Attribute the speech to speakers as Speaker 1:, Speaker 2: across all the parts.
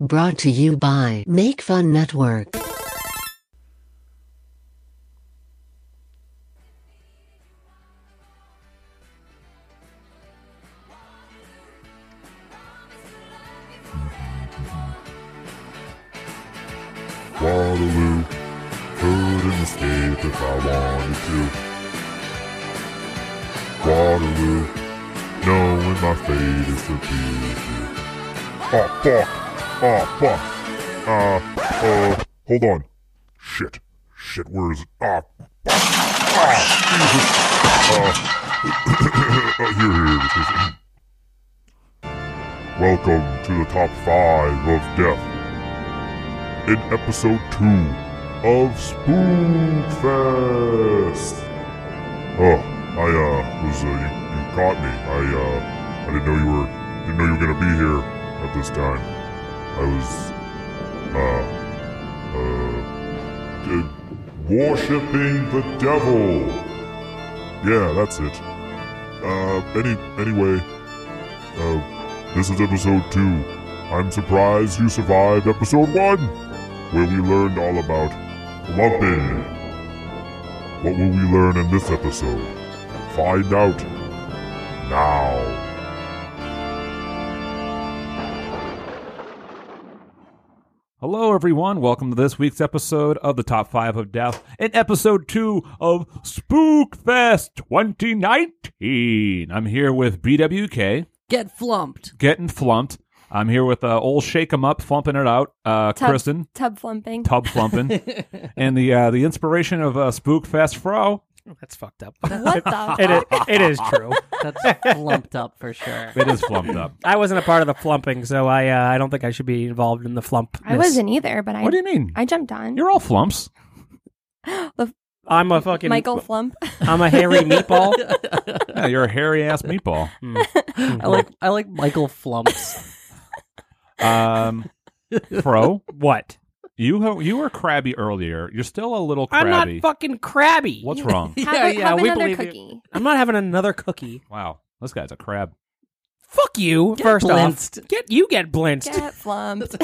Speaker 1: Brought to you by Make Fun Network.
Speaker 2: Waterloo. Couldn't escape if I wanted to. Waterloo. Knowing my fate is to be with you. Oh fuck! Oh fuck! Uh, uh, hold on. Shit. Shit, where is it? Ah, fuck. ah Jesus. Uh, uh, here, here, here, here, here. Welcome to the top five of death in episode 2 of Spookfest. Oh, I, uh, was, uh, you, you caught me. I, uh, I didn't know you were, didn't know you were gonna be here at this time. I was, uh, uh, uh worshipping the devil. Yeah, that's it. Uh, any, anyway, uh, this is episode 2. I'm surprised you survived episode 1, where we learned all about lumping. What will we learn in this episode? Find out now.
Speaker 3: Hello, everyone. Welcome to this week's episode of the Top 5 of Death and episode 2 of Spookfest 2019. I'm here with BWK,
Speaker 4: get flumped.
Speaker 3: getting flumped. I'm here with uh, old Shake 'em Up, flumping it out, uh,
Speaker 5: Tub-
Speaker 3: Kristen,
Speaker 5: Tub flumping.
Speaker 3: tub flumping, and the uh, the inspiration of uh, Spookfest Fro.
Speaker 6: That's fucked up.
Speaker 5: What the
Speaker 6: it,
Speaker 5: fuck?
Speaker 6: is, it is true.
Speaker 4: That's flumped up for sure.
Speaker 3: It is flumped up.
Speaker 6: I wasn't a part of the flumping, so I uh, I don't think I should be involved in the flump.
Speaker 5: I wasn't either, but I
Speaker 3: What do you mean?
Speaker 5: I jumped on.
Speaker 3: You're all flumps.
Speaker 6: I'm a fucking
Speaker 5: Michael Flump.
Speaker 6: I'm a hairy meatball.
Speaker 3: Yeah, you're a hairy ass meatball.
Speaker 4: I like I like Michael flumps.
Speaker 3: Um, Fro,
Speaker 6: What?
Speaker 3: you ha- you were crabby earlier. You're still a little
Speaker 6: I'm
Speaker 3: crabby.
Speaker 6: not fucking crabby.
Speaker 3: What's wrong?
Speaker 5: Have,
Speaker 6: Yeah,
Speaker 5: a-
Speaker 6: yeah,
Speaker 5: have
Speaker 6: we
Speaker 5: another
Speaker 6: believe you.
Speaker 5: cookie.
Speaker 6: I'm not having another cookie.
Speaker 3: Wow, this guy's a crab.
Speaker 6: Fuck you. first
Speaker 4: blinced.
Speaker 6: off, get you get blinched.
Speaker 5: Get flumped.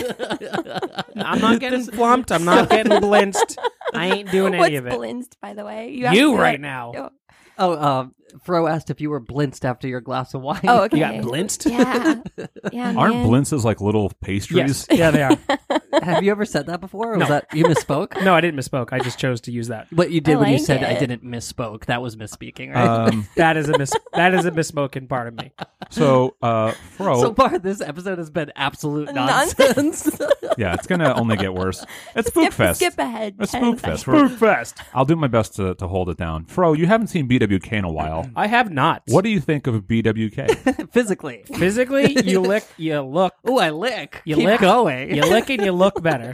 Speaker 6: I'm not getting flumped. I'm not getting blinched. I ain't doing
Speaker 5: What's
Speaker 6: any of it.
Speaker 5: blinced, by the way?
Speaker 6: You,
Speaker 5: have to do
Speaker 6: right
Speaker 5: it.
Speaker 6: now.
Speaker 5: Oh,
Speaker 4: Oh, uh, Fro asked if you were blinched after your glass of wine.
Speaker 5: oh, okay.
Speaker 6: You got blinched.
Speaker 5: Yeah. Yeah,
Speaker 3: Aren't
Speaker 5: man.
Speaker 3: blintzes like little pastries?
Speaker 6: Yes. Yeah, they are.
Speaker 4: Have you ever said that before? Or was
Speaker 6: No.
Speaker 4: that you misspoke? Oh.
Speaker 6: No, I didn't misspoke. I just chose to use that.
Speaker 4: What you did
Speaker 5: I
Speaker 4: when you
Speaker 5: like
Speaker 4: said I
Speaker 5: it.
Speaker 4: didn't misspoke, that was misspeaking, right?
Speaker 3: Um,
Speaker 6: That is a mis. that is a misspoken part of me.
Speaker 3: so, uh, Fro,
Speaker 4: so far, this episode has been absolute
Speaker 5: Nonsense.
Speaker 4: nonsense.
Speaker 3: yeah, it's gonna only get worse. It's Spookfest.
Speaker 5: skip, skip ahead.
Speaker 3: It's
Speaker 5: 10 seconds.
Speaker 3: Spookfest. We're-
Speaker 6: Food fest.
Speaker 3: I'll do my best to, to hold it down. Fro, you haven't seen BWK in a while.
Speaker 6: I have not.
Speaker 3: What do you think of BWK?
Speaker 4: Physically.
Speaker 6: Physically, you lick, you look,
Speaker 4: Oh, I lick.
Speaker 6: You
Speaker 4: Keep
Speaker 6: lick?
Speaker 4: going.
Speaker 6: you lick, and you look better.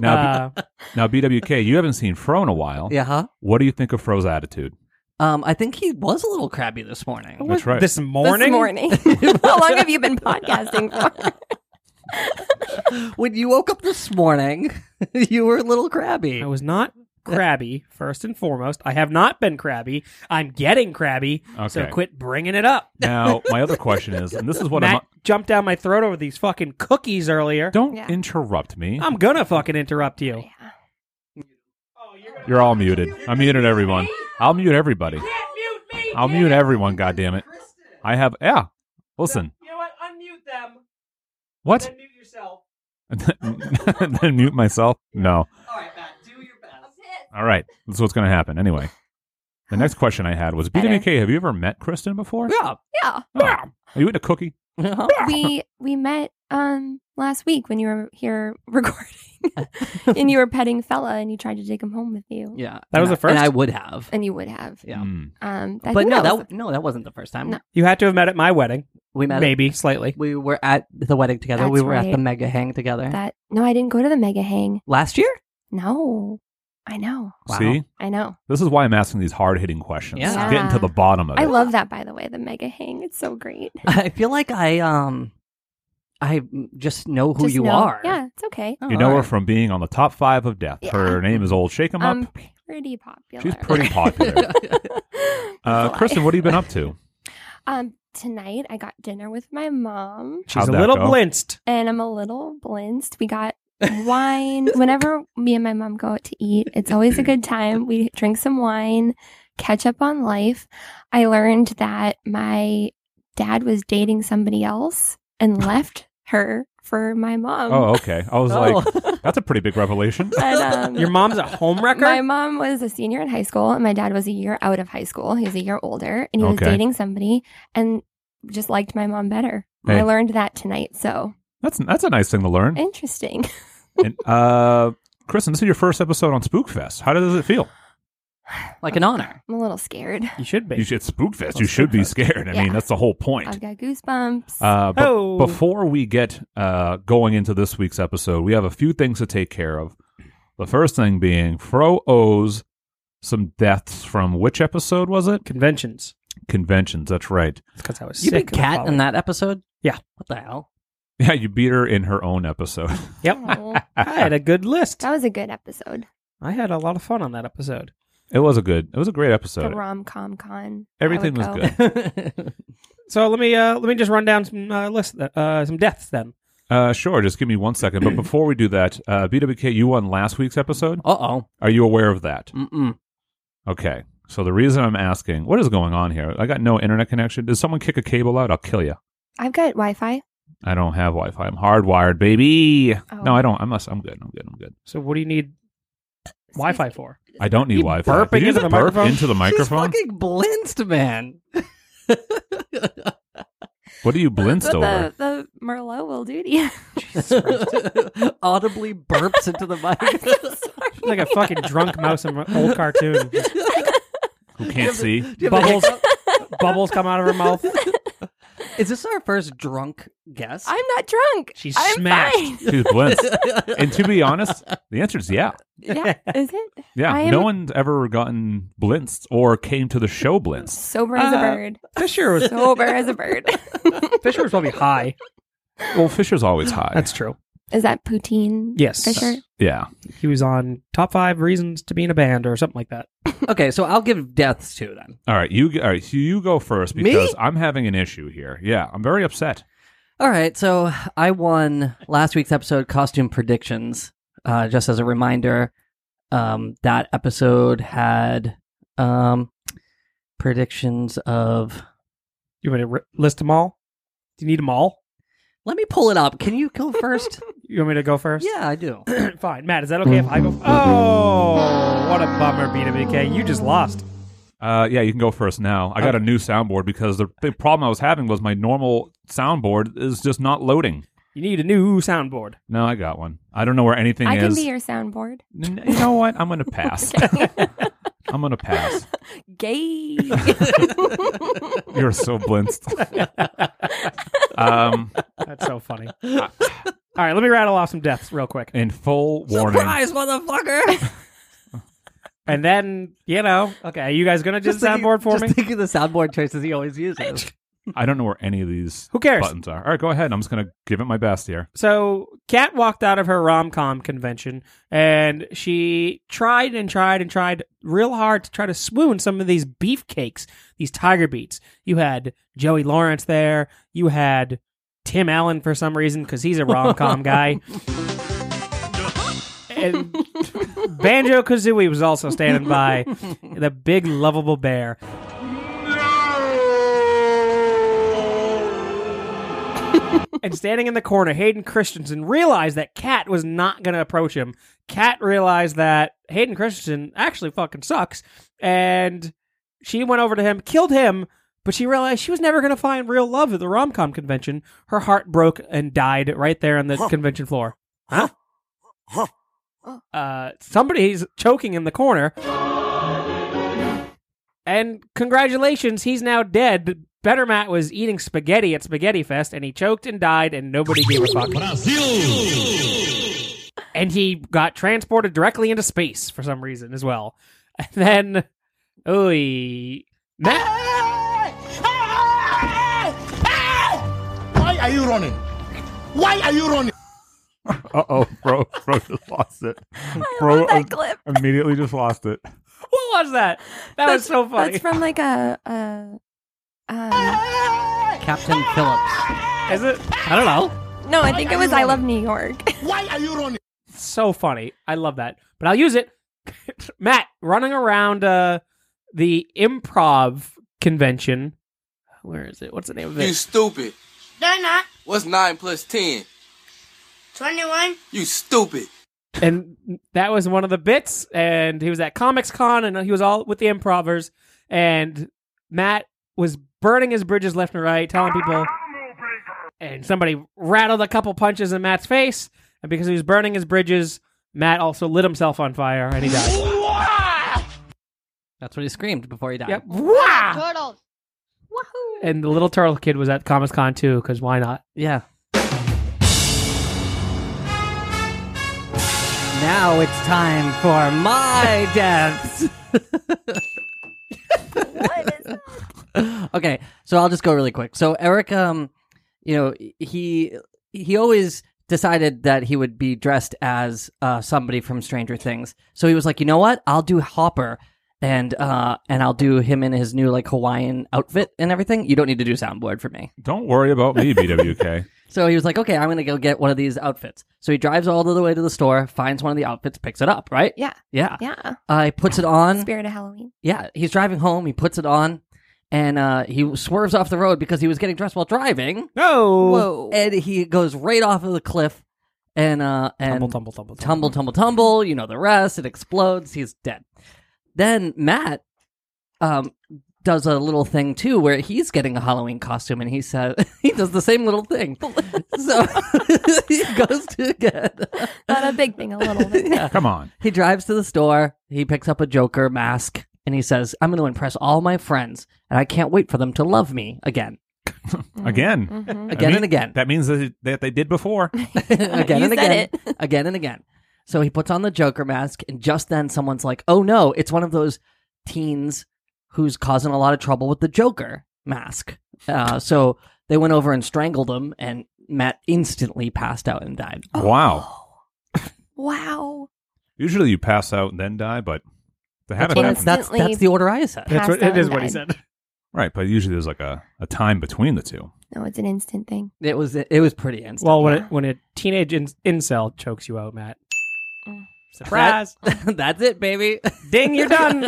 Speaker 3: now,
Speaker 6: Uh,
Speaker 3: B- now, BWK, you haven't seen Fro in a while.
Speaker 4: Yeah, huh?
Speaker 3: What do you think of Fro's attitude?
Speaker 4: Um, I think he was a little crabby this morning.
Speaker 3: That's right.
Speaker 6: This morning,
Speaker 5: This morning. How long have you been podcasting for?
Speaker 4: When you woke up this morning, you were a little crabby.
Speaker 6: I was not crabby. First and foremost, I have not been crabby. I'm getting crabby. So
Speaker 3: Okay.
Speaker 6: quit bringing it up.
Speaker 3: Now, my other question is, and this is what I'm.
Speaker 6: Matt jumped down my throat over these fucking cookies earlier.
Speaker 3: Don't
Speaker 5: Yeah.
Speaker 3: interrupt me.
Speaker 6: I'm gonna fucking interrupt you.
Speaker 3: You're all muted. I muted everyone. I'll mute everybody. I'll mute everyone. God damn it. I have. Yeah. Listen.
Speaker 6: You know what? Unmute them.
Speaker 3: What?
Speaker 6: mute yourself.
Speaker 3: And then mute myself. No.
Speaker 4: All right, Matt, do your best.
Speaker 3: All right. That's what's going to happen. Anyway, the next question I had was
Speaker 5: Better.
Speaker 3: BWK. Have you ever met Kristen before?
Speaker 4: Yeah.
Speaker 5: Yeah.
Speaker 3: Oh. Are you eating a cookie?
Speaker 4: Uh-huh.
Speaker 5: we we met um last week when you were here recording and you were petting fella and you tried to take him home with you
Speaker 4: Yeah.
Speaker 6: That was the
Speaker 4: And
Speaker 6: first?
Speaker 4: I- And I would have.
Speaker 5: and you would have
Speaker 4: Yeah.
Speaker 3: Mm.
Speaker 5: um I
Speaker 4: but
Speaker 5: think
Speaker 4: no,
Speaker 5: that
Speaker 4: that,
Speaker 5: was
Speaker 4: no, that wasn't the first time.
Speaker 5: No.
Speaker 6: You had to have met at my wedding,
Speaker 4: We met.
Speaker 6: maybe slightly.
Speaker 4: We were at the wedding together. we
Speaker 5: That's
Speaker 4: were at
Speaker 5: right.
Speaker 4: the mega hang together
Speaker 5: the- that no I didn't go to the mega hang
Speaker 4: last year.
Speaker 5: no I know
Speaker 4: Wow.
Speaker 3: See,
Speaker 5: I know
Speaker 3: this is why I'm asking these hard hitting questions.
Speaker 4: Yeah.
Speaker 3: I'm getting to the bottom of it.
Speaker 5: I love that by the way the mega hang it's so great
Speaker 4: I feel like I um, I just know who
Speaker 5: Just
Speaker 4: you
Speaker 5: know-
Speaker 4: are.
Speaker 5: yeah it's okay
Speaker 4: Oh,
Speaker 3: you know
Speaker 4: all
Speaker 3: her
Speaker 4: right.
Speaker 3: from being on the top five of death.
Speaker 5: Yeah.
Speaker 3: Her name is Old Shake 'em Up.
Speaker 5: I'm Um, pretty popular
Speaker 3: She's pretty popular.
Speaker 5: That's a
Speaker 3: uh,
Speaker 5: lie.
Speaker 3: Kristen, what have you been up to?
Speaker 5: um tonight I got dinner with my mom
Speaker 6: She's
Speaker 3: How'd
Speaker 6: a
Speaker 3: that
Speaker 6: little
Speaker 3: go?
Speaker 6: blinched.
Speaker 5: and I'm a little blinched. We got wine. Whenever me and my mom go out to eat, it's always a good time. We drink some wine, catch up on life. I learned that my dad was dating somebody else and left her for my mom.
Speaker 3: Oh, okay. I was like,
Speaker 4: Oh.
Speaker 3: that's a pretty big revelation.
Speaker 5: And, um,
Speaker 6: Your mom's a homewrecker.
Speaker 5: My mom was a senior in high school, and my dad was a year out of high school. He was a year older, and he was
Speaker 3: Okay.
Speaker 5: dating somebody and just liked my mom better.
Speaker 3: Hey.
Speaker 5: I learned that tonight. So
Speaker 3: That's that's a nice thing to learn.
Speaker 5: interesting.
Speaker 3: And uh, Kristen, this is your first episode on Spookfest. How does it feel?
Speaker 4: like an honor.
Speaker 5: I'm a little scared.
Speaker 6: you should be.
Speaker 3: You should Spookfest.
Speaker 6: Well,
Speaker 3: You should be
Speaker 6: Spookfest.
Speaker 3: scared. I mean,
Speaker 5: Yeah.
Speaker 3: that's the whole
Speaker 5: I've
Speaker 3: point.
Speaker 5: got goosebumps.
Speaker 3: Uh, but
Speaker 6: oh,
Speaker 3: before we get uh, going into this week's episode, we have a few things to take care of. The first thing being, Fro owes some deaths from which episode was it?
Speaker 6: conventions.
Speaker 3: Conventions. That's right.
Speaker 6: Because I was
Speaker 4: You
Speaker 6: sick.
Speaker 4: big
Speaker 6: the
Speaker 4: cat in
Speaker 6: following-
Speaker 4: that episode?
Speaker 6: Yeah.
Speaker 4: What the hell?
Speaker 3: Yeah, you beat her in her own episode.
Speaker 6: Yep.
Speaker 5: Oh,
Speaker 6: I had a good list.
Speaker 5: that was a good episode.
Speaker 6: I had a lot of fun on that episode.
Speaker 3: It was a good. It was a great episode.
Speaker 5: The rom com con. I
Speaker 3: Everything
Speaker 5: would
Speaker 3: was
Speaker 5: go.
Speaker 3: good.
Speaker 6: So let me uh, let me just run down some uh, list uh, some deaths then.
Speaker 3: Uh, sure. Just give me one second. But before we do that, uh, BWK, you won last week's episode.
Speaker 4: uh oh.
Speaker 3: Are you aware of that?
Speaker 4: Mm-mm.
Speaker 3: Okay. So the reason I'm asking, what is going on here? I got no internet connection. Did someone kick a cable out? I'll kill you.
Speaker 5: I've got Wi Fi.
Speaker 3: I don't have Wi-Fi. I'm hardwired, baby.
Speaker 5: Oh.
Speaker 3: No, I don't. I'm I'm good. I'm good. I'm good.
Speaker 6: So what do you need Wi-Fi for?
Speaker 3: I don't need
Speaker 6: You
Speaker 3: Wi-Fi.
Speaker 6: burping
Speaker 3: Did you
Speaker 6: into
Speaker 3: just
Speaker 6: the
Speaker 3: burp
Speaker 6: microphone?
Speaker 3: into the
Speaker 4: He's
Speaker 3: microphone?
Speaker 4: fucking blinched, man.
Speaker 3: What are you blinched
Speaker 5: That's
Speaker 3: over?
Speaker 5: what the, the Merlot will do to you.
Speaker 4: Audibly burps into the mic.
Speaker 6: She's like a fucking drunk mouse in an old cartoon.
Speaker 3: Who can't see?
Speaker 4: Do you have a
Speaker 6: Bubbles,
Speaker 4: hiccup?
Speaker 6: bubbles come out of her mouth.
Speaker 4: Is this our first drunk guest?
Speaker 5: I'm not drunk.
Speaker 6: She's
Speaker 5: I'm
Speaker 6: smashed.
Speaker 5: fine.
Speaker 3: She's blinched. and to be honest, the answer is yeah.
Speaker 5: Yeah, is it?
Speaker 3: Yeah.
Speaker 5: I am-
Speaker 3: No one's ever gotten blinched or came to the show blinched.
Speaker 5: Sober as a
Speaker 6: Uh,
Speaker 5: bird.
Speaker 6: Fisher was
Speaker 5: Sober as a bird.
Speaker 6: Fisher was probably high.
Speaker 3: Well, Fisher's always high.
Speaker 6: That's true.
Speaker 5: Is that poutine?
Speaker 6: Yes.
Speaker 5: Fisher?
Speaker 3: yeah.
Speaker 6: He was on top five reasons to be in a band or something like that.
Speaker 4: okay, so I'll give deaths too then.
Speaker 3: All right, you g- all right, so you go first
Speaker 4: Me?
Speaker 3: because I'm having an issue here. Yeah, I'm very upset.
Speaker 4: All right, so I won last week's episode costume predictions. Uh, just as a reminder, um, that episode had um, predictions of.
Speaker 6: You want me to ri list them all? Do you need them all?
Speaker 4: Let me pull it up. Can you go first?
Speaker 6: You want me to go first?
Speaker 4: yeah, I do.
Speaker 6: Fine. Matt, is that okay if I go? Oh, what a bummer, BWK. You just lost.
Speaker 3: Uh, yeah, you can go first now. I got a new soundboard because the big problem I was having was my normal soundboard is just not loading.
Speaker 6: You need a new soundboard.
Speaker 3: No, I got one. I don't know where anything
Speaker 5: I
Speaker 3: is.
Speaker 5: can be your soundboard.
Speaker 3: N- you know what? I'm gonna pass. I'm gonna pass.
Speaker 5: Gay.
Speaker 3: You're so blinched. um,
Speaker 6: That's so funny. All right, let me rattle off some deaths real quick.
Speaker 3: in full warning.
Speaker 4: Surprise, motherfucker!
Speaker 6: And then, you know, okay, are you guys going to do the
Speaker 4: thinking-
Speaker 6: soundboard for
Speaker 4: just
Speaker 6: me?
Speaker 4: thinking the soundboard choices he always uses.
Speaker 3: I don't know where any of these
Speaker 6: Who cares?
Speaker 3: buttons are. All right, go ahead. I'm just gonna give it my best here.
Speaker 6: So, Kat walked out of her rom com convention and she tried and tried and tried real hard to try to swoon some of these beefcakes, these tiger beats. You had Joey Lawrence there, you had Tim Allen for some reason because he's a rom com guy. And Banjo Kazooie was also standing by, the big lovable bear. and standing in the corner, Hayden Christensen realized that Kat was not going to approach him. Kat realized that Hayden Christensen actually fucking sucks, and she went over to him, killed him, but she realized she was never going to find real love at the rom com convention. Her heart broke and died right there on the convention floor. Huh? Uh, somebody's choking in the corner. And congratulations, he's now dead. Better Matt was eating spaghetti at Spaghetti Fest and he choked and died and nobody gave a fuck. And he got transported directly into space for some reason as well. And then, ooh, Matt,
Speaker 7: Why are you running? Why are you running?
Speaker 3: Uh oh, bro, bro just lost it.
Speaker 5: I
Speaker 3: Bro,
Speaker 5: love that clip.
Speaker 3: Immediately just lost it.
Speaker 6: what was that? That was so funny.
Speaker 5: That's from like a, a um,
Speaker 4: Captain Phillips.
Speaker 6: Is it
Speaker 4: I don't know.
Speaker 5: No, I think it was I Love New York.
Speaker 7: Why are you running?
Speaker 6: so funny? I love that, but I'll use it. Matt running around uh, the improv convention. Where is it? What's the name of
Speaker 8: You
Speaker 6: it?
Speaker 8: stupid.
Speaker 9: They're not.
Speaker 8: What's 9 plus 10?
Speaker 9: 21.
Speaker 8: You stupid.
Speaker 6: and that was one of the bits. And he was at Comics Con, and he was all with the improvers. And Matt was burning his bridges left and right, telling people. And somebody rattled a couple punches in Matt's face, and because he was burning his bridges, Matt also lit himself on fire, and he died.
Speaker 4: That's what he screamed before he died.
Speaker 6: yep. Wah!
Speaker 9: Turtles.
Speaker 6: And the little turtle kid was at Comics Con too, because why not?
Speaker 4: Yeah. Now it's time for my deaths. okay, so I'll just go really quick. So Eric, um, you know, he he always decided that he would be dressed as uh, somebody from Stranger Things. So he was like, you know what? I'll do Hopper, and uh, and I'll do him in his new like Hawaiian outfit and everything. You don't need to do soundboard for me.
Speaker 3: Don't worry about me, BWK.
Speaker 4: So he was like, okay, I'm going to go get one of these outfits. So he drives all the way to the store, finds one of the outfits, picks it up, right?
Speaker 5: Yeah.
Speaker 4: Yeah.
Speaker 5: Yeah.
Speaker 4: Uh, he puts it on.
Speaker 5: Spirit of Halloween.
Speaker 4: Yeah. He's driving home. He puts it on and uh, he swerves off the road because he was getting dressed while driving.
Speaker 6: No.
Speaker 5: Whoa.
Speaker 4: And he goes right off of the cliff and, uh, and
Speaker 6: Tumble, tumble, tumble,
Speaker 4: tumble, tumble, tumble. You know the rest. It explodes. He's dead. Then Matt um, does a little thing too, where he's getting a Halloween costume, and he says he does the same little thing. so he goes to get.
Speaker 5: Not a big thing, a little thing.
Speaker 3: Come on.
Speaker 4: He drives to the store. He picks up a Joker mask, and he says, "I'm going to impress all my friends, and I can't wait for them to love me again,
Speaker 3: Again.
Speaker 5: Mhm.
Speaker 4: again,
Speaker 3: mean-
Speaker 4: and again."
Speaker 3: That means that, that they did before.
Speaker 4: again
Speaker 5: You
Speaker 4: and
Speaker 5: said
Speaker 4: again,
Speaker 5: it.
Speaker 4: again and again. So he puts on the Joker mask, and just then someone's like, "Oh no, it's one of those teens who's causing a lot of trouble with the Joker mask." Uh, so they went over and strangled him, and Matt instantly passed out and died.
Speaker 6: Oh.
Speaker 3: Wow.
Speaker 5: Wow.
Speaker 3: Usually you pass out and then die, but they haven't
Speaker 5: what-
Speaker 4: That's
Speaker 3: happened.
Speaker 4: that's, that's the order I said.
Speaker 6: That's what
Speaker 5: Passed
Speaker 6: it
Speaker 5: out
Speaker 6: is.
Speaker 5: and
Speaker 6: What he
Speaker 5: died.
Speaker 6: said.
Speaker 3: Right, but usually there's like a, a time between the two.
Speaker 5: No, it's an instant thing.
Speaker 4: It was it was pretty instant.
Speaker 6: Well, when it, when a teenage in- incel chokes you out, Matt.
Speaker 5: Mm.
Speaker 6: Surprise!
Speaker 4: that's it, baby.
Speaker 6: Ding, you're done.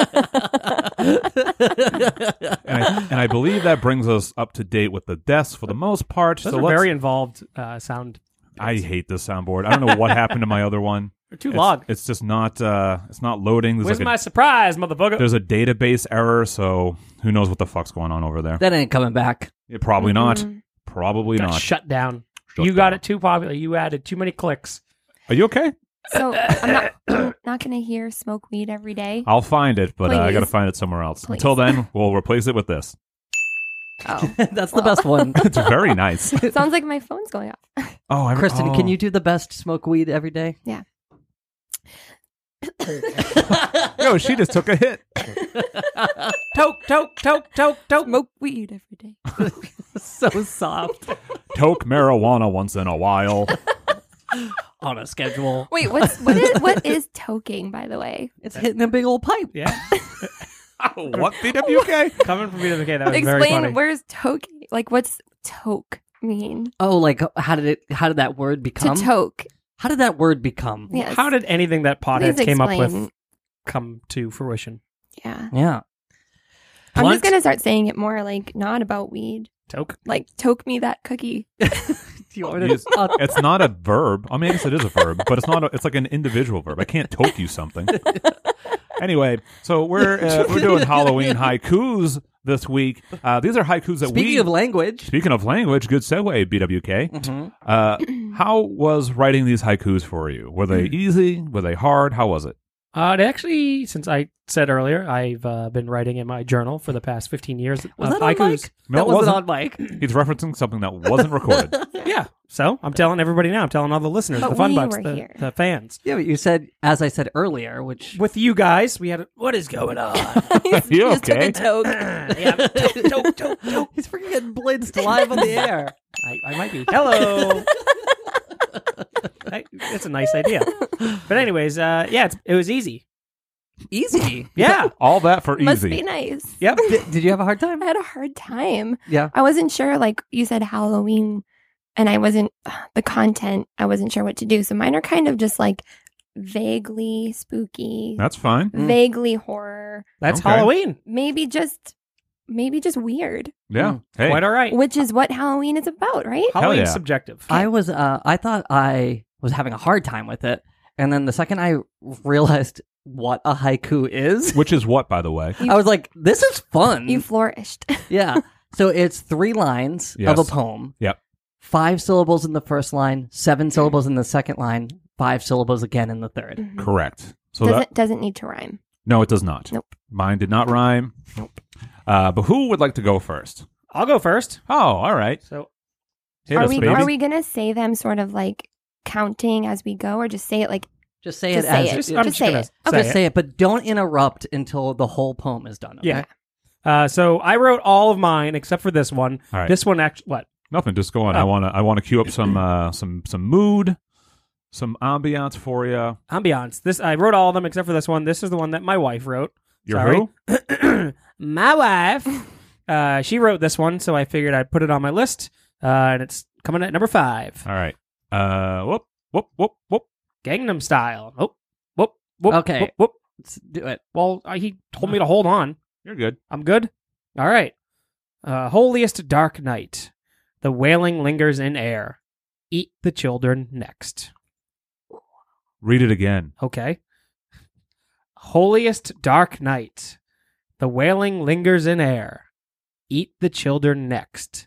Speaker 3: And I, and I believe that brings us up to date with the deaths for the most part.
Speaker 6: Those
Speaker 3: so
Speaker 6: are
Speaker 3: let's-
Speaker 6: very involved uh, sound.
Speaker 3: I hate this soundboard. I don't know what happened to my other one.
Speaker 6: They're too
Speaker 3: It's,
Speaker 6: long.
Speaker 3: it's just not uh it's not loading. There's
Speaker 6: Where's
Speaker 3: like
Speaker 6: my
Speaker 3: a,
Speaker 6: surprise, motherfucker?
Speaker 3: there's a database error, so who knows what the fuck's going on over there.
Speaker 4: that ain't coming back.
Speaker 3: Yeah, probably not.
Speaker 5: Mhm.
Speaker 3: Probably
Speaker 6: Mm-hmm. Got
Speaker 3: not.
Speaker 6: shut down.
Speaker 3: Shut
Speaker 6: you got
Speaker 3: down.
Speaker 6: it too popular. You added too many clicks.
Speaker 3: Are you okay?
Speaker 5: So I'm not, I'm not going to hear smoke weed every day.
Speaker 3: I'll find it, but uh, I
Speaker 5: Please.
Speaker 3: got to find it somewhere else. Until then, we'll replace it with this.
Speaker 5: Oh.
Speaker 4: that's the best one.
Speaker 3: It's very nice.
Speaker 5: Sounds like my phone's going off.
Speaker 3: Oh, I,
Speaker 4: Kristen,
Speaker 3: oh.
Speaker 4: can you do the best smoke weed every day?
Speaker 3: No, she just took a hit.
Speaker 6: Toke, toke, toke, toke, toke.
Speaker 5: Smoke weed every day.
Speaker 4: so soft
Speaker 3: Toke marijuana once in a while.
Speaker 4: on a schedule.
Speaker 5: Wait, what's what is what is toking by the way?
Speaker 4: It's hitting a big old pipe.
Speaker 6: Yeah,
Speaker 3: what BWK?
Speaker 6: coming from BWK, that was very funny.
Speaker 5: Explain where's toking? Like what's toke mean?
Speaker 4: Oh, like how did it? How did that word become?
Speaker 5: to toke.
Speaker 4: how did that word become?
Speaker 5: Yes.
Speaker 6: How did anything that potheads
Speaker 5: Please
Speaker 6: came up with
Speaker 5: explain.
Speaker 6: come to fruition?
Speaker 5: Yeah.
Speaker 4: Yeah.
Speaker 5: I'm
Speaker 4: Blunt?
Speaker 5: just gonna start saying it more like not about weed.
Speaker 6: Toke.
Speaker 5: Like toke me that cookie.
Speaker 4: Do you want me
Speaker 3: Yes.
Speaker 4: to- uh,
Speaker 3: It's not a verb. I mean, I guess it is a verb, but it's not. A, it's like an individual verb. I can't toke you something. Anyway, so we're uh, we're doing Halloween haikus this week. Uh, these are haikus that
Speaker 4: speaking
Speaker 3: we.
Speaker 4: of language,
Speaker 3: speaking of language, good segue, BWK.
Speaker 4: Mhm.
Speaker 3: Uh, how was writing these haikus for you? Were they easy? Were they hard? How was it?
Speaker 6: Uh, it actually, since I said earlier, I've uh, been writing in my journal for the past 15 years.
Speaker 4: was
Speaker 6: of
Speaker 4: that on
Speaker 6: haikus.
Speaker 4: mic?
Speaker 3: No,
Speaker 4: that
Speaker 3: it
Speaker 4: wasn't
Speaker 3: wasn't.
Speaker 4: on mic.
Speaker 3: He's referencing something that wasn't recorded.
Speaker 6: Yeah. So I'm telling everybody now. I'm telling all the listeners,
Speaker 5: But
Speaker 6: the fun
Speaker 5: we
Speaker 6: bucks,
Speaker 5: were
Speaker 6: the,
Speaker 5: here.
Speaker 6: the fans.
Speaker 4: Yeah, but you said, as I said earlier, which
Speaker 6: With you guys, we had. A, what is going on?
Speaker 3: you
Speaker 5: just
Speaker 3: okay?
Speaker 5: took a toke.
Speaker 6: yeah, toke, toke, toke.
Speaker 4: he's freaking getting blitzed live on the air.
Speaker 6: I, I might be. Hello. I, it's a nice idea. But anyways, uh, yeah, it's, it was easy.
Speaker 4: Easy.
Speaker 6: Yeah.
Speaker 3: All that for
Speaker 5: Must
Speaker 3: easy.
Speaker 5: be nice.
Speaker 6: yep.
Speaker 4: Did, did you have a hard time?
Speaker 5: I had a hard time.
Speaker 4: Yeah.
Speaker 5: I wasn't sure, like you said, Halloween, and I wasn't the content. I wasn't sure what to do. So mine are kind of just like vaguely spooky,
Speaker 3: That's fine.
Speaker 4: Mm.
Speaker 5: vaguely horror,
Speaker 6: That's
Speaker 3: Okay.
Speaker 6: Halloween.
Speaker 5: maybe just maybe just weird,
Speaker 3: Yeah. Hey.
Speaker 6: Quite all right.
Speaker 5: which is what Halloween is about, right?
Speaker 3: Hell
Speaker 6: Halloween's
Speaker 3: yeah.
Speaker 6: subjective.
Speaker 4: I was uh I thought I was having a hard time with it. And then the second I realized what a haiku is,
Speaker 3: Which is what, by the way?
Speaker 5: You-
Speaker 4: I was like, this is fun.
Speaker 5: You flourished.
Speaker 4: yeah. So it's three lines of
Speaker 3: Yes.
Speaker 4: a poem.
Speaker 3: Yep.
Speaker 4: Five syllables in the first line, seven syllables in the second line, five syllables again in the third.
Speaker 5: Mhm.
Speaker 3: Correct. So
Speaker 5: doesn't
Speaker 3: that
Speaker 5: doesn't need to rhyme.
Speaker 3: no, it does not.
Speaker 5: Nope.
Speaker 3: Mine did not rhyme. Nope. Uh, but who would like to go first?
Speaker 6: I'll go first.
Speaker 3: Oh, all right.
Speaker 6: So
Speaker 3: Hit
Speaker 5: are
Speaker 3: us,
Speaker 5: we
Speaker 3: baby.
Speaker 5: are we gonna say them sort of like counting as we go, or just say it like
Speaker 4: Just say
Speaker 5: Just
Speaker 4: it
Speaker 5: say
Speaker 4: as
Speaker 5: it.
Speaker 6: just,
Speaker 5: Just
Speaker 6: I'm just
Speaker 5: say
Speaker 6: gonna
Speaker 5: it.
Speaker 6: say
Speaker 5: Okay.
Speaker 4: Just say it, but don't interrupt until the whole poem is done. okay?
Speaker 6: Yeah. Uh, so I wrote all of mine except for this one.
Speaker 3: All right.
Speaker 6: This one actually, what?
Speaker 3: Nothing. Just go on. I
Speaker 6: Oh.
Speaker 3: want to. I want to cue up some uh, some some mood, some ambiance for you.
Speaker 6: Ambiance. This I wrote all of them except for this one. This is the one that my wife wrote.
Speaker 3: Your
Speaker 6: Sorry.
Speaker 3: who?
Speaker 6: my wife. Uh, she wrote this one, so I figured I'd put it on my list. Uh, and it's coming at number five.
Speaker 3: All right. Uh, whoop whoop whoop whoop.
Speaker 6: Gangnam Style. Oh, whoop, whoop.
Speaker 4: Okay.
Speaker 6: Whoop, whoop.
Speaker 4: Let's do it.
Speaker 6: Well, uh, he told me to hold on.
Speaker 3: You're good.
Speaker 6: I'm good. All right. Uh, holiest dark night. The wailing lingers in air. Eat the children next.
Speaker 3: Read it again.
Speaker 6: Okay. Holiest dark night. The wailing lingers in air. Eat the children next.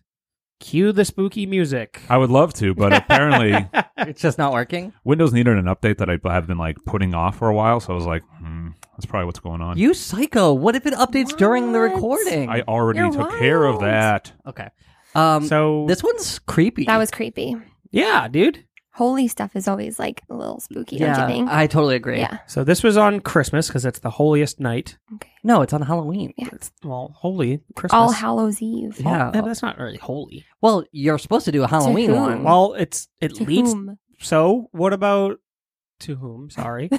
Speaker 6: Cue the spooky music.
Speaker 3: I would love to, but apparently
Speaker 4: It's just not working.
Speaker 3: Windows needed an update that I have been like putting off for a while. So I was like, hmm, that's probably what's going on.
Speaker 4: You psycho. What if it updates during the
Speaker 5: What?
Speaker 4: recording?
Speaker 3: I already
Speaker 5: You're
Speaker 3: took care of
Speaker 5: wild.
Speaker 3: that.
Speaker 4: okay. Um,
Speaker 6: so
Speaker 4: this one's creepy.
Speaker 5: that was creepy.
Speaker 6: yeah, dude.
Speaker 5: Holy stuff is always like a little spooky,
Speaker 4: yeah.
Speaker 5: don't you think?
Speaker 4: I totally agree.
Speaker 5: yeah.
Speaker 6: So this was on Christmas because that's the holiest night.
Speaker 5: Okay.
Speaker 4: No, it's on Halloween.
Speaker 5: Yeah.
Speaker 6: It's well, holy Christmas.
Speaker 5: All Hallows Eve.
Speaker 4: Yeah.
Speaker 6: Yeah, but that's not really holy.
Speaker 4: Well, you're supposed to do a Halloween
Speaker 5: whom?
Speaker 4: one.
Speaker 6: Well, it's it
Speaker 5: To
Speaker 6: leads
Speaker 5: whom?
Speaker 6: So, what about to whom? Sorry.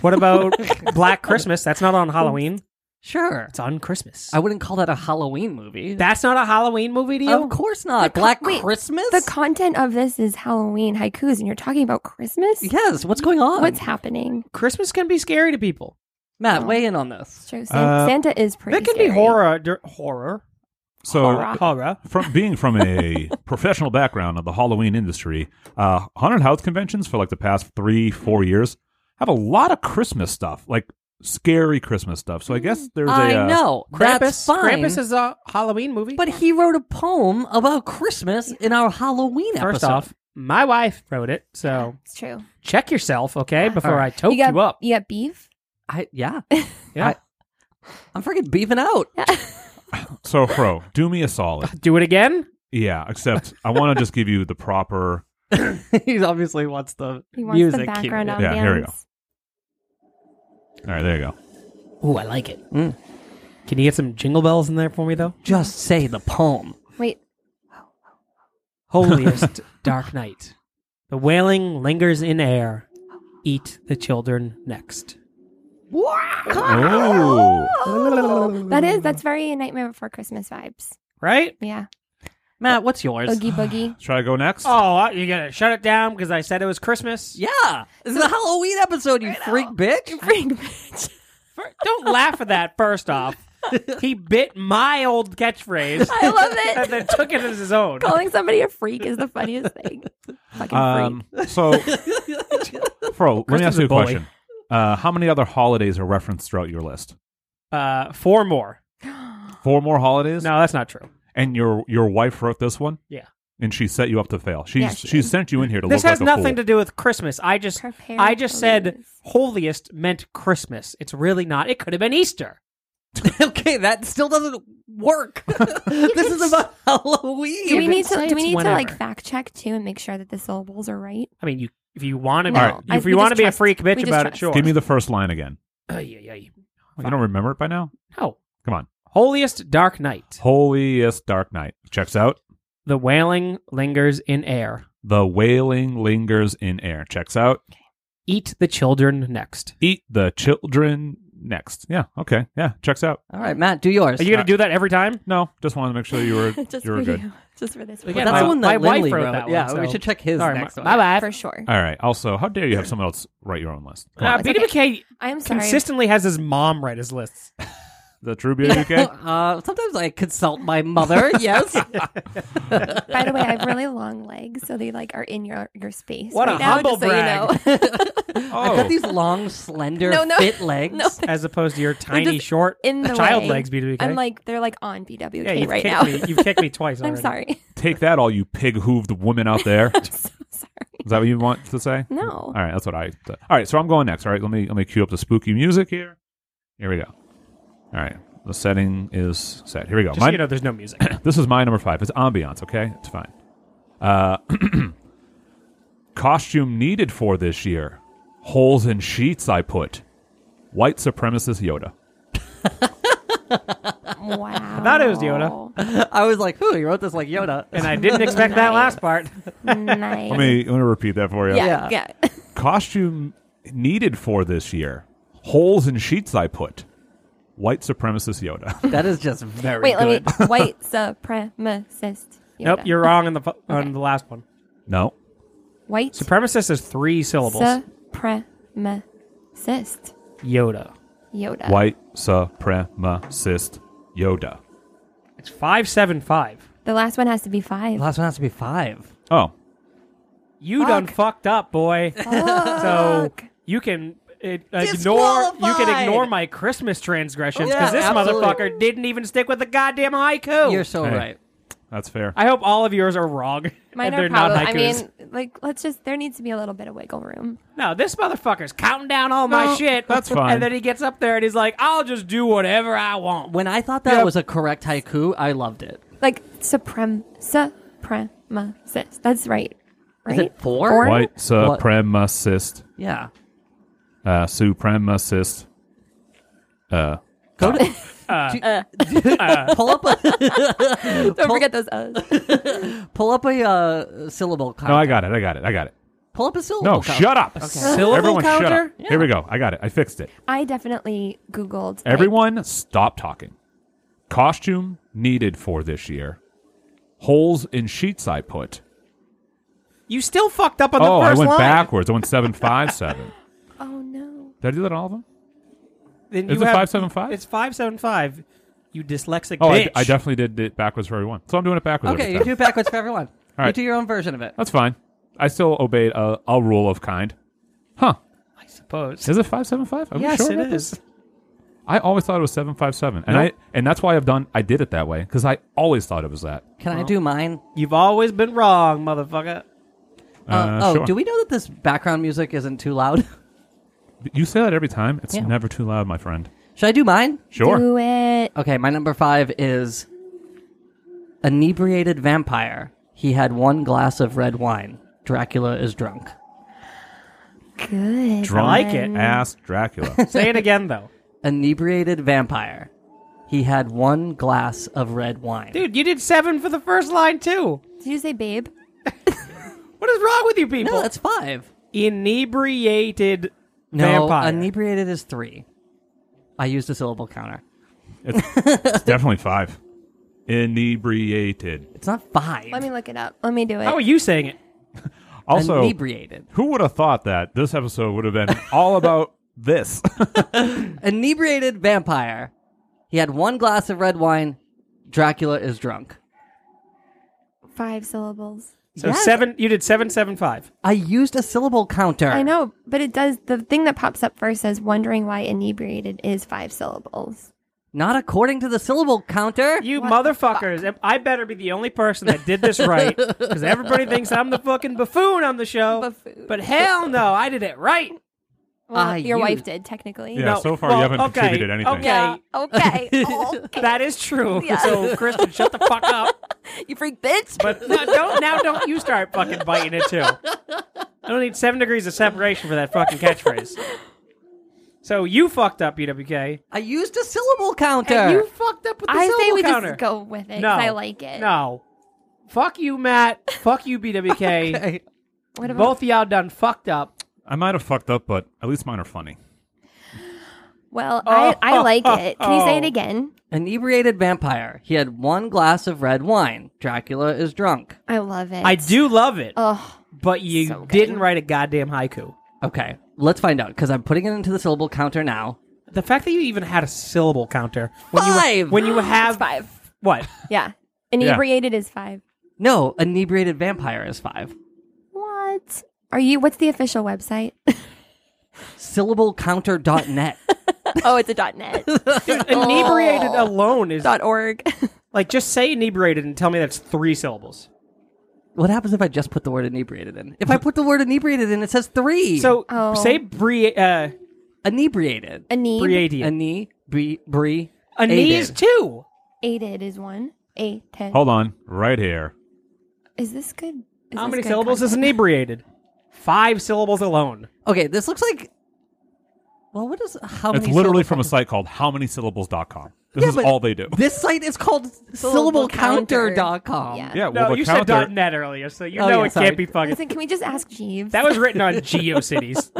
Speaker 6: What about Black Christmas? That's not on Halloween.
Speaker 4: sure.
Speaker 6: It's on Christmas.
Speaker 4: I wouldn't call that a Halloween movie.
Speaker 6: That's not a Halloween movie to you?
Speaker 4: of course not.
Speaker 5: The co-
Speaker 4: Black
Speaker 5: wait,
Speaker 4: Christmas?
Speaker 5: The content of this is Halloween haikus, and you're talking about Christmas?
Speaker 4: yes. What's going on?
Speaker 5: What's happening?
Speaker 6: Christmas can be scary to people.
Speaker 4: Matt,
Speaker 5: Oh.
Speaker 4: weigh in on this.
Speaker 5: So San-
Speaker 3: Uh,
Speaker 5: Santa is pretty.
Speaker 6: that can
Speaker 5: scary.
Speaker 6: be horror. dur- horror.
Speaker 3: So
Speaker 5: Horror.
Speaker 6: Horror.
Speaker 3: from being from a professional background of the Halloween industry, uh, haunted house conventions for like the past three, four years have a lot of Christmas stuff, like scary Christmas stuff. So I guess there's a
Speaker 4: I
Speaker 3: uh,
Speaker 4: know.
Speaker 6: Krampus.
Speaker 4: That's fine.
Speaker 6: Krampus is a Halloween movie.
Speaker 4: but he wrote a poem about Christmas in our Halloween
Speaker 6: first
Speaker 4: episode.
Speaker 6: off, my wife wrote it. So,
Speaker 5: It's true.
Speaker 6: check yourself, okay, before I
Speaker 4: Alright.
Speaker 6: toke you,
Speaker 5: got
Speaker 6: up.
Speaker 5: You got beef.
Speaker 4: I, yeah.
Speaker 6: Yeah.
Speaker 4: I- I'm freaking beefing out.
Speaker 3: So, Fro, do me a solid.
Speaker 6: Do it again?
Speaker 3: Yeah, except I want to just give you the proper.
Speaker 4: he obviously wants the
Speaker 5: He wants
Speaker 4: music.
Speaker 5: the background
Speaker 4: cue.
Speaker 5: ambiance.
Speaker 3: Yeah, here we go. All right, there you go.
Speaker 6: Ooh, I like it.
Speaker 4: Mm.
Speaker 6: Can you get some jingle bells in there for me, though?
Speaker 4: Just say the poem.
Speaker 5: Wait,
Speaker 6: holiest dark night. The wailing lingers in air. Eat the children next.
Speaker 3: Oh,
Speaker 5: that is that's very Nightmare Before Christmas vibes.
Speaker 6: Right?
Speaker 5: Yeah,
Speaker 4: Matt, what's yours?
Speaker 5: oogie boogie.
Speaker 3: should I go next?
Speaker 6: Oh, uh, you gotta shut it down because I said it was Christmas.
Speaker 4: Yeah. This is a Halloween episode, you freak bitch.
Speaker 5: Frank, bitch.
Speaker 6: Fir- Don't laugh at that. First off, he bit my old catchphrase
Speaker 5: I love
Speaker 6: and
Speaker 5: it.
Speaker 6: then took it as his own.
Speaker 5: Calling somebody a freak is the funniest thing. Fucking
Speaker 3: Um, so, Fro, let me
Speaker 6: Kristen's
Speaker 3: ask you
Speaker 6: a
Speaker 3: a
Speaker 6: bully.
Speaker 3: question. Uh, how many other holidays are referenced throughout your list?
Speaker 6: Uh, four more.
Speaker 3: Four more holidays?
Speaker 6: No, that's not true.
Speaker 3: And your your wife wrote this one?
Speaker 6: Yeah.
Speaker 3: And she set you up to fail. She's
Speaker 5: Yeah,
Speaker 3: she
Speaker 5: she did.
Speaker 3: sent you in here to
Speaker 6: This
Speaker 3: look
Speaker 6: has
Speaker 3: like a
Speaker 6: nothing to do with Christmas. I just,
Speaker 5: freak. Prepare
Speaker 6: I just
Speaker 5: for
Speaker 6: said
Speaker 5: these.
Speaker 6: holiest meant Christmas. It's really not. It could have been Easter.
Speaker 4: okay, that still doesn't work. this is about Halloween.
Speaker 5: Do we need
Speaker 6: say
Speaker 5: to? Do we
Speaker 6: it's
Speaker 5: need to
Speaker 6: whenever.
Speaker 5: like fact check too and make sure that the syllables are right?
Speaker 6: I mean, you if you want to,
Speaker 5: No,
Speaker 3: All
Speaker 5: I-
Speaker 6: if
Speaker 5: we
Speaker 6: you want to
Speaker 5: just
Speaker 6: be a
Speaker 5: trust-
Speaker 6: freak
Speaker 5: we
Speaker 6: bitch
Speaker 5: just
Speaker 6: about it,
Speaker 5: trust.
Speaker 6: sure.
Speaker 3: Give me the first line again.
Speaker 6: Ay, ay, ay.
Speaker 3: You don't remember it by now?
Speaker 6: No.
Speaker 3: Come on.
Speaker 6: Holiest Dark Night.
Speaker 3: Holiest Dark Night. Checks out.
Speaker 6: The wailing lingers in air.
Speaker 3: The wailing lingers in air. Checks out.
Speaker 6: Eat the children next.
Speaker 3: Eat the children next. Yeah. Okay. Yeah. Checks out.
Speaker 4: All right, Matt, do yours.
Speaker 6: Are you going to do that every time?
Speaker 3: No, just wanted to make sure you were
Speaker 5: just
Speaker 3: you
Speaker 5: for
Speaker 3: were good.
Speaker 5: you. Just for this.
Speaker 6: We
Speaker 5: one.
Speaker 6: got
Speaker 4: That's
Speaker 6: My-
Speaker 4: the one that
Speaker 6: my wife
Speaker 4: Lindley
Speaker 6: wrote
Speaker 4: wrote.
Speaker 6: that one,
Speaker 4: yeah, we
Speaker 6: so-
Speaker 4: should check his
Speaker 6: Sorry,
Speaker 4: next
Speaker 6: my,
Speaker 4: one.
Speaker 6: my bad.
Speaker 5: for sure.
Speaker 3: All right. Also, how dare you have someone else write your own list? Come on.
Speaker 6: Uh,
Speaker 5: It's
Speaker 6: BWK
Speaker 5: I'm sorry.
Speaker 6: consistently has his mom write his lists.
Speaker 3: The true BWK.
Speaker 4: uh, sometimes I consult my mother. yes.
Speaker 5: Oh. By the way, I have really long legs, so they like are in your your space.
Speaker 6: What a
Speaker 5: right now,
Speaker 6: humble
Speaker 5: just So you know.
Speaker 4: I've
Speaker 3: Oh,
Speaker 4: got these long, slender,
Speaker 5: No, no.
Speaker 4: fit legs.
Speaker 5: No,
Speaker 6: As opposed to your tiny,
Speaker 5: just
Speaker 6: short
Speaker 5: in the
Speaker 6: child
Speaker 5: way.
Speaker 6: legs, BWK.
Speaker 5: I'm like they're like on BWK
Speaker 6: yeah, you've
Speaker 5: right
Speaker 6: kicked
Speaker 5: now.
Speaker 6: me. You've kicked me twice already.
Speaker 5: I'm sorry.
Speaker 3: Take that, all you pig-hooved women out there. Is
Speaker 5: so sorry.
Speaker 3: that what you want to say?
Speaker 5: No.
Speaker 3: All right, that's what I. All right, so I'm going next. All right, let me let me cue up the spooky music here. Here we go. All right, the setting is set. Here we go.
Speaker 6: Just so
Speaker 3: Mine-
Speaker 6: you know, there's no music.
Speaker 3: this is my number five. It's ambiance, okay? It's fine. Uh, costume needed for this year. Holes in sheets I put. White supremacist Yoda.
Speaker 5: Wow.
Speaker 6: thought it was Yoda.
Speaker 4: I was like, "Ooh, you wrote this like Yoda."
Speaker 6: and I didn't expect that last part.
Speaker 5: nice.
Speaker 3: Let me let me repeat that for you.
Speaker 5: yeah, yeah.
Speaker 3: Costume needed for this year. Holes in sheets I put. White supremacist Yoda.
Speaker 4: that is just very
Speaker 5: Wait,
Speaker 4: good.
Speaker 5: let me. White supremacist. Yoda.
Speaker 6: Nope, you're wrong on the fu- on the last one.
Speaker 3: no.
Speaker 5: white
Speaker 6: Supremacist is three syllables.
Speaker 5: supremacist.
Speaker 6: Yoda.
Speaker 5: Yoda.
Speaker 3: White supremacist Yoda.
Speaker 6: It's five seven five.
Speaker 5: The last one has to be five.
Speaker 4: last one has to be five.
Speaker 3: Oh.
Speaker 6: You done fucked up, boy. so
Speaker 5: Fuck.
Speaker 6: you can it, uh, ignore you can ignore
Speaker 4: Disqualified.
Speaker 6: my Christmas transgressions
Speaker 4: Yeah,
Speaker 6: because this
Speaker 4: absolutely.
Speaker 6: motherfucker didn't even stick with the goddamn
Speaker 5: Oh.
Speaker 6: haiku.
Speaker 4: You're so
Speaker 3: Hey.
Speaker 4: right.
Speaker 3: That's fair.
Speaker 6: I hope all of yours are wrong.
Speaker 5: Mine
Speaker 6: and they're
Speaker 5: are probably.
Speaker 6: not
Speaker 5: I mean,
Speaker 6: haikus.
Speaker 5: like, let's just. There needs to be a little bit of wiggle room.
Speaker 6: no, this motherfucker's counting down all my
Speaker 3: No,
Speaker 6: shit.
Speaker 3: that's fine.
Speaker 6: And then he gets up there and he's like, "I'll just do whatever I want."
Speaker 4: When I thought that
Speaker 6: Yep.
Speaker 4: was a correct haiku, I loved it.
Speaker 5: Like suprem supremacist. That's right. Right.
Speaker 4: Is it four?
Speaker 5: Four?
Speaker 3: White supremacist.
Speaker 4: Yeah.
Speaker 3: Uh, supremacist. Uh,
Speaker 4: Go to do- pull up a
Speaker 5: Don't forget those O's.
Speaker 4: pull up a uh, syllable count.
Speaker 3: No, I got it. I got it. I got it.
Speaker 4: pull up a syllable.
Speaker 3: No,
Speaker 4: count.
Speaker 3: shut up.
Speaker 6: syllable
Speaker 3: Everyone, shut up.
Speaker 6: counter?
Speaker 3: Here we go. I got it. I fixed it.
Speaker 5: I definitely googled. like,
Speaker 3: Everyone, stop talking. Costume needed for this year. Holes in sheets I put.
Speaker 6: You still fucked up on
Speaker 3: Oh,
Speaker 6: the
Speaker 3: I
Speaker 6: first
Speaker 3: went
Speaker 6: line.
Speaker 3: backwards. I went seven five seven.
Speaker 5: oh no.
Speaker 3: Did I do that on all of them?
Speaker 6: Then
Speaker 3: Is
Speaker 6: you
Speaker 3: it
Speaker 6: have-
Speaker 3: 575?
Speaker 6: It's five seven five. You dyslexic
Speaker 3: Oh, I,
Speaker 6: bitch.
Speaker 3: d- I definitely did it backwards for everyone. So I'm doing it backwards.
Speaker 4: Okay,
Speaker 3: every
Speaker 4: you
Speaker 3: time.
Speaker 4: do it backwards for everyone.
Speaker 3: All
Speaker 4: You
Speaker 3: right.
Speaker 4: do your own version of it.
Speaker 3: That's fine. I still obeyed a, a rule of kind. Huh?
Speaker 6: I suppose.
Speaker 3: Is it five seven five? Are we
Speaker 6: yes,
Speaker 3: sure
Speaker 6: it
Speaker 3: about this?
Speaker 6: is.
Speaker 3: I always thought it was seven five seven, and I and that's why I've done. I did it that way because I always thought it was that.
Speaker 4: Can I do mine?
Speaker 6: You've always been wrong, motherfucker.
Speaker 4: Uh, oh,
Speaker 3: sure.
Speaker 4: do we know that this background music isn't too loud?
Speaker 3: You say that every time. It's
Speaker 4: Yeah.
Speaker 3: never too loud, my friend.
Speaker 4: Should I do mine?
Speaker 3: Sure.
Speaker 5: Do it.
Speaker 4: Okay, my number five is inebriated vampire. He had one glass of red wine. Dracula is drunk.
Speaker 5: Good.
Speaker 3: Drunk
Speaker 6: like it.
Speaker 3: ass Dracula.
Speaker 6: Say it again, though.
Speaker 4: Inebriated vampire. He had one glass of red wine.
Speaker 6: Dude, you did seven for the first line, too.
Speaker 5: Did you say babe?
Speaker 6: What is wrong with you people?
Speaker 4: no, that's five.
Speaker 6: Inebriated
Speaker 4: No,
Speaker 6: vampire.
Speaker 4: inebriated is three. I used a syllable counter.
Speaker 3: it's definitely five. Inebriated.
Speaker 4: It's not five.
Speaker 5: Let me look it up. Let me do it.
Speaker 6: How are you saying it?
Speaker 3: Also,
Speaker 4: inebriated.
Speaker 3: who would have thought that this episode would have been all about this?
Speaker 4: Inebriated vampire. He had one glass of red wine. Dracula is drunk.
Speaker 5: Five syllables.
Speaker 6: So seven. You did seven, seven, five.
Speaker 4: I used a syllable counter.
Speaker 5: I know, but it does. The thing that pops up first says wondering why inebriated is five syllables.
Speaker 4: Not according to the syllable counter.
Speaker 6: You motherfuckers! I better be the only person that did this right because everybody thinks I'm the fucking buffoon on the show.
Speaker 5: Buffoon.
Speaker 6: But hell no, I did it right.
Speaker 5: Well,
Speaker 4: I
Speaker 5: your wife
Speaker 4: used-
Speaker 5: did technically.
Speaker 3: Yeah,
Speaker 6: No,
Speaker 3: so far
Speaker 6: well,
Speaker 3: you haven't
Speaker 6: okay,
Speaker 3: contributed anything.
Speaker 6: okay.
Speaker 5: Yeah. Okay. Oh, okay.
Speaker 6: That is true.
Speaker 5: Yeah.
Speaker 6: So Kristen, shut the fuck up.
Speaker 5: you freak bitch.
Speaker 6: But no, don't now. Don't you start fucking biting it too. I don't need seven degrees of separation for that fucking catchphrase. So you fucked up, BWK.
Speaker 4: I used a syllable counter.
Speaker 6: And you fucked up with the
Speaker 5: I say
Speaker 6: syllable
Speaker 5: we
Speaker 6: counter.
Speaker 5: just go with it. 'cause
Speaker 6: no,
Speaker 5: I like it.
Speaker 6: No, fuck you, Matt. Fuck you, BWK.
Speaker 4: Okay.
Speaker 5: What about
Speaker 6: Both of y'all done fucked up.
Speaker 3: I might have fucked up, but at least mine are funny.
Speaker 5: Well, I, I
Speaker 6: Oh.
Speaker 5: like it. Can you say it again?
Speaker 4: Inebriated vampire. He had one glass of red wine. Dracula is drunk.
Speaker 5: I love it.
Speaker 6: I do love it,
Speaker 5: Oh,
Speaker 6: but you
Speaker 5: so good.
Speaker 6: didn't write a goddamn haiku.
Speaker 4: Okay, let's find out because I'm putting it into the syllable counter now.
Speaker 6: The fact that you even had a syllable counter when you
Speaker 4: Five!
Speaker 6: when you have
Speaker 5: five.
Speaker 6: what?
Speaker 5: Yeah. Inebriated is five.
Speaker 4: No, inebriated vampire is five.
Speaker 5: What? Are you? What's the official website?
Speaker 4: Syllablecounter.net.
Speaker 5: oh, it's a dot .net.
Speaker 6: Inebriated
Speaker 5: Oh.
Speaker 6: alone is
Speaker 5: dot .org.
Speaker 6: like just say inebriated and tell me that's three syllables.
Speaker 4: what happens if I just put the word inebriated in? If I put the word inebriated in, it says three.
Speaker 6: So
Speaker 5: Oh.
Speaker 6: say brie uh
Speaker 4: inebriated.
Speaker 5: Inebriated
Speaker 6: briated.
Speaker 4: Ine bri bri.
Speaker 6: A knee is two.
Speaker 5: is one. A ten.
Speaker 3: Hold on, right here.
Speaker 5: Is this good? Is
Speaker 6: How
Speaker 5: this
Speaker 6: many
Speaker 5: good
Speaker 6: syllables is
Speaker 5: content?
Speaker 6: inebriated? Five syllables alone.
Speaker 4: Okay, this looks like. Well, what is how
Speaker 3: It's
Speaker 4: many?
Speaker 3: literally
Speaker 4: syllables-
Speaker 3: from a site called howmanysyllables.com. This
Speaker 4: Yeah,
Speaker 3: is
Speaker 4: but
Speaker 3: all they do.
Speaker 4: This site is called syllablecounter.com.
Speaker 5: Yeah.
Speaker 3: yeah,
Speaker 6: No,
Speaker 3: well, the
Speaker 6: you said
Speaker 3: counter.
Speaker 6: dot net earlier, so you
Speaker 4: Oh,
Speaker 6: know
Speaker 4: yeah,
Speaker 6: it
Speaker 4: sorry.
Speaker 6: can't be fucking.
Speaker 5: Listen, can we just ask Jeeves?
Speaker 6: That was written on GeoCities.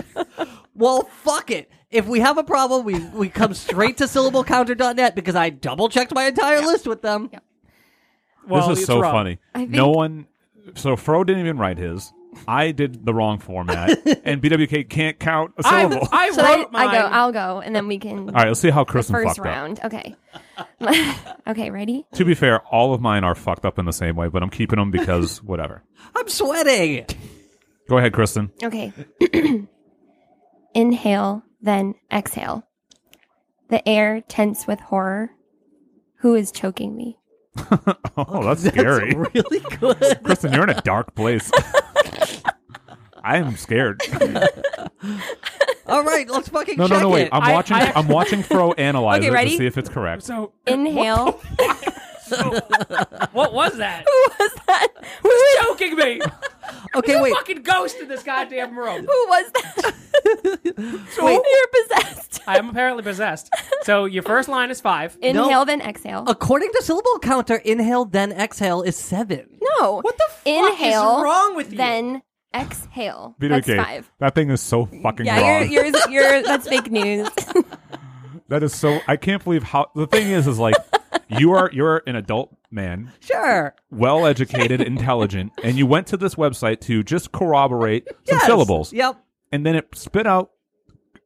Speaker 4: Well, fuck it. If we have a problem, we, we come straight to syllablecounter.net because I double checked my entire list with them.
Speaker 6: Well,
Speaker 3: this is
Speaker 6: it's
Speaker 3: so
Speaker 6: wrong.
Speaker 3: funny.
Speaker 5: I
Speaker 3: No
Speaker 5: think-
Speaker 3: one. So Fro didn't even write his. I did the wrong format, and BWK can't count a
Speaker 6: I,
Speaker 3: syllable.
Speaker 6: I
Speaker 5: Should I,
Speaker 6: wrote
Speaker 5: I
Speaker 6: mine.
Speaker 5: go. I'll go, and then we can.
Speaker 3: all right, let's see how
Speaker 5: the
Speaker 3: Kristen
Speaker 5: first
Speaker 3: fucked up.
Speaker 5: round. Okay. okay. Ready?
Speaker 3: To be fair, all of mine are fucked up in the same way, but I'm keeping them because whatever.
Speaker 4: I'm sweating.
Speaker 3: Go ahead, Kristen.
Speaker 5: Okay. Inhale, then exhale. The air tense with horror. Who is choking me?
Speaker 3: Oh, that's scary.
Speaker 4: That's really good.
Speaker 3: Kristen, you're in a dark place. I am scared.
Speaker 4: All right, let's fucking
Speaker 3: No,
Speaker 4: check
Speaker 3: no, no, wait.
Speaker 4: it.
Speaker 3: I'm
Speaker 6: I-
Speaker 3: watching.
Speaker 6: I-
Speaker 3: I, am watching Fro analyze
Speaker 5: Okay,
Speaker 3: it
Speaker 5: ready?
Speaker 3: to see if it's correct.
Speaker 6: So uh,
Speaker 5: Inhale.
Speaker 6: what was that?
Speaker 5: Who was that? Who
Speaker 6: Who's
Speaker 5: was,
Speaker 6: choking me?
Speaker 4: okay, wait.
Speaker 6: Fucking ghost in this goddamn room.
Speaker 5: who was that? You're possessed.
Speaker 6: I am apparently possessed. So your first line is five.
Speaker 5: Inhale, then exhale.
Speaker 4: According to syllable counter, inhale then exhale is seven.
Speaker 5: no.
Speaker 6: What the fuck
Speaker 5: Inhale,
Speaker 6: is wrong with you?
Speaker 5: Then exhale.
Speaker 3: Video
Speaker 5: that's
Speaker 3: game.
Speaker 5: five.
Speaker 3: That thing is so fucking
Speaker 5: Yeah,
Speaker 3: wrong.
Speaker 5: you're, you're, you're, that's fake news.
Speaker 3: That is so. I can't believe how the thing is. Is like you are you're an adult man,
Speaker 4: Sure.
Speaker 3: well educated, intelligent, and you went to this website to just corroborate some
Speaker 4: Yes.
Speaker 3: syllables,
Speaker 4: Yep.
Speaker 3: and then it spit out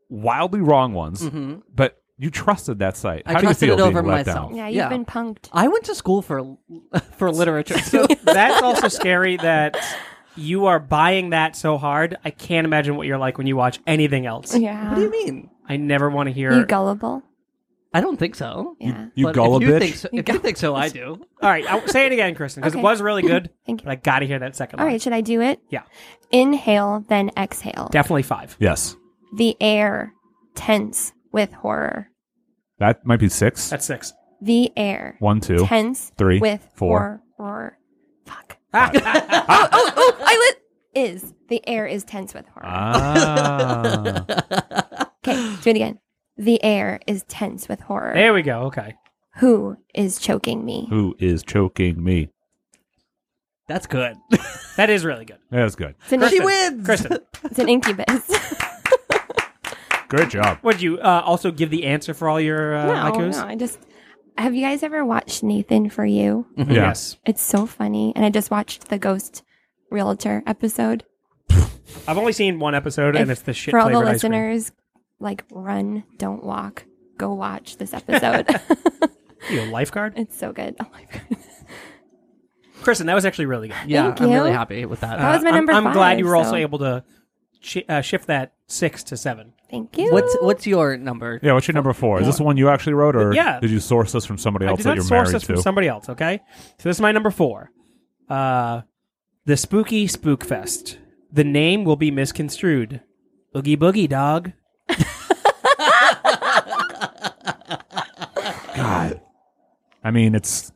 Speaker 3: wildly wrong ones. But you trusted that site.
Speaker 4: Mm-hmm. I
Speaker 3: How do you
Speaker 4: trusted
Speaker 3: feel
Speaker 4: it over
Speaker 3: being let
Speaker 4: myself.
Speaker 3: down?
Speaker 5: yeah, you've
Speaker 4: Yeah.
Speaker 5: been punked.
Speaker 4: I went to school for for literature.
Speaker 6: So that's also scary that you are buying that so hard. I can't imagine what you're like when you watch anything else.
Speaker 5: Yeah.
Speaker 4: what do you mean?
Speaker 6: I never want to hear.
Speaker 5: You gullible.
Speaker 4: I don't think so.
Speaker 5: Yeah.
Speaker 3: You
Speaker 4: but
Speaker 3: gullah
Speaker 4: if you
Speaker 3: bitch.
Speaker 4: Think so, if you think so, I do.
Speaker 6: All right, I, say it again, Kristen, because
Speaker 5: Okay.
Speaker 6: it was really good.
Speaker 5: Thank you.
Speaker 6: But I got to hear that second
Speaker 5: All
Speaker 6: line.
Speaker 5: right, should I do it?
Speaker 6: Yeah.
Speaker 5: Inhale, then exhale.
Speaker 6: Definitely five.
Speaker 3: yes,
Speaker 5: the air tense with horror.
Speaker 3: that might be six.
Speaker 6: That's six.
Speaker 5: The air
Speaker 3: One, two,
Speaker 5: tense
Speaker 3: three,
Speaker 5: with
Speaker 3: four.
Speaker 5: horror. Fuck.
Speaker 6: Ah,
Speaker 5: Oh, oh, oh, I lit. Is. The air is tense with horror.
Speaker 3: Ah.
Speaker 5: Okay, do it again. The air is tense with horror.
Speaker 6: there we go. Okay.
Speaker 5: Who is choking me?
Speaker 3: Who is choking me?
Speaker 4: That's good.
Speaker 6: That is really good.
Speaker 3: That's good.
Speaker 5: It's an,
Speaker 4: she
Speaker 5: incu-
Speaker 4: wins.
Speaker 6: Kristen,
Speaker 5: it's an incubus.
Speaker 3: Uh, Great job.
Speaker 6: would you uh, also give the answer for all your uh,
Speaker 5: no,
Speaker 6: haikus?
Speaker 5: no, I just. Have you guys ever watched Nathan for You?
Speaker 3: Yeah.
Speaker 6: Yes.
Speaker 5: It's so funny. And I just watched the ghost realtor episode.
Speaker 6: I've only seen one episode, and
Speaker 5: If-
Speaker 6: it's the shit
Speaker 5: for all the
Speaker 6: flavored ice cream.
Speaker 5: listeners like run don't walk go watch this episode
Speaker 6: You a lifeguard?
Speaker 5: it's so good oh my god
Speaker 6: Kristen, that was actually really good. Uh,
Speaker 4: Yeah,
Speaker 5: Thank
Speaker 4: I'm really
Speaker 5: you.
Speaker 4: happy with that.
Speaker 5: That was my
Speaker 6: I'm-
Speaker 5: number
Speaker 6: I'm,
Speaker 5: five,
Speaker 6: glad you were also
Speaker 5: so-
Speaker 6: able to chi uh, shift that six to seven.
Speaker 5: thank you
Speaker 4: what's what's your number?
Speaker 3: Yeah, what's your number four? Is this the one you actually wrote, or
Speaker 6: Yeah.
Speaker 3: did you source this from somebody
Speaker 6: I
Speaker 3: else
Speaker 6: did
Speaker 3: that
Speaker 6: not
Speaker 3: you're
Speaker 6: source
Speaker 3: married
Speaker 6: this
Speaker 3: to?
Speaker 6: from somebody else, okay? So this is my number four. Uh, the Spooky Spook Fest. The name will be misconstrued. Oogie Boogie Dog.
Speaker 3: God. I mean, it's,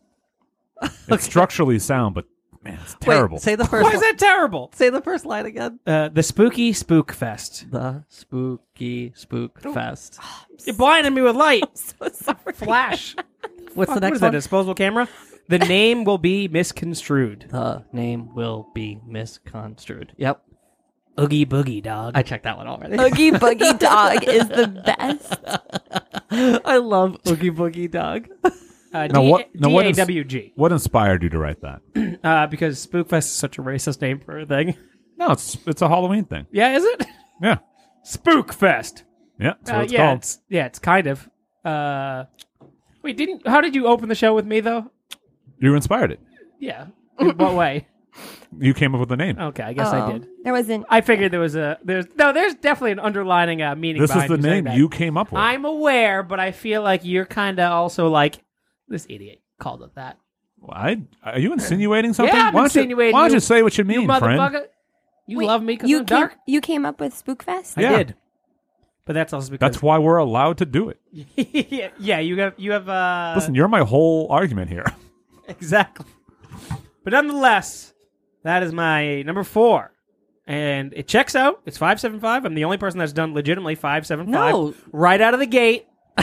Speaker 3: it's structurally sound, but man, it's terrible.
Speaker 4: Wait, say the first.
Speaker 6: Why is
Speaker 4: li-
Speaker 6: that terrible?
Speaker 4: Say the first line again.
Speaker 6: Uh, the Spooky Spook Fest.
Speaker 4: The spooky spook fest.
Speaker 6: You're blinding me with light.
Speaker 5: so sorry
Speaker 6: Flash.
Speaker 4: What's the
Speaker 6: Fuck, what
Speaker 4: next
Speaker 6: is that, a
Speaker 4: one?
Speaker 6: disposable camera? The name will be misconstrued.
Speaker 4: the name will be misconstrued. Yep.
Speaker 6: Oogie Boogie Dog.
Speaker 4: I checked that one already.
Speaker 5: Oogie Boogie Dog is the best.
Speaker 4: I love Oogie Boogie Dog.
Speaker 6: Uh,
Speaker 3: Now
Speaker 6: D-
Speaker 3: what- now what is-
Speaker 6: DAWG.
Speaker 3: What inspired you to write that?
Speaker 6: Uh, because Spookfest is such a racist name for a thing.
Speaker 3: No, it's it's a Halloween thing.
Speaker 6: Yeah, is it?
Speaker 3: Yeah,
Speaker 6: Spookfest.
Speaker 3: yeah. That's what
Speaker 6: Uh,
Speaker 3: it's
Speaker 6: yeah,
Speaker 3: called.
Speaker 6: it's, yeah, it's kind of. Uh, wait, didn't? How did you open the show with me though?
Speaker 3: You inspired it.
Speaker 6: Yeah. In what way?
Speaker 3: You came up with the name.
Speaker 6: Okay, I guess I
Speaker 5: Oh,
Speaker 6: did.
Speaker 5: There wasn't.
Speaker 6: I figured there was a there's no there's definitely an underlining uh, meaning.
Speaker 3: this is
Speaker 6: behind
Speaker 3: the
Speaker 6: you saying
Speaker 3: name
Speaker 6: that.
Speaker 3: you came up with.
Speaker 6: I'm aware, but I feel like you're kind of also like this idiot called it that.
Speaker 3: I, are you insinuating something?
Speaker 6: Yeah, I'm
Speaker 3: why don't
Speaker 6: insinuating
Speaker 3: You, why don't
Speaker 6: you-
Speaker 3: you say what you mean,
Speaker 6: you
Speaker 3: friend?
Speaker 6: motherfucker! You
Speaker 5: Wait,
Speaker 6: love me because
Speaker 5: you
Speaker 6: I'm
Speaker 5: came,
Speaker 6: dark.
Speaker 5: You came up with Spookfest.
Speaker 3: Yeah.
Speaker 6: I did, but that's also because
Speaker 3: That's why we're allowed to do it.
Speaker 6: yeah, yeah, you have you have uh
Speaker 3: Listen, you're my whole argument here.
Speaker 6: exactly. But nonetheless, that is my number four. And it checks out. It's five seven five. I'm the only person that's done legitimately five seven five
Speaker 4: No.
Speaker 6: right out of the gate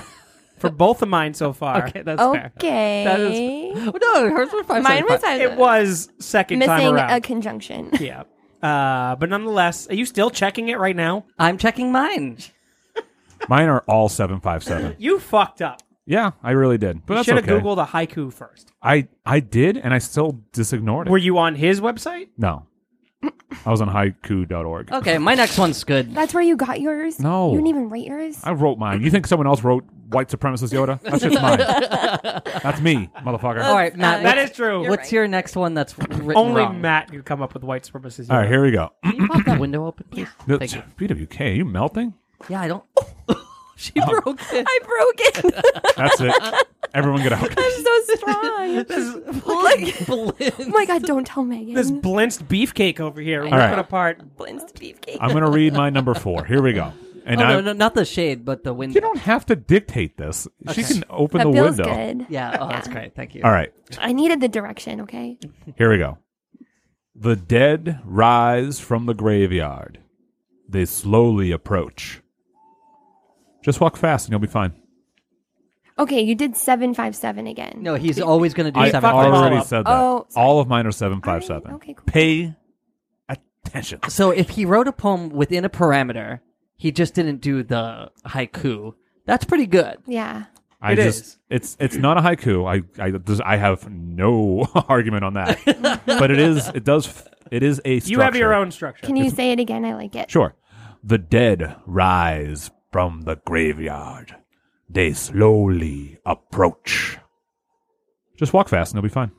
Speaker 6: for both of mine so far.
Speaker 4: Okay, that's fair.
Speaker 5: Okay.
Speaker 4: Oh, no, hers were five.
Speaker 5: Mine was
Speaker 6: It was second time
Speaker 5: missing
Speaker 6: around.
Speaker 5: a conjunction.
Speaker 6: yeah. Uh, but nonetheless, are you still checking it right now?
Speaker 4: I'm checking mine.
Speaker 3: Mine are all seven five seven.
Speaker 6: You fucked up.
Speaker 3: Yeah, I really did. But
Speaker 6: you
Speaker 3: that's
Speaker 6: should have
Speaker 3: okay.
Speaker 6: googled a haiku first.
Speaker 3: I I did, and I still disignored it.
Speaker 6: Were you on his website?
Speaker 3: no, I was on haiku.org.
Speaker 4: Okay, my next onene's good.
Speaker 5: That's where you got yours.
Speaker 3: No.
Speaker 5: you didn't even write yours.
Speaker 3: I wrote mine. You think someone else wrote white supremacist Yoda? That's just mine. that's me, motherfucker.
Speaker 4: All right, Matt.
Speaker 6: That
Speaker 4: what's-
Speaker 6: is true.
Speaker 4: What's your next one that's written
Speaker 6: Only
Speaker 4: wrong?
Speaker 6: Matt could come up with white supremacy.
Speaker 3: All right, here we go.
Speaker 4: Can you pop that window open, please? Thank you.
Speaker 3: BWK, are you melting?
Speaker 4: Yeah, I don't. she broke it.
Speaker 5: I broke it.
Speaker 3: That's it. Everyone get out.
Speaker 5: I'm so strong. Look. Oh my god! Don't tell Megan.
Speaker 6: This blinched beefcake over here, ripping
Speaker 3: right.
Speaker 6: apart.
Speaker 5: Blinced beefcake.
Speaker 3: I'm going to read my number four. Here we go. And
Speaker 4: oh,
Speaker 3: I,
Speaker 4: no, no, not the shade, but the window.
Speaker 3: you don't have to dictate this. She can open
Speaker 5: that
Speaker 3: the
Speaker 5: feels
Speaker 3: window.
Speaker 5: good.
Speaker 4: yeah, oh, that's great. Thank you.
Speaker 3: All right,
Speaker 5: I needed the direction. Okay.
Speaker 3: here we go. The dead rise from the graveyard. They slowly approach. Just walk fast and you'll be fine.
Speaker 5: Okay, you did seven five seven again.
Speaker 4: No, he's always going to do
Speaker 3: I
Speaker 4: seven.
Speaker 6: fucked them all
Speaker 3: already
Speaker 6: up.
Speaker 3: said that.
Speaker 5: Oh, sorry.
Speaker 3: all of mine are seven five
Speaker 5: All right,
Speaker 3: seven.
Speaker 5: okay, cool.
Speaker 3: Pay attention.
Speaker 4: So if he wrote a poem within a parameter, he just didn't do the haiku. That's pretty good.
Speaker 5: Yeah.
Speaker 3: I
Speaker 6: It
Speaker 3: just
Speaker 6: is.
Speaker 3: it's it's not a haiku. I I just, I have no argument on that. but it is it does f- it is a structure.
Speaker 6: You have your own structure.
Speaker 5: Can you say it again? I like it.
Speaker 3: Sure. The dead rise from the graveyard. They slowly approach. Just walk fast and you'll be fine.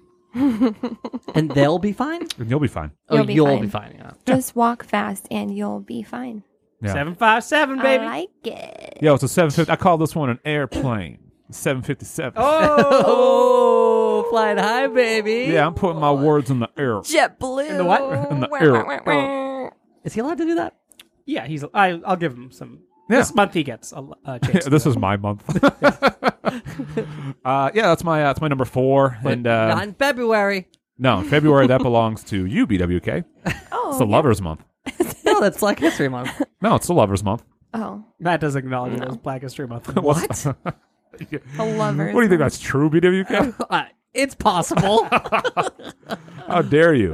Speaker 4: And they'll be fine?
Speaker 3: And you'll be fine.
Speaker 4: oh,
Speaker 5: You'll be
Speaker 4: you'll
Speaker 5: fine.
Speaker 4: be fine. Yeah.
Speaker 5: Just walk fast and you'll be fine.
Speaker 3: Yeah.
Speaker 6: Seven five seven, baby.
Speaker 5: I like it.
Speaker 3: Yo, it's a 750. I call this one an airplane. 757.
Speaker 4: Oh, flying high, baby.
Speaker 3: Yeah, I'm putting my words in the air.
Speaker 5: Jet blue.
Speaker 6: the what?
Speaker 3: In the air.
Speaker 4: Is he allowed to do that?
Speaker 6: Yeah, he's. I, I'll give him some.
Speaker 3: Yeah.
Speaker 6: This month he gets a, a chance.
Speaker 3: this is my month. uh, yeah, that's my uh, that's my number four. and uh,
Speaker 4: Not in February.
Speaker 3: no, in February that belongs to you, BWK.
Speaker 5: Oh,
Speaker 3: It's the lovers month.
Speaker 4: No, that's Black History Month.
Speaker 3: No, it's the lovers month.
Speaker 5: oh,
Speaker 6: Matt doesn't acknowledge it as Black History Month.
Speaker 3: What? what
Speaker 5: a lover.
Speaker 3: do you think? That's true, BWK.
Speaker 4: Uh, it's possible.
Speaker 3: How dare you?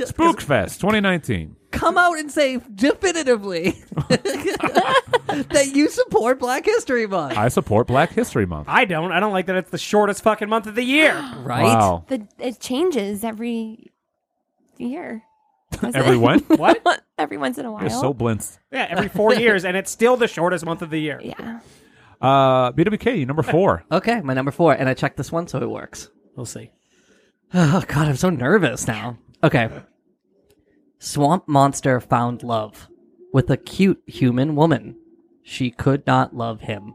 Speaker 3: Spookfest 2019.
Speaker 4: Come out and say definitively that you support Black History Month.
Speaker 3: I support Black History Month.
Speaker 6: I don't. I don't like that. It's the shortest fucking month of the year.
Speaker 4: Right?
Speaker 3: Wow.
Speaker 5: The, it changes every year. Was it?
Speaker 3: Everyone?
Speaker 6: What?
Speaker 5: every once in a while.
Speaker 3: You're so blinced.
Speaker 6: yeah, every four years, and it's still the shortest month of the year.
Speaker 5: yeah.
Speaker 3: Uh, BWK, you number four.
Speaker 4: Okay, my number four. And I checked this one, so it works.
Speaker 6: We'll see.
Speaker 4: Oh god, I'm so nervous now. Okay. Swamp monster found love with a cute human woman. She could not love him.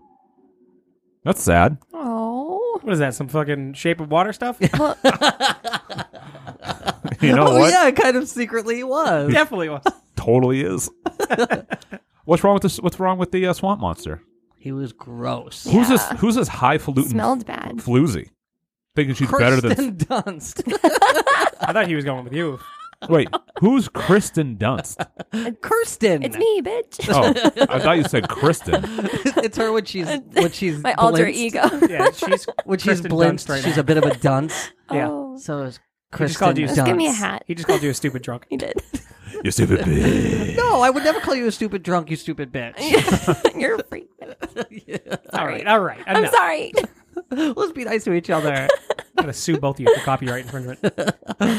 Speaker 3: That's sad.
Speaker 5: Oh.
Speaker 6: What is that? Some fucking Shape of Water stuff?
Speaker 3: You know
Speaker 4: oh
Speaker 3: what?
Speaker 4: yeah, kind of secretly he was.
Speaker 6: Definitely was.
Speaker 3: Totally is. what's wrong with this? What's wrong with the uh, swamp monster?
Speaker 4: He was gross.
Speaker 3: Who's this? Who's this highfalutin?
Speaker 5: Smelled bad.
Speaker 3: floozy, thinking she's better than.
Speaker 4: Kirsten Dunst.
Speaker 6: I thought he was going with you.
Speaker 3: Wait, who's Kristen Dunst?
Speaker 4: Kirsten.
Speaker 5: It's me, bitch.
Speaker 3: Oh, I thought you said Kristen.
Speaker 4: it's her when she's when she's
Speaker 5: My alter
Speaker 4: blinched.
Speaker 5: ego.
Speaker 6: Yeah, she's
Speaker 4: When she's
Speaker 6: Kristen
Speaker 4: blinched,
Speaker 6: Dunst right
Speaker 4: she's
Speaker 6: now.
Speaker 4: a bit of a dunce.
Speaker 6: Yeah.
Speaker 5: Oh.
Speaker 4: So it's
Speaker 6: just
Speaker 4: Kristen
Speaker 6: called you
Speaker 4: Dunst.
Speaker 5: Just give me a hat.
Speaker 6: He just called you a stupid drunk.
Speaker 5: He did.
Speaker 3: You stupid bitch.
Speaker 4: No, I would never call you a stupid drunk, you stupid bitch.
Speaker 5: You're a freak.
Speaker 6: All right, all right.
Speaker 5: I'm
Speaker 6: enough.
Speaker 5: sorry.
Speaker 4: Let's be nice to each other.
Speaker 6: I'm gonna sue both of you for copyright infringement.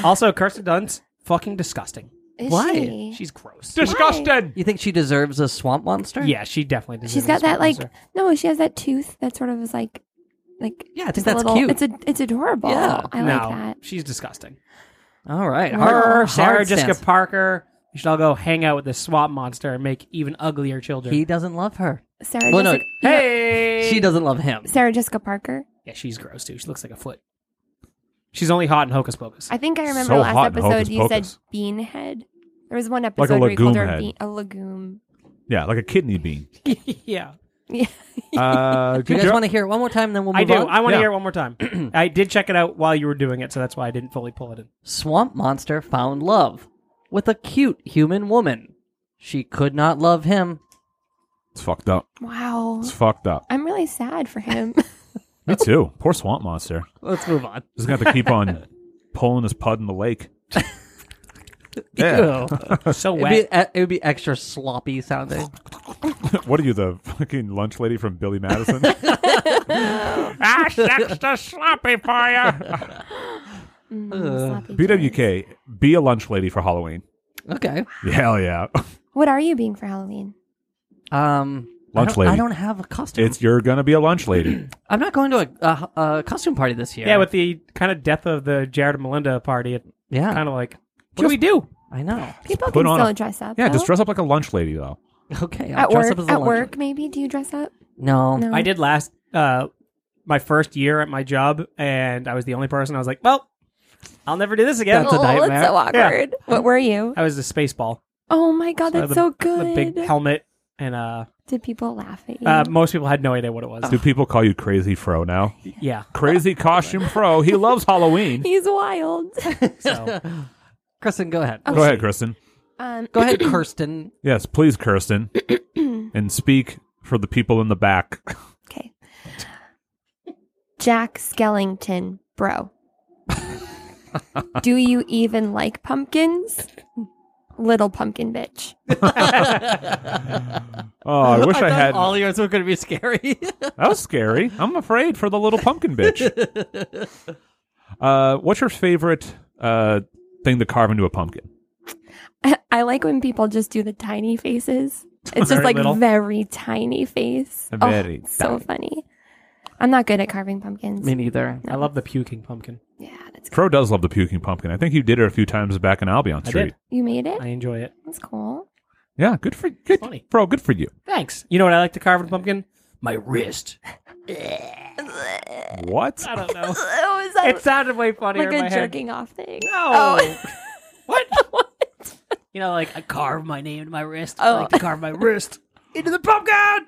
Speaker 6: also, Kirsten Dunst, fucking disgusting.
Speaker 5: Is
Speaker 4: Why?
Speaker 5: she?
Speaker 6: She's gross.
Speaker 3: Disgusted.
Speaker 4: You think she deserves a swamp monster?
Speaker 6: yeah, she definitely. deserves
Speaker 5: She's got
Speaker 6: this
Speaker 5: that like
Speaker 6: one, sir.
Speaker 5: no, she has that tooth that sort of is like like
Speaker 4: Yeah, I
Speaker 5: it's
Speaker 4: think
Speaker 5: a
Speaker 4: that's
Speaker 5: little-
Speaker 4: cute.
Speaker 5: It's a it's adorable.
Speaker 4: Yeah.
Speaker 5: I
Speaker 6: no,
Speaker 5: like that.
Speaker 6: she's disgusting.
Speaker 4: All right.
Speaker 5: Her,
Speaker 6: Her,
Speaker 4: hard-
Speaker 6: Sarah
Speaker 4: hard
Speaker 6: Jessica
Speaker 4: stance.
Speaker 6: Parker. You should all go hang out with this swamp monster and make even uglier children.
Speaker 4: He doesn't love her.
Speaker 5: Sarah
Speaker 4: Well, no,
Speaker 5: Jessica
Speaker 6: hey,
Speaker 4: She doesn't love him.
Speaker 5: Sarah Jessica Parker.
Speaker 6: Yeah, she's gross too. She looks like a foot. She's only hot in Hocus Pocus.
Speaker 5: I think I remember
Speaker 3: So hot
Speaker 5: last
Speaker 3: in
Speaker 5: episode
Speaker 3: Hocus
Speaker 5: you said
Speaker 3: Pocus.
Speaker 5: bean head. There was one
Speaker 3: a
Speaker 5: episode where you called
Speaker 3: legume
Speaker 5: her a,
Speaker 3: head.
Speaker 5: bean, a legume.
Speaker 3: Yeah, like a kidney bean.
Speaker 6: yeah,
Speaker 5: Yeah.
Speaker 3: Uh,
Speaker 4: Do
Speaker 3: good
Speaker 4: you guys
Speaker 3: job.
Speaker 4: want to hear it one more time, then we'll move
Speaker 6: I do.
Speaker 4: on?
Speaker 6: I want to
Speaker 3: Yeah.
Speaker 6: hear it one more time. I did check it out while you were doing it, so that's why I didn't fully pull it in.
Speaker 4: Swamp monster found love with a cute human woman. She could not love him.
Speaker 3: It's fucked up.
Speaker 5: Wow.
Speaker 3: It's fucked up.
Speaker 5: I'm really sad for him.
Speaker 3: Me too. Poor swamp monster.
Speaker 4: Let's move on.
Speaker 3: Just gonna have to keep on pulling his pud in the lake. Yeah.
Speaker 6: So
Speaker 4: It'd
Speaker 6: wet.
Speaker 4: be, uh, it would be extra sloppy sounding.
Speaker 3: what are you, the fucking lunch lady from Billy Madison?
Speaker 6: ah, sex the sloppy fire.
Speaker 5: Mm, sloppy joes.
Speaker 3: BWK, be a lunch lady for Halloween.
Speaker 4: Okay.
Speaker 3: Hell yeah.
Speaker 5: What are you being for Halloween?
Speaker 4: Um,
Speaker 3: Lunch
Speaker 4: I don't,
Speaker 3: lady.
Speaker 4: I don't have a costume.
Speaker 3: It's you're gonna be a lunch lady.
Speaker 4: I'm not going to a, a, a costume party this year.
Speaker 6: Yeah, with the kind of death of the Jared and Melinda party, it
Speaker 4: yeah,
Speaker 6: kind of like, what do we do?
Speaker 4: I know.
Speaker 5: People
Speaker 3: put
Speaker 5: can
Speaker 3: on
Speaker 5: still
Speaker 3: a-
Speaker 5: dress up.
Speaker 3: Yeah,
Speaker 5: though.
Speaker 3: just dress up like a lunch lady though.
Speaker 4: Okay, I'll
Speaker 5: at
Speaker 4: dress
Speaker 5: work.
Speaker 4: up as a
Speaker 5: At
Speaker 4: lunch
Speaker 5: work,
Speaker 4: lady.
Speaker 5: maybe. Do you dress up?
Speaker 4: No.
Speaker 5: No.
Speaker 6: I did last uh, my first year at my job, and I was the only person. I was like, well, I'll never do this again.
Speaker 4: That's a
Speaker 5: oh,
Speaker 4: nightmare.
Speaker 5: that's so
Speaker 6: Yeah.
Speaker 5: awkward. What were you?
Speaker 6: I was a space ball.
Speaker 5: Oh my god,
Speaker 6: So
Speaker 5: that's
Speaker 6: the-
Speaker 5: so good.
Speaker 6: The big helmet, and uh,
Speaker 5: Did people laugh at you?
Speaker 6: uh, most people had no idea what it was.
Speaker 3: Do people call you Crazy Fro now?
Speaker 6: Yeah,
Speaker 3: Crazy costume Fro. He loves Halloween.
Speaker 5: He's wild.
Speaker 6: so
Speaker 4: Kristen, go ahead.
Speaker 3: Go ahead, Kristen.
Speaker 5: Um,
Speaker 4: Go ahead, Kirsten.
Speaker 3: Yes, please, Kirsten, and speak for the people in the back.
Speaker 5: okay. Jack Skellington, bro. Do you even like pumpkins? Little pumpkin bitch.
Speaker 3: Oh, I wish I, had.
Speaker 4: All yours were going to be scary.
Speaker 3: That was scary. I'm afraid for the little pumpkin bitch. uh, what's your favorite uh, thing to carve into a pumpkin?
Speaker 5: I, I like when people just do the tiny faces. It's just
Speaker 6: Very
Speaker 5: like
Speaker 6: little.
Speaker 5: very tiny face. Oh,
Speaker 3: Very
Speaker 5: it's so funny. I'm not good at carving pumpkins.
Speaker 4: Me neither.
Speaker 6: I love the puking pumpkin.
Speaker 5: Yeah, that's good.
Speaker 3: Fro does love the puking pumpkin. I think you did it a few times back in Albion
Speaker 6: I
Speaker 3: Street.
Speaker 6: did.
Speaker 5: You made it.
Speaker 6: I enjoy it.
Speaker 5: That's cool.
Speaker 3: Yeah, good for good.
Speaker 6: funny.
Speaker 3: Fro, good for you.
Speaker 6: Thanks. You know what I like to carve in a pumpkin? My wrist.
Speaker 3: What?
Speaker 6: I don't know.
Speaker 5: Oh, is that
Speaker 6: it sounded way funnier
Speaker 5: like
Speaker 6: in
Speaker 5: a
Speaker 6: my head.
Speaker 5: jerking off thing?
Speaker 6: No.
Speaker 5: Oh.
Speaker 6: what? You know, like I carve my name into my wrist. I
Speaker 5: Oh.
Speaker 6: like to carve my wrist into the pumpkin.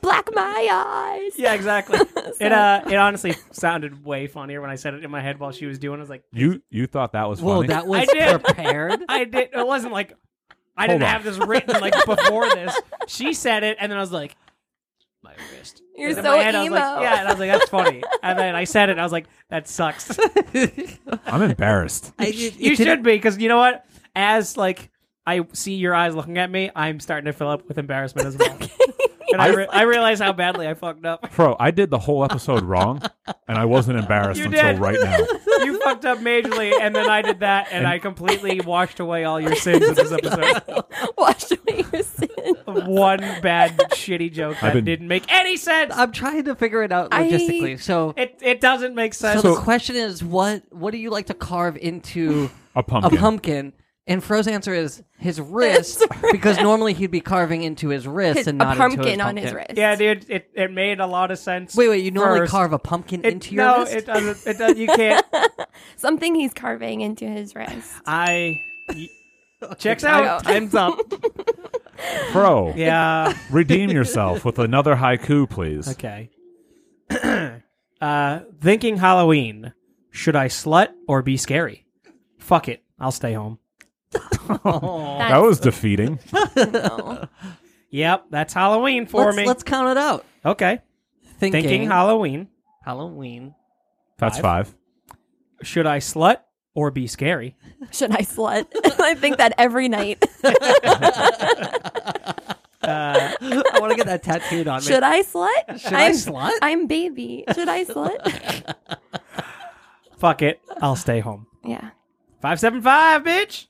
Speaker 5: Black my eyes.
Speaker 6: yeah, exactly. It uh, it honestly sounded way funnier when I said it in my head while she was doing. it. I was like,
Speaker 3: You you thought that was
Speaker 4: Whoa,
Speaker 3: funny?
Speaker 4: that was
Speaker 6: I did.
Speaker 4: prepared.
Speaker 6: I did. It wasn't like I
Speaker 3: Hold
Speaker 6: didn't
Speaker 3: on.
Speaker 6: have this written like before this. She said it, and then I was like, my wrist.
Speaker 5: You're
Speaker 6: And in
Speaker 5: so
Speaker 6: my head, I was
Speaker 5: emo.
Speaker 6: like, yeah, and I was like, that's funny. And then I said it, and I was like, that sucks.
Speaker 3: I'm embarrassed.
Speaker 4: I-
Speaker 6: you
Speaker 4: it didn't-
Speaker 6: should be because you know what? As like I see your eyes looking at me, I'm starting to fill up with embarrassment as well. and I, re- I realize how badly I fucked up.
Speaker 3: Fro, I did the whole episode wrong, and I wasn't embarrassed
Speaker 6: You
Speaker 3: until
Speaker 6: did.
Speaker 3: right now.
Speaker 6: You fucked up majorly, and then I did that, and I completely washed away all your sins in this episode.
Speaker 5: Wash away your sin.
Speaker 6: One bad shitty joke that
Speaker 3: been-
Speaker 6: didn't make any sense.
Speaker 4: I'm trying to figure it out
Speaker 5: I-
Speaker 4: logistically. So,
Speaker 6: It it doesn't make
Speaker 4: so,
Speaker 6: sense.
Speaker 4: the question is, what what do you like to carve into
Speaker 3: A pumpkin.
Speaker 4: a pumpkin? And Fro's answer is his wrist, because normally he'd be carving into his wrist
Speaker 5: His-
Speaker 4: and
Speaker 5: a
Speaker 4: not
Speaker 5: pumpkin
Speaker 4: into his
Speaker 5: on his
Speaker 4: pumpkin.
Speaker 5: wrist.
Speaker 6: yeah, dude, it, it made a lot of sense.
Speaker 4: Wait, wait. You normally
Speaker 6: first.
Speaker 4: carve a pumpkin
Speaker 6: It-
Speaker 4: into your
Speaker 6: no,
Speaker 4: wrist.
Speaker 6: it doesn't. It does. You can't.
Speaker 5: Something he's carving into his wrist.
Speaker 6: I y- checks out. Time's up.
Speaker 3: Fro,
Speaker 6: Yeah.
Speaker 3: redeem yourself with another haiku, please.
Speaker 6: Okay. uh, thinking Halloween. Should I slut or be scary? Fuck it. I'll stay home.
Speaker 3: That was defeating.
Speaker 6: Yep, that's Halloween for
Speaker 4: let's,
Speaker 6: me.
Speaker 4: let's count it out.
Speaker 6: Okay.
Speaker 4: Thinking,
Speaker 6: Thinking Halloween.
Speaker 4: Halloween.
Speaker 3: That's five.
Speaker 6: Should I slut or be scary.
Speaker 10: Should I slut? I think that every night.
Speaker 6: Uh,
Speaker 4: I want to get that tattooed on me.
Speaker 10: Should I slut?
Speaker 4: Should I
Speaker 10: I'm-
Speaker 4: slut?
Speaker 10: I'm baby. Should I slut?
Speaker 6: Fuck it. I'll stay home.
Speaker 10: yeah.
Speaker 6: 575, bitch.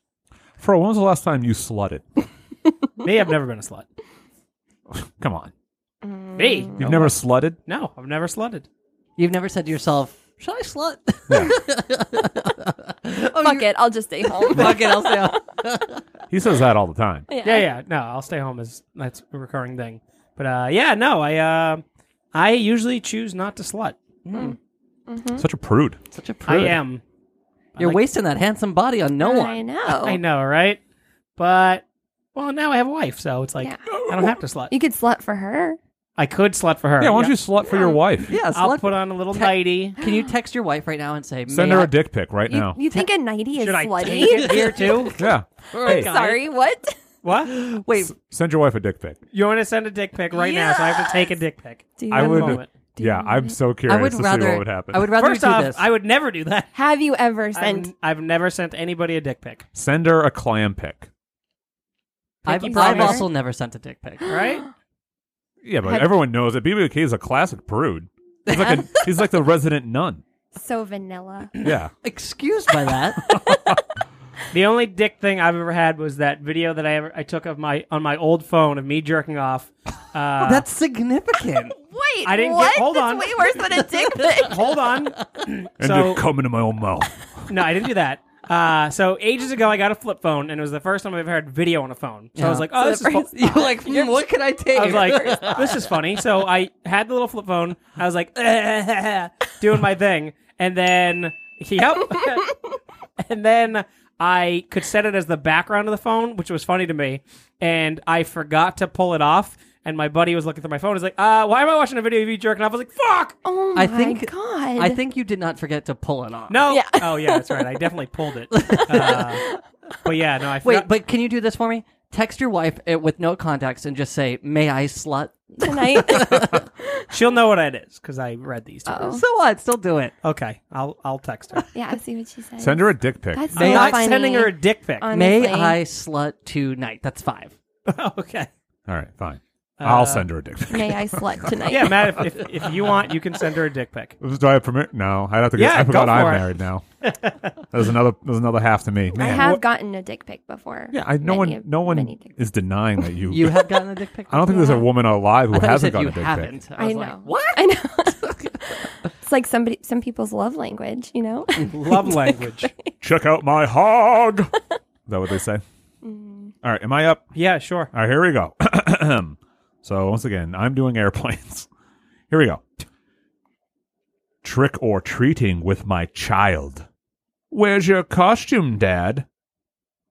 Speaker 3: Fro, when was the last time you slutted?
Speaker 6: Me, I've never been a slut.
Speaker 3: Come on.
Speaker 6: Me?
Speaker 4: Mm.
Speaker 3: You've never slutted?
Speaker 6: No, I've never slutted.
Speaker 4: You've never said to yourself, "Should I slut?"
Speaker 10: Fuck it. I'll just stay home.
Speaker 4: Fuck it, I'll stay out.
Speaker 3: He says that all the time.
Speaker 6: Yeah, yeah. No, I'll stay home is that's a recurring thing. But uh, yeah, no, I uh, I usually choose not to slut.
Speaker 3: Such a prude.
Speaker 4: Such a
Speaker 6: I
Speaker 4: prude.
Speaker 6: am.
Speaker 4: You're
Speaker 6: like-
Speaker 4: wasting that handsome body on no one.
Speaker 10: I know.
Speaker 6: I know, right? But well, now I have a wife, so it's like
Speaker 10: Yeah.
Speaker 6: I don't have to slut.
Speaker 10: You could slut for her.
Speaker 6: I could slut for her.
Speaker 3: Yeah, why don't you slut for your wife?
Speaker 4: Yeah,
Speaker 6: I'll
Speaker 4: slut-
Speaker 6: put on a little nighty.
Speaker 4: Can you text your wife right now and say,
Speaker 3: Send
Speaker 4: "May
Speaker 3: her
Speaker 4: I-
Speaker 3: a dick pic right
Speaker 10: You,
Speaker 3: now.
Speaker 10: you think a nighty is
Speaker 6: Should I
Speaker 10: slutty?
Speaker 6: take it here too?
Speaker 3: Yeah. Hey,
Speaker 10: Sorry, what?
Speaker 6: What?
Speaker 4: Wait,
Speaker 3: send your wife a dick pic.
Speaker 6: You want to send a dick pic right now? So I have to take a dick pic.
Speaker 10: Do you
Speaker 3: I
Speaker 6: One
Speaker 3: would-
Speaker 6: moment.
Speaker 3: Yeah, I'm so curious
Speaker 4: I would
Speaker 3: to
Speaker 4: rather.
Speaker 3: see what would happen.
Speaker 4: I would rather
Speaker 6: First
Speaker 4: you do
Speaker 6: off,
Speaker 4: this.
Speaker 6: I would never do that.
Speaker 10: Have you ever
Speaker 6: I've,
Speaker 10: sent?
Speaker 6: I've never sent anybody a dick pic.
Speaker 3: send her a clam pic.
Speaker 4: I've,
Speaker 10: Pinky
Speaker 4: I've
Speaker 10: promise.
Speaker 4: also never sent a dick pic.
Speaker 6: Right?
Speaker 3: Yeah, but
Speaker 10: Had-
Speaker 3: everyone knows that BBK is a classic prude. He's like a, he's like the resident nun.
Speaker 10: So vanilla.
Speaker 3: Yeah.
Speaker 4: Excused by that.
Speaker 6: The only dick thing I've ever had was that video that I ever I took of my on my old phone of me jerking off. Uh,
Speaker 4: That's significant.
Speaker 10: Wait,
Speaker 6: I didn't get-
Speaker 10: what?
Speaker 6: hold
Speaker 10: That's
Speaker 6: on.
Speaker 10: way worse than a dick pic.
Speaker 6: hold on.
Speaker 3: And
Speaker 6: So-
Speaker 3: it come into my own mouth.
Speaker 6: no, I didn't do that. Uh, so ages ago, I got a flip phone, and it was the first time I've ever had video on a phone. So I was
Speaker 4: Yeah.
Speaker 6: like, "Oh, this is fu-
Speaker 4: You're like, hmm, what can I take?
Speaker 6: I was like, this is funny. So I had the little flip phone. I was like, doing my thing. And then, yep. and then I could set it as the background of the phone, which was funny to me. And I forgot to pull it off. And my buddy was looking through my phone. He's like, uh, why am I watching a video of you jerking off? I was like, fuck!
Speaker 10: Oh my
Speaker 4: I think-
Speaker 10: god.
Speaker 4: I think you did not forget to pull it off.
Speaker 6: No.
Speaker 10: Yeah.
Speaker 6: Oh, yeah, that's right. I definitely pulled it. Uh, but yeah, no, I
Speaker 4: Wait,
Speaker 6: forgot.
Speaker 4: but can you do this for me? Text your wife uh, with no contacts and just say, "May I slut?"
Speaker 10: tonight.
Speaker 6: She'll know what it is because I read these two.
Speaker 10: Uh-oh.
Speaker 4: So what? Still do it.
Speaker 6: Okay, I'll, I'll text her.
Speaker 10: yeah, I see what she said.
Speaker 3: Send her a dick pic.
Speaker 10: That's so
Speaker 6: I'm not
Speaker 10: funny.
Speaker 6: sending her a dick pic.
Speaker 4: May
Speaker 10: Honestly.
Speaker 4: I slut tonight? That's five.
Speaker 6: okay.
Speaker 3: All right, fine. I'll send her a dick pic.
Speaker 10: May I slut tonight?
Speaker 6: Yeah, Matt, if, if, if you want, you can send her a dick pic.
Speaker 3: Do I have permit? No, I'd have to. Get,
Speaker 6: Yeah,
Speaker 3: I forgot
Speaker 6: go for
Speaker 3: I'm
Speaker 6: it.
Speaker 3: married now. There's another. There's another half to me.
Speaker 10: I
Speaker 3: Man,
Speaker 10: have
Speaker 3: what-
Speaker 10: gotten a dick pic before.
Speaker 3: yeah, I,
Speaker 10: Many
Speaker 3: no one.
Speaker 10: of-
Speaker 3: No one
Speaker 10: many dick pics.
Speaker 3: is denying that you.
Speaker 4: You have gotten a dick pic.
Speaker 3: I don't think there's a woman alive who
Speaker 4: I thought you
Speaker 3: hasn't
Speaker 4: said
Speaker 3: gotten
Speaker 4: you
Speaker 3: a dick pic.
Speaker 4: haven't.
Speaker 10: I,
Speaker 4: was
Speaker 10: know.
Speaker 4: like, what?
Speaker 10: I know. it's like somebody, some people's love language, you know?
Speaker 6: Love language.
Speaker 3: Check out my hog. is that what they say?
Speaker 10: Mm.
Speaker 3: All right, am I up?
Speaker 6: Yeah, sure.
Speaker 3: All right, here we go. so once again, I'm doing airplanes. Here we go. Trick or treating with my child. Where's your costume, Dad?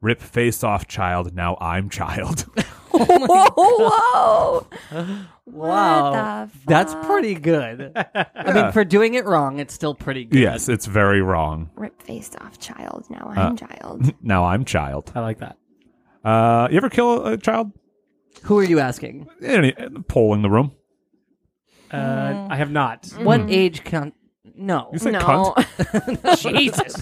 Speaker 3: Rip face off, child. Now I'm child.
Speaker 10: Whoa!
Speaker 4: Wow,
Speaker 10: What the
Speaker 4: that's
Speaker 10: fuck?
Speaker 4: pretty good. I mean, for doing it wrong, it's still pretty good.
Speaker 3: yes, it's very wrong.
Speaker 10: Rip faced off child. Now
Speaker 3: Uh,
Speaker 10: I'm child.
Speaker 3: Now I'm child.
Speaker 6: I like that.
Speaker 3: Uh, you ever kill a child?
Speaker 4: Who are you asking?
Speaker 10: Mm-hmm.
Speaker 3: Any polling the room.
Speaker 5: Mm.
Speaker 6: Uh, I have not.
Speaker 4: What age can? No.
Speaker 3: You say
Speaker 10: no.
Speaker 3: cunt.
Speaker 6: Jesus.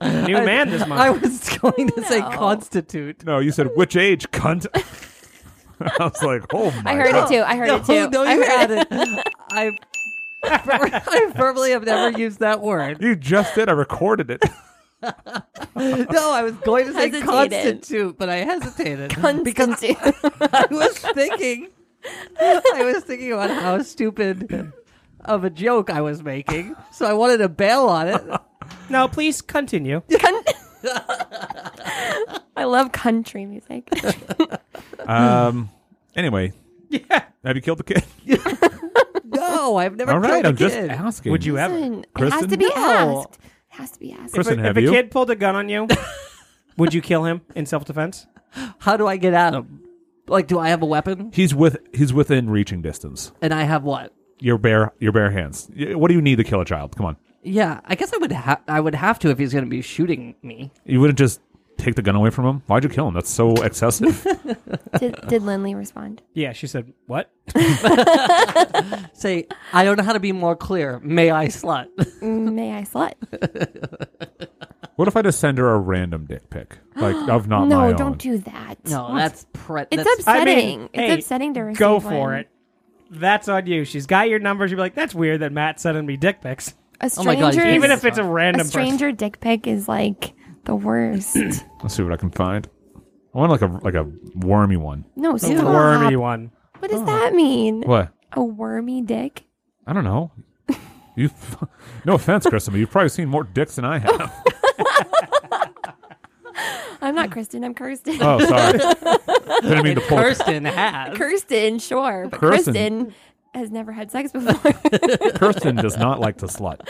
Speaker 6: New man this month.
Speaker 4: I was going to say
Speaker 10: No.
Speaker 4: constitute.
Speaker 3: No, you said which age, cunt. I was like, oh my.
Speaker 10: I heard
Speaker 3: God.
Speaker 10: it too. I heard it
Speaker 4: No,
Speaker 10: too.
Speaker 4: no,
Speaker 10: I
Speaker 4: you
Speaker 10: heard
Speaker 4: had it. I, I firmly have never used that word.
Speaker 3: You just did. I recorded it.
Speaker 4: No, I was going to say
Speaker 10: Hesitated.
Speaker 4: constitute, but I hesitated because
Speaker 10: Constitute.
Speaker 4: I was thinking, I was thinking about how stupid of a joke I was making, so I wanted to bail on it.
Speaker 6: No, please continue.
Speaker 10: I love country music.
Speaker 3: Um. Anyway.
Speaker 6: Yeah.
Speaker 3: Have you killed a kid?
Speaker 4: No, I've never
Speaker 3: All right,
Speaker 4: killed a
Speaker 3: I'm just
Speaker 4: kid.
Speaker 3: asking.
Speaker 6: Would you ever?
Speaker 10: Listen, it has
Speaker 3: Kristen?
Speaker 10: to be
Speaker 3: No.
Speaker 10: asked. It has to be asked.
Speaker 3: Kristen,
Speaker 6: if
Speaker 3: have
Speaker 6: a
Speaker 3: you?
Speaker 6: kid pulled a gun on you, would you kill him in self defense?
Speaker 4: How do I get at him? Like, do I have a weapon?
Speaker 3: He's with. He's within reaching distance.
Speaker 4: And I have what?
Speaker 3: Your bare. Your bare hands. Y- What do you need to kill a child? Come on.
Speaker 4: Yeah, I guess I would have. I would have to if he's going to be shooting me.
Speaker 3: You wouldn't just take the gun away from him. Why'd you kill him? That's so excessive.
Speaker 10: Did, did Lindley respond?
Speaker 6: Yeah, she said, what?
Speaker 4: Say,
Speaker 10: Mm,
Speaker 4: I don't know how to be more clear. May I slut?
Speaker 10: May I slut?
Speaker 3: What if I just send her a random dick pic, like of not
Speaker 5: no,
Speaker 3: my own?
Speaker 5: don't do that.
Speaker 4: No, that's pre-
Speaker 5: It's
Speaker 4: that's
Speaker 6: I
Speaker 5: upsetting.
Speaker 6: mean,
Speaker 5: it's
Speaker 6: hey,
Speaker 5: upsetting to receive
Speaker 6: Go for
Speaker 5: one.
Speaker 6: it. That's on you. She's got your number. She'll be like, that's weird that Matt sending me dick pics.
Speaker 5: A
Speaker 4: Oh my God,
Speaker 5: stranger's
Speaker 4: you
Speaker 6: Even
Speaker 4: Yes.
Speaker 6: if it's a random
Speaker 5: a stranger dick pic is like the worst.
Speaker 3: Let's see what I can find. I want like a like a wormy one.
Speaker 5: no,
Speaker 6: person.
Speaker 5: stop.
Speaker 6: A wormy one. Oh.
Speaker 5: What does that mean?
Speaker 3: What?
Speaker 5: A wormy dick?
Speaker 3: I don't know. You, no offense, Kristen, but you've probably seen more dicks than I have.
Speaker 5: I'm not Kristen. I'm Kirsten.
Speaker 3: Oh, sorry. Didn't mean to pull.
Speaker 4: Kirsten has.
Speaker 5: Kirsten, sure, but
Speaker 3: Kirsten.
Speaker 5: Kristen. has never had sex before.
Speaker 3: Kirsten does not like to slut.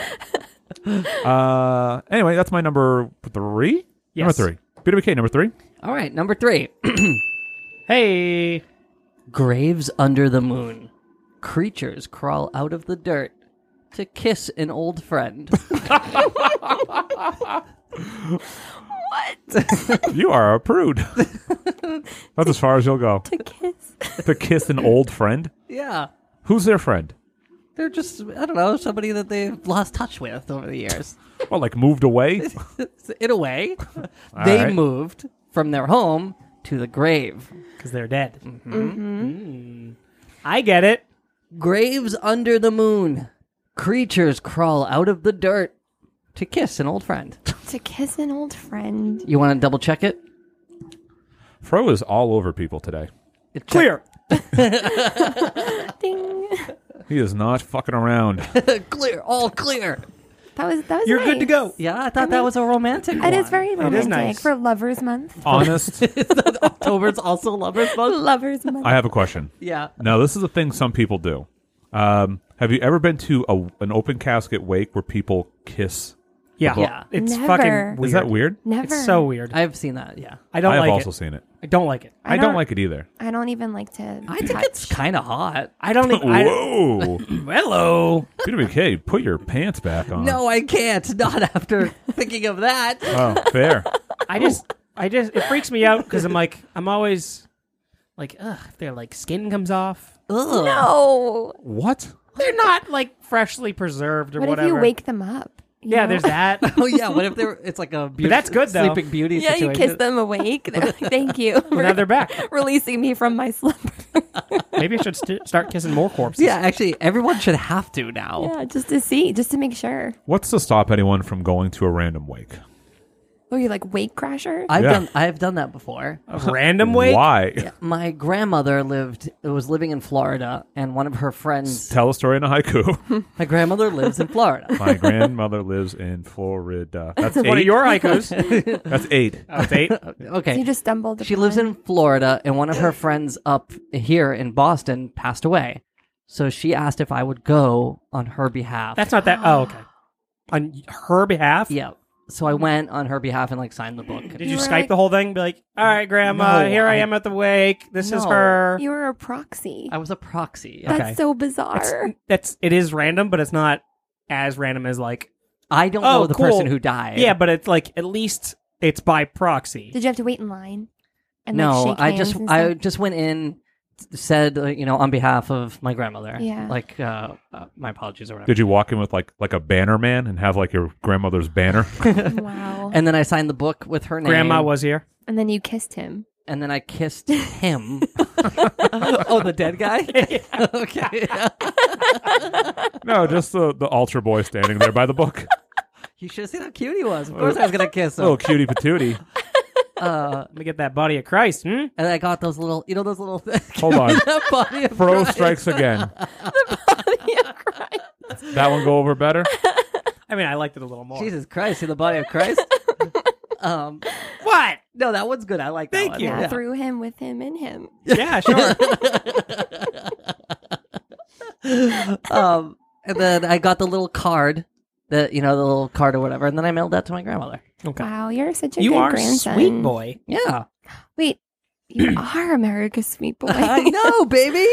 Speaker 3: Uh, anyway, that's my number three.
Speaker 6: Yes.
Speaker 3: Number three. BWK number three.
Speaker 4: All right, number three.
Speaker 6: Hey.
Speaker 4: Graves under the moon. Creatures crawl out of the dirt to kiss an old friend.
Speaker 3: You are a prude. that's as far as you'll go.
Speaker 5: A kiss.
Speaker 3: To kiss an old friend.
Speaker 4: yeah.
Speaker 3: Who's their friend?
Speaker 4: They're just, I don't know, somebody that they've lost touch with over the years.
Speaker 3: Well, like moved away.
Speaker 4: In a way, they
Speaker 3: right.
Speaker 4: moved from their home to the grave.
Speaker 6: Because they're dead. Mm. I get it.
Speaker 4: Graves under the moon. Creatures crawl out of the dirt to kiss an old friend.
Speaker 5: to kiss an old friend.
Speaker 4: You want to double check it?
Speaker 3: Fro is all over people today.
Speaker 4: It check-
Speaker 6: Clear.
Speaker 5: Ding.
Speaker 3: He is not fucking around.
Speaker 4: clear. All clear.
Speaker 5: That was that was.
Speaker 6: You're good to
Speaker 5: nice.
Speaker 6: go.
Speaker 4: Yeah, I thought that was a romantic
Speaker 5: It
Speaker 4: one.
Speaker 5: is very romantic
Speaker 6: nice.
Speaker 5: for Lovers Month.
Speaker 3: Honest.
Speaker 4: October's also Lover's
Speaker 6: Oh.
Speaker 4: Month.
Speaker 5: Lovers Month.
Speaker 3: I have a question.
Speaker 4: Yeah.
Speaker 3: Now, this is a thing some people do. Um, have you ever been to a, an open casket wake where people kiss?
Speaker 6: Yeah.
Speaker 4: Yeah.
Speaker 6: It's
Speaker 5: Never.
Speaker 6: fucking
Speaker 5: Is
Speaker 6: weird.
Speaker 3: Is that weird?
Speaker 5: Never.
Speaker 6: It's so weird. I,
Speaker 4: I've seen that, yeah.
Speaker 6: don't
Speaker 3: I have
Speaker 6: like
Speaker 3: also
Speaker 6: it.
Speaker 3: seen it.
Speaker 6: I don't like it.
Speaker 3: I, don't, like it either.
Speaker 5: I don't even like to.
Speaker 4: I think
Speaker 5: touch.
Speaker 4: it's kind of hot.
Speaker 6: I don't even.
Speaker 3: e-,
Speaker 6: I,
Speaker 3: Whoa.
Speaker 6: hello.
Speaker 3: BWK, put your pants back on.
Speaker 4: No, I can't. Not after thinking of that.
Speaker 3: Oh, fair.
Speaker 6: I just, I just, it freaks me out because I'm like, I'm always like, ugh, if their like skin comes off.
Speaker 4: Ugh.
Speaker 5: No.
Speaker 3: what?
Speaker 6: They're not like freshly preserved or
Speaker 5: What
Speaker 6: whatever.
Speaker 5: if you wake them up? You
Speaker 6: yeah,
Speaker 5: know?
Speaker 6: there's that.
Speaker 4: Oh yeah, what if they're? It's like a beauty,
Speaker 6: that's good, though.
Speaker 4: Sleeping Beauty.
Speaker 5: Yeah, you
Speaker 4: situation.
Speaker 5: kiss them awake. They're like, Thank you for
Speaker 6: now they're back.
Speaker 5: releasing me from my slumber.
Speaker 6: Maybe I should st- start kissing more corpses.
Speaker 4: Yeah, actually, everyone should have to now.
Speaker 5: yeah, just to see, just to make sure.
Speaker 3: What's to stop anyone from going to a random wake?
Speaker 5: Were Oh, you like wake crasher?
Speaker 4: I've
Speaker 3: Yeah.
Speaker 4: done. I've done that before.
Speaker 6: A random wake.
Speaker 3: Why?
Speaker 4: My grandmother lived. Was living in Florida, and one of her friends.
Speaker 3: Tell a story in a haiku.
Speaker 4: My grandmother lives in Florida.
Speaker 3: My grandmother lives in Florida. That's eight.
Speaker 6: One of your haikus.
Speaker 3: That's eight.
Speaker 6: Oh, it's eight.
Speaker 5: you
Speaker 4: Okay,
Speaker 5: just stumbled.
Speaker 4: she lives
Speaker 5: upon-
Speaker 4: in Florida, and one of her friends up here in Boston passed away. So she asked if I would go on her behalf.
Speaker 6: That's not that. Oh, okay. On her behalf.
Speaker 4: yeah. So I went on her behalf and like signed the book.
Speaker 6: Did you,
Speaker 5: You were
Speaker 6: Skype
Speaker 5: like-
Speaker 6: the whole thing? Be like, all right, Grandma,
Speaker 4: No,
Speaker 6: here I,
Speaker 4: I-
Speaker 6: am at the wake. This is
Speaker 4: No.
Speaker 6: her.
Speaker 5: You were a proxy.
Speaker 4: I was a proxy.
Speaker 6: Okay.
Speaker 5: That's so bizarre.
Speaker 6: That's it is random, but it's not as random as like.
Speaker 4: I don't
Speaker 6: Oh,
Speaker 4: know the
Speaker 6: cool.
Speaker 4: person who died.
Speaker 6: Yeah, but it's like at least it's by proxy.
Speaker 5: Did you have to wait in line? And like,
Speaker 4: no,
Speaker 5: shake
Speaker 4: I
Speaker 5: hands
Speaker 4: just
Speaker 5: and
Speaker 4: I
Speaker 5: stuff?
Speaker 4: just went in, said uh, you know on behalf of my grandmother.
Speaker 5: Yeah.
Speaker 4: like uh, uh, my apologies or whatever.
Speaker 3: Did you walk in with like like a banner man and have like your grandmother's banner?
Speaker 5: wow. And,
Speaker 4: And then I signed the book with her name.
Speaker 6: Grandma was here.
Speaker 5: then you kissed him.
Speaker 4: and then I kissed him. oh, the dead guy. okay,
Speaker 3: no, just the the altar boy standing there by the book.
Speaker 4: you should have seen how cute he was. Of course, I was gonna kiss him.
Speaker 3: Little cutie patootie.
Speaker 4: Uh,
Speaker 6: Let me get that body of Christ. Hmm?
Speaker 4: and I got those little, you know, those little
Speaker 3: Hold on.
Speaker 4: body of
Speaker 3: Fro
Speaker 4: Christ.
Speaker 3: strikes again. that one go over better?
Speaker 6: I mean, I liked it a little more.
Speaker 4: Jesus Christ, see the body of Christ. um,
Speaker 6: What?
Speaker 4: no, that one's good. I like that
Speaker 6: Thank
Speaker 4: one.
Speaker 6: you.
Speaker 5: Yeah,
Speaker 4: Yeah.
Speaker 5: through him, with him, in him.
Speaker 6: Yeah, sure.
Speaker 4: um, and then I got the little card, the you know the little card or whatever, and then I mailed that to my grandmother.
Speaker 6: okay.
Speaker 5: Wow, you're such a
Speaker 6: You
Speaker 5: good
Speaker 6: are
Speaker 5: grandson.
Speaker 6: sweet boy.
Speaker 4: Yeah,
Speaker 5: Wait, you are America's sweet boy.
Speaker 4: I know, baby.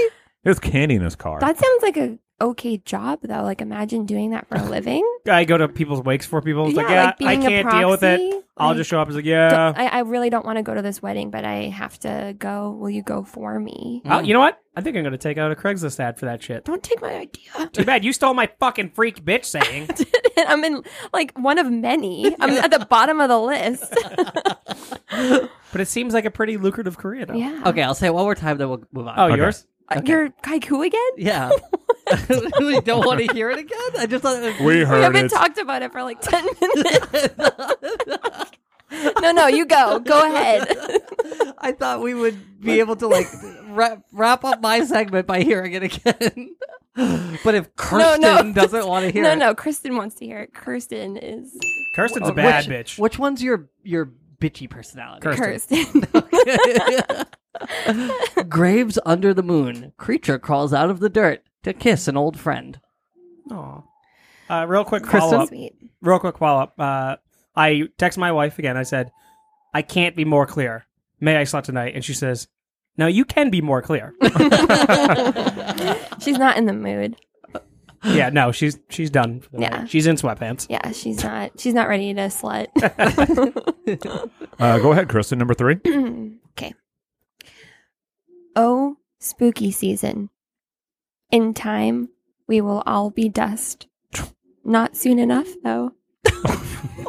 Speaker 3: There's candy in his car.
Speaker 5: That sounds like a okay job though. Like imagine doing that for a living.
Speaker 6: I go to people's wakes for people. It's like, yeah, I
Speaker 5: a
Speaker 6: can't deal with it.
Speaker 5: proxy,
Speaker 6: I'll
Speaker 5: like,
Speaker 6: just show up. It's like,
Speaker 5: don't-
Speaker 6: yeah.
Speaker 5: I, I really don't want to go to this wedding, but I have to go. Will you go for me?
Speaker 6: Oh, you know what? I think I'm going to take out a Craigslist ad for that shit.
Speaker 5: Don't take my idea.
Speaker 6: Too bad you stole my fucking freak bitch saying.
Speaker 5: I'm in like one of many. I'm at the bottom of the list.
Speaker 6: but it seems like a pretty lucrative career, though.
Speaker 5: yeah.
Speaker 4: Okay, I'll say it one more time, then we'll move on.
Speaker 6: Oh,
Speaker 3: Okay.
Speaker 6: yours?
Speaker 5: Uh, You're Kaiku again?
Speaker 4: yeah. we don't want to hear it again. I just thought. It was-
Speaker 3: We
Speaker 5: We
Speaker 3: heard
Speaker 5: haven't
Speaker 3: it.
Speaker 5: talked about it for like 10 minutes. no, no, you go. Go ahead.
Speaker 4: I thought we would be able to like wrap, wrap up my segment by hearing it again. but if Kirsten doesn't want to hear
Speaker 5: No,
Speaker 4: it,
Speaker 5: no, Kristen wants to hear it. Kirsten is
Speaker 6: Kirsten's a
Speaker 4: Which-
Speaker 6: bad bitch.
Speaker 4: Which one's your your bitchy personality?
Speaker 5: Kirsten.
Speaker 4: Graves under the moon. Creature crawls out of the dirt to kiss an old friend.
Speaker 6: Aw. Uh, real quick
Speaker 4: Kristen?
Speaker 6: follow up.
Speaker 5: Sweet.
Speaker 6: Real quick follow up. Uh, I text my wife again. I said, I can't be more clear. May I slut tonight? And she says, No, you can be more clear.
Speaker 5: She's not in the mood.
Speaker 6: yeah, no, she's she's done. for the
Speaker 5: Yeah.
Speaker 6: night. she's in sweatpants.
Speaker 5: Yeah, she's not. She's not ready to slut.
Speaker 3: Uh, go ahead, Kristen. Number three.
Speaker 5: okay. Oh, spooky season. In time, we will all be dust. Not soon enough, though.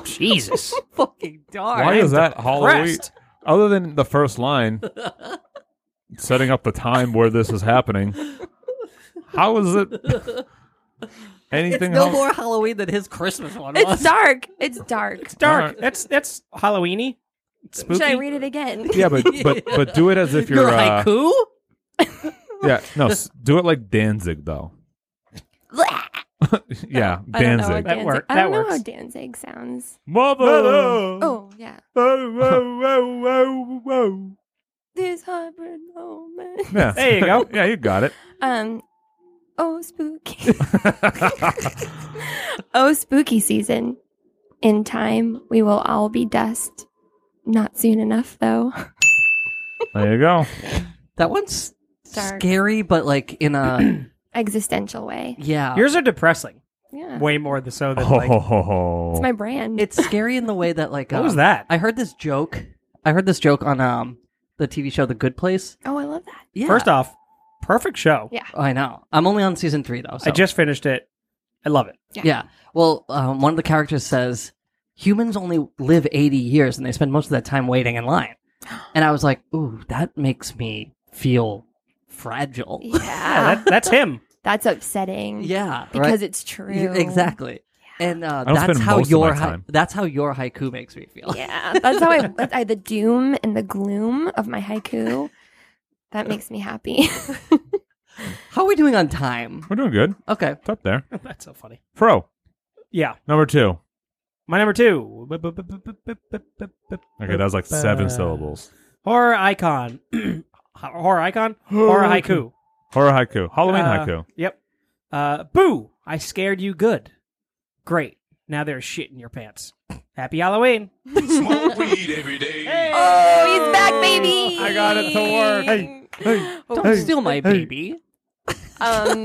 Speaker 6: Jesus,
Speaker 4: Fucking dark.
Speaker 3: Why is that Halloween?
Speaker 6: depressed.
Speaker 3: Other than the first line, setting up the time where this is happening. How is it?
Speaker 4: It's
Speaker 3: Anything
Speaker 4: no
Speaker 3: else?
Speaker 4: more Halloween than his Christmas one
Speaker 5: It's
Speaker 4: was.
Speaker 5: dark. It's dark.
Speaker 6: dark.
Speaker 3: Alright.
Speaker 6: That's that's Halloweeny. It's spooky.
Speaker 5: Should I read it again?
Speaker 3: Yeah, but but but do it as if you're
Speaker 4: Your
Speaker 3: uh,
Speaker 4: haiku?
Speaker 3: yeah no s- do it like Danzig though. yeah,
Speaker 5: I don't know
Speaker 3: Danzig.
Speaker 5: what
Speaker 6: That
Speaker 5: Danzig-
Speaker 6: work-
Speaker 5: I
Speaker 6: that
Speaker 5: don't know how
Speaker 6: works.
Speaker 5: Danzig sounds.
Speaker 3: Mother.
Speaker 5: Oh yeah,
Speaker 3: Whoa, whoa, whoa, whoa.
Speaker 5: this hybrid moment.
Speaker 3: Yeah.
Speaker 6: There you go.
Speaker 3: yeah, you got it.
Speaker 5: Um, oh spooky. oh spooky season. In time, we will all be dust. Not soon enough, though.
Speaker 3: There you go.
Speaker 4: That one's
Speaker 5: Dark.
Speaker 4: scary, but like in a
Speaker 5: Existential way.
Speaker 4: yeah.
Speaker 6: Yours are depressing.
Speaker 5: Yeah,
Speaker 6: Way more the so than
Speaker 3: Oh,
Speaker 6: like.
Speaker 5: it's my brand.
Speaker 4: it's scary in the way that like
Speaker 6: What
Speaker 4: um,
Speaker 6: was that?
Speaker 4: I heard this joke. I heard this joke on um the TV show The Good Place.
Speaker 5: oh, I love that.
Speaker 4: Yeah.
Speaker 6: First off, perfect show.
Speaker 5: Yeah.
Speaker 4: I know. I'm only on season three though. So.
Speaker 6: I just finished it. I love it.
Speaker 5: Yeah.
Speaker 4: Yeah. Well, um, one of the characters says humans only live 80 years and they spend most of that time waiting in line. And I was like, ooh, that makes me feel fragile.
Speaker 5: Yeah,
Speaker 6: Yeah, that, that's him.
Speaker 5: that's upsetting.
Speaker 4: yeah.
Speaker 5: because
Speaker 4: right?
Speaker 5: it's true.
Speaker 4: Y- Exactly. And uh,
Speaker 3: I don't
Speaker 4: that's
Speaker 3: spend
Speaker 4: how
Speaker 3: most of
Speaker 4: your
Speaker 3: my
Speaker 4: hai-
Speaker 3: time.
Speaker 4: that's how your haiku makes me feel.
Speaker 5: Yeah, that's how I, I the doom and the gloom of my haiku. That makes me happy.
Speaker 4: How are we doing on time?
Speaker 3: We're doing good.
Speaker 4: Okay.
Speaker 3: It's up there.
Speaker 6: that's so funny.
Speaker 3: Fro,
Speaker 6: Yeah.
Speaker 3: number two.
Speaker 6: My number two.
Speaker 3: Okay, that was like seven syllables.
Speaker 6: Horror icon. Horror icon? Horror haiku.
Speaker 3: Horror haiku. Halloween
Speaker 6: Uh,
Speaker 3: haiku.
Speaker 6: Yep. Uh, boo! I scared you good. Great. Now there's shit in your pants. Happy Halloween.
Speaker 8: Smoke weed every day.
Speaker 5: oh, he's back, baby!
Speaker 3: I got it to work.
Speaker 5: Oh.
Speaker 4: Don't
Speaker 3: Hey,
Speaker 4: steal my baby.
Speaker 5: Um,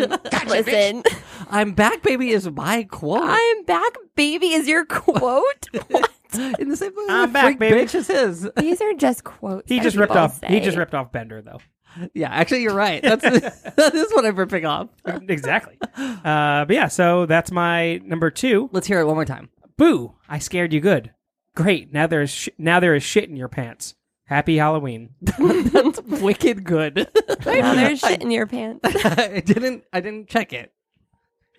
Speaker 5: listen,
Speaker 4: I'm back, baby is my quote.
Speaker 5: I'm back, baby is your quote.
Speaker 4: in the same way
Speaker 6: I'm
Speaker 4: the
Speaker 6: back,
Speaker 4: freak
Speaker 6: baby.
Speaker 4: bitch is his.
Speaker 5: These are just quotes.
Speaker 6: He
Speaker 5: that
Speaker 6: just ripped
Speaker 5: people
Speaker 6: off he
Speaker 5: say.
Speaker 6: just ripped off Bender though.
Speaker 4: Yeah, actually you're right. That's that is what I'm ripping off.
Speaker 6: exactly. Uh, but yeah, so that's my number two.
Speaker 4: Let's hear it one more time.
Speaker 6: Boo! I scared you good. Great. Now there's sh- now there is shit in your pants. Happy Halloween.
Speaker 4: That's wicked good.
Speaker 5: Now there's shit in your pants.
Speaker 4: I didn't. I didn't check it.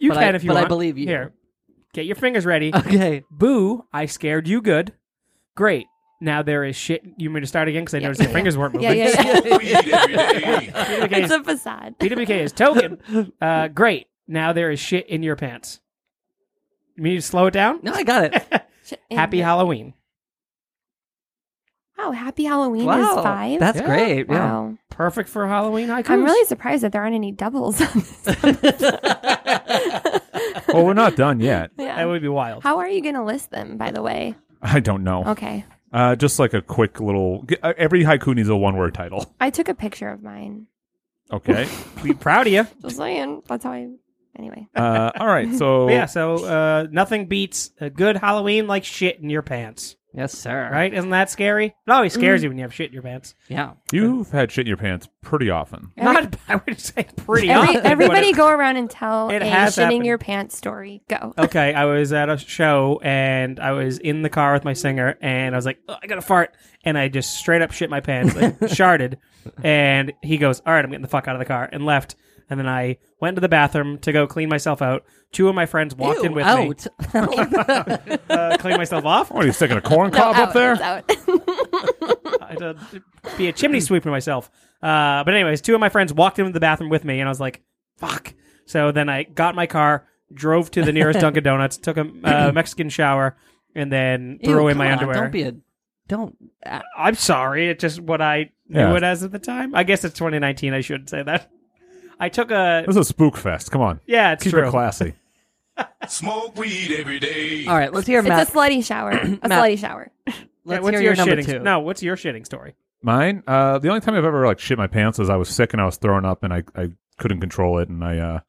Speaker 6: You
Speaker 4: But
Speaker 6: can
Speaker 4: I-
Speaker 6: if you
Speaker 4: but I
Speaker 6: want.
Speaker 4: believe you.
Speaker 6: Here, get your fingers ready.
Speaker 4: Okay.
Speaker 6: Boo! I scared you good. Great. Now there is shit. You want me to start again because I noticed your fingers weren't
Speaker 5: Yeah,
Speaker 6: moving.
Speaker 5: yeah, yeah.
Speaker 8: Weed every day.
Speaker 6: BWK,
Speaker 5: It's
Speaker 6: is,
Speaker 5: a facade.
Speaker 6: BWK is token. Uh, great. Now there is shit in your pants. You mean to slow it down?
Speaker 4: No, I got it.
Speaker 5: Shit in
Speaker 6: Happy
Speaker 5: your-
Speaker 6: Halloween.
Speaker 5: Wow, Happy Halloween
Speaker 4: wow,
Speaker 5: is five.
Speaker 4: that's
Speaker 6: Yeah.
Speaker 4: great. Yeah.
Speaker 5: wow.
Speaker 6: Perfect for Halloween icons.
Speaker 5: I'm really surprised that there aren't any doubles on this.
Speaker 3: Well, we're not done yet.
Speaker 6: That
Speaker 5: yeah.
Speaker 6: would be wild.
Speaker 5: How are you going to list them, by the way?
Speaker 3: I don't know.
Speaker 5: Okay.
Speaker 3: Uh, just like a quick little. g- uh, Every haiku needs a one word title.
Speaker 5: I took a picture of mine.
Speaker 3: Okay.
Speaker 6: be proud of you.
Speaker 5: Just saying. That's how I
Speaker 10: Anyway,
Speaker 3: Uh, all right, so
Speaker 6: But yeah, so uh, nothing beats a good Halloween like shit in your pants,
Speaker 4: Yes, sir.
Speaker 6: right? Isn't that scary? It always
Speaker 10: Mm.
Speaker 6: scares you when you have shit in your pants.
Speaker 4: Yeah.
Speaker 3: you've had shit in your pants pretty often.
Speaker 6: Not, I would say pretty
Speaker 10: every,
Speaker 6: often, but
Speaker 10: everybody
Speaker 6: it-
Speaker 10: go around and tell
Speaker 6: it
Speaker 10: a
Speaker 6: has
Speaker 10: shitting
Speaker 6: happened.
Speaker 10: your pants story. Go.
Speaker 6: okay, I was at a show and I was in the car with my singer and I was like, "Ugh, I gotta fart. And I just straight up shit my pants, like, sharded. And he goes, All right, I'm getting the fuck out of the car and left. And then I went to the bathroom to go clean myself out. Two of my friends walked in
Speaker 4: Ew,
Speaker 6: with me,
Speaker 4: out.
Speaker 6: uh, clean myself off.
Speaker 3: What are you sticking a corn cob up there?
Speaker 5: uh,
Speaker 6: I'd uh, be a chimney sweeper myself. Uh, but anyways, two of my friends walked into the bathroom with me, and I was like, "Fuck!" So then I got my car, drove to the nearest Dunkin' Donuts, took a uh, Mexican shower, and then
Speaker 4: Ew,
Speaker 6: threw away my
Speaker 4: come on,
Speaker 6: underwear.
Speaker 4: Don't be a. Don't. ah,
Speaker 6: I'm sorry. It's just what I
Speaker 3: Yeah.
Speaker 6: knew it as at the time. I guess it's 2019. I should say that. I took a
Speaker 3: This is a spook fest. Come on,
Speaker 6: yeah. It's
Speaker 3: keep
Speaker 6: true.
Speaker 3: it classy.
Speaker 8: Smoke weed every day.
Speaker 4: all right, let's hear
Speaker 10: It's
Speaker 4: Matt.
Speaker 10: a slutty shower. A
Speaker 4: Matt.
Speaker 10: slutty shower.
Speaker 6: Yeah,
Speaker 4: let's
Speaker 6: what's
Speaker 4: hear
Speaker 6: your,
Speaker 4: number
Speaker 6: shitting?
Speaker 4: two.
Speaker 6: No, what's your shitting story?
Speaker 3: Mine. Uh, the only time I've ever like shit my pants is I was sick and I was throwing up and I, I couldn't control it and I uh,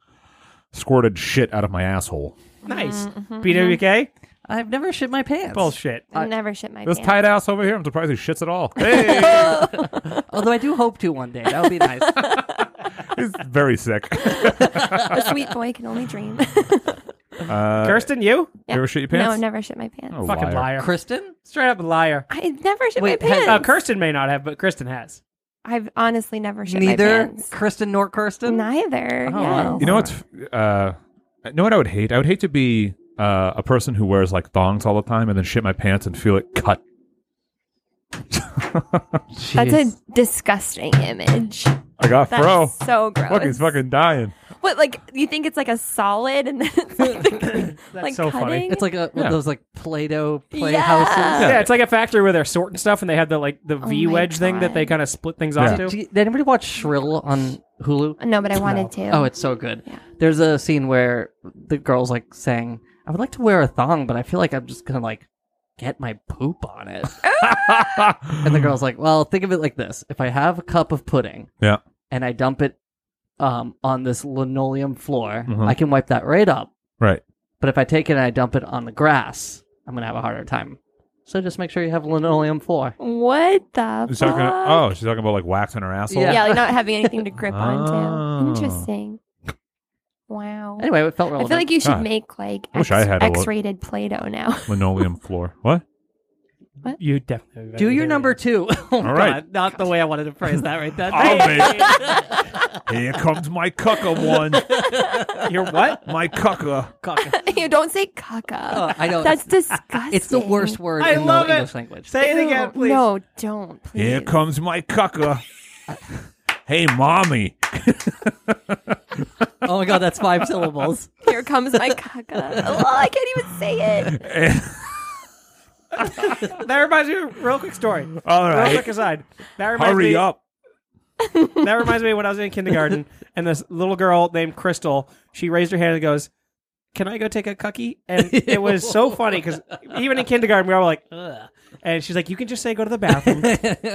Speaker 3: squirted shit out of my asshole.
Speaker 6: Nice.
Speaker 4: Mm-hmm.
Speaker 10: Mhm, mhm.
Speaker 6: BWK.
Speaker 4: I've never shit my pants.
Speaker 6: Bullshit.
Speaker 4: Uh,
Speaker 10: I never shit my
Speaker 3: This
Speaker 10: pants.
Speaker 3: tight ass over here, I'm surprised he shits at all. Hey,
Speaker 4: Although I do hope to one day. That would be nice.
Speaker 3: he's very sick.
Speaker 10: A sweet boy can only dream.
Speaker 3: Uh,
Speaker 6: Kirsten, you
Speaker 3: you ever shit your
Speaker 10: no,
Speaker 3: pants?
Speaker 10: never shit my pants.
Speaker 3: Oh,
Speaker 6: fucking
Speaker 3: liar.
Speaker 6: liar.
Speaker 4: Kristen?
Speaker 6: Straight up liar.
Speaker 10: I never shit
Speaker 4: Wait,
Speaker 10: my
Speaker 4: has-
Speaker 10: pants.
Speaker 6: Uh, Kirsten may not have, but Kristen has.
Speaker 10: I've honestly never shit my
Speaker 4: Neither
Speaker 10: pants.
Speaker 4: Kristen nor Kirsten?
Speaker 10: Neither.
Speaker 4: Oh,
Speaker 10: yes.
Speaker 4: wow.
Speaker 3: You know what's uh, you know what I would hate? I would hate to be uh, a person who wears like thongs all the time and then shit my pants and feel it cut.
Speaker 10: That's a disgusting image.
Speaker 3: I got
Speaker 10: That's
Speaker 3: fro.
Speaker 10: so gross.
Speaker 3: Look, he's fucking dying.
Speaker 10: What, like, you think it's like a solid and then it's like, like
Speaker 6: so funny.
Speaker 10: cutting?
Speaker 4: It's like a, one
Speaker 3: Yeah.
Speaker 4: of those like Play-Doh
Speaker 10: Yeah.
Speaker 4: playhouses.
Speaker 6: Yeah, it's like a factory where they're sorting stuff, and they have the like the V
Speaker 10: my
Speaker 6: wedge thing that they
Speaker 10: God.
Speaker 6: kind of split things
Speaker 3: Yeah.
Speaker 6: off
Speaker 4: Did,
Speaker 6: to.
Speaker 4: you- did anybody watch Shrill on Hulu?
Speaker 10: No, but I wanted to.
Speaker 4: Oh, it's so good.
Speaker 10: Yeah.
Speaker 4: There's a scene where the girl's like saying, "I would like to wear a thong, but I feel like I'm just gonna like get my poop on it." and the girl's like, "Well, think of it like this: if I have a cup of pudding,
Speaker 3: Yeah.
Speaker 4: and I dump it um, on this linoleum floor,
Speaker 3: Mhm.
Speaker 4: I can wipe that right up.
Speaker 3: Right.
Speaker 4: But if I take it and I dump it on the grass, I'm gonna have a harder time. So just make sure you have a linoleum floor."
Speaker 10: What the
Speaker 3: She's
Speaker 10: fuck?
Speaker 3: talking. Oh, she's talking about like waxing her asshole.
Speaker 10: yeah. like not having anything to grip
Speaker 3: Oh.
Speaker 10: onto. Interesting. Wow.
Speaker 4: Anyway, it
Speaker 10: Oh. I
Speaker 4: felt relevant.
Speaker 10: feel like you should
Speaker 3: God.
Speaker 10: make like
Speaker 3: I
Speaker 10: X,
Speaker 3: wish I had a look.
Speaker 10: X-rated Play-Doh now.
Speaker 3: Linoleum floor. What?
Speaker 6: You definitely
Speaker 4: Do your number two. Oh, All
Speaker 3: right.
Speaker 4: God, not the way I wanted to phrase that right then.
Speaker 3: Oh, man. Here comes my cucka one.
Speaker 6: Your what?
Speaker 3: My cucka.
Speaker 10: you don't say caca.
Speaker 4: Oh, I know.
Speaker 10: That's
Speaker 4: It's-
Speaker 10: disgusting.
Speaker 4: It's the worst word
Speaker 6: I
Speaker 4: in
Speaker 6: love
Speaker 4: the
Speaker 6: it.
Speaker 4: English language.
Speaker 6: Say it
Speaker 10: Ew,
Speaker 6: again, please.
Speaker 10: No, don't. Please.
Speaker 3: Here comes my cucka. hey, mommy.
Speaker 4: Oh my god, that's five syllables.
Speaker 10: Here comes my caca. oh, I can't even say it.
Speaker 6: That reminds me of a real quick story.
Speaker 3: All
Speaker 6: Real
Speaker 3: right.
Speaker 6: quick aside. That reminds
Speaker 3: Hurry
Speaker 6: me,
Speaker 3: up.
Speaker 6: That reminds me when I was in kindergarten, and this little girl named Crystal, she raised her hand and goes, "Can I go take a cookie?" And it was so funny because even in kindergarten we were all like, Ugh. and she's like, "You can just say go to the bathroom,"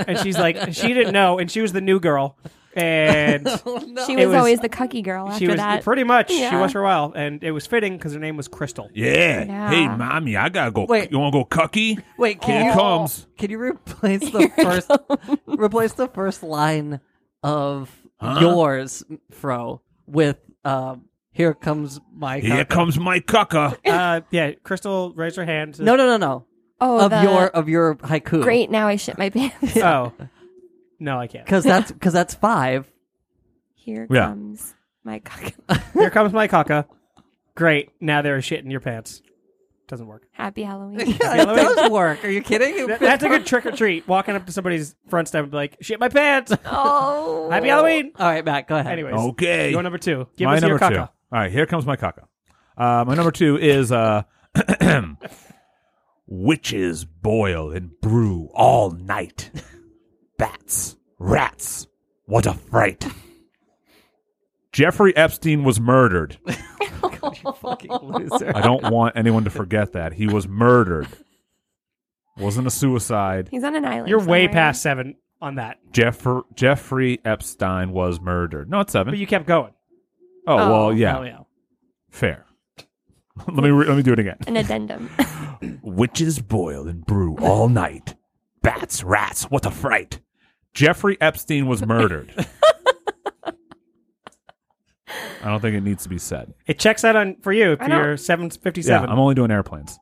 Speaker 6: and she's like, she didn't know, and she was the new girl, and.
Speaker 10: She
Speaker 6: It
Speaker 10: was,
Speaker 6: was-
Speaker 10: always the cucky girl after
Speaker 6: she was
Speaker 10: that.
Speaker 6: pretty much she
Speaker 10: Yeah.
Speaker 6: was for a while and it was fitting because her name was crystal
Speaker 3: Yeah.
Speaker 10: Yeah.
Speaker 3: Hey, mommy, I gotta go.
Speaker 4: Wait.
Speaker 3: You wanna go cucky?
Speaker 4: Wait,
Speaker 3: Here
Speaker 4: can
Speaker 6: Oh.
Speaker 4: you,
Speaker 3: comes.
Speaker 4: can you replace the first replace the first line of yours, Fro, with um, "Here comes my."
Speaker 3: Here
Speaker 4: cucka."
Speaker 3: comes my cucka.
Speaker 6: uh, yeah crystal raised her hand to-
Speaker 4: No, no, no, no.
Speaker 10: oh,
Speaker 4: of
Speaker 10: the-
Speaker 4: your of your haiku.
Speaker 10: great. Now I shit my pants.
Speaker 6: oh no i can't
Speaker 4: because that's because that's five.
Speaker 10: Here
Speaker 3: Yeah.
Speaker 10: comes my caca.
Speaker 6: here comes my caca great now there is shit in your pants doesn't work
Speaker 10: Happy Halloween.
Speaker 4: Yeah, it does work. Are you kidding? It
Speaker 6: That-
Speaker 4: fits
Speaker 6: that's a good trick or treat walking up to somebody's front step and be like shit my pants
Speaker 10: oh,
Speaker 6: happy halloween
Speaker 4: All right, Matt, go ahead.
Speaker 6: anyways
Speaker 3: Okay.
Speaker 6: your number two give
Speaker 3: my
Speaker 6: us your
Speaker 3: number
Speaker 6: caca
Speaker 3: two. All right, here comes my caca. Uh, my number two is uh, witches boil and brew all night. Bats, rats, what a fright! Jeffrey Epstein was murdered.
Speaker 4: Fucking loser.
Speaker 3: I don't want anyone to forget that he was murdered. Wasn't a suicide.
Speaker 10: He's on an island.
Speaker 6: you're way
Speaker 10: somewhere.
Speaker 6: past seven on that
Speaker 3: Jeffer- Jeffrey Epstein was murdered. No, it's seven.
Speaker 6: but you kept going
Speaker 3: oh
Speaker 10: Oh,
Speaker 3: well, yeah.
Speaker 4: Oh, yeah.
Speaker 3: Fair. let me re- let me do it again.
Speaker 5: An addendum.
Speaker 3: Witches boil and brew all night. Bats, rats, what a fright! Jeffrey Epstein was murdered. I don't think it needs to be said.
Speaker 6: It checks out on for you if
Speaker 5: I don't-
Speaker 6: you're seven fifty
Speaker 3: Yeah,
Speaker 6: seven.
Speaker 3: I'm only doing airplanes.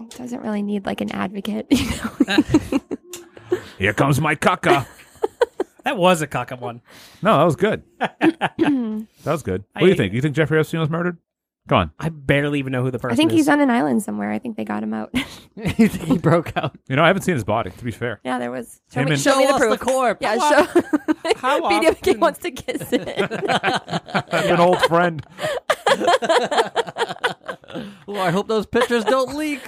Speaker 5: It Doesn't really need like an advocate, you know.
Speaker 3: Here comes my caca.
Speaker 6: that was a cock up one.
Speaker 3: No, that was good. That was good. What do
Speaker 6: I-
Speaker 3: you think? You think Jeffrey Epstein was murdered? Come on.
Speaker 6: I barely even know who the person
Speaker 5: I think
Speaker 6: is.
Speaker 5: he's on an island somewhere. I think they got him out.
Speaker 4: you think he broke out?
Speaker 3: You know, I haven't seen his body. To be fair,
Speaker 5: yeah, there was.
Speaker 3: Him
Speaker 5: Show me,
Speaker 3: and-
Speaker 5: show me the
Speaker 4: us
Speaker 5: proof.
Speaker 4: corpse.
Speaker 5: yeah, show.
Speaker 6: How
Speaker 5: BDFK
Speaker 6: often-
Speaker 5: wants to kiss it.
Speaker 3: an old friend.
Speaker 4: Oh, I hope those pictures don't leak.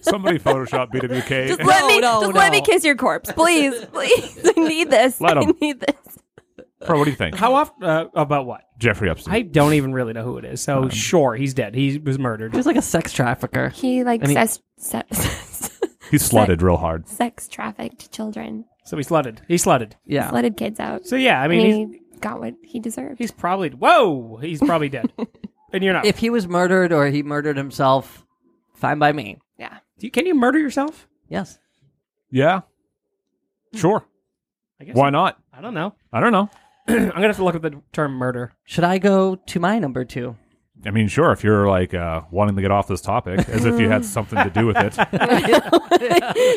Speaker 3: Somebody photoshopped BWK.
Speaker 5: just let
Speaker 4: No,
Speaker 5: me,
Speaker 4: no,
Speaker 5: just let me
Speaker 4: no.
Speaker 5: kiss your corpse, please, please. I need this.
Speaker 3: Let
Speaker 5: I
Speaker 3: him.
Speaker 5: need this.
Speaker 3: Bro, what do you think?
Speaker 6: How often uh, about what?
Speaker 3: Jeffrey Epstein.
Speaker 6: I don't even really know who it is.
Speaker 3: Um,
Speaker 6: So sure, he's dead. He was murdered.
Speaker 4: He was like a sex trafficker.
Speaker 5: He like
Speaker 4: I mean-
Speaker 5: sex, sex,
Speaker 3: he slutted real hard.
Speaker 5: sex trafficked children,
Speaker 6: So he slutted. He slutted.
Speaker 4: Yeah.
Speaker 5: flooded kids out.
Speaker 6: So yeah, I
Speaker 5: I mean,
Speaker 6: mean, he's,
Speaker 5: he got what he deserved.
Speaker 6: he's probably whoa. He's probably dead. and you're not.
Speaker 4: If he was murdered or he murdered himself, fine by me.
Speaker 5: yeah.
Speaker 6: Do you- can you murder yourself?
Speaker 4: Yes.
Speaker 3: Yeah. Sure.
Speaker 6: I guess.
Speaker 3: Why not?
Speaker 6: I don't know.
Speaker 3: I don't know.
Speaker 6: I'm gonna have to look up the term murder.
Speaker 4: Should I go to my number two?
Speaker 3: I mean, sure, if you're like uh, wanting to get off this topic as if you had something to do with it. What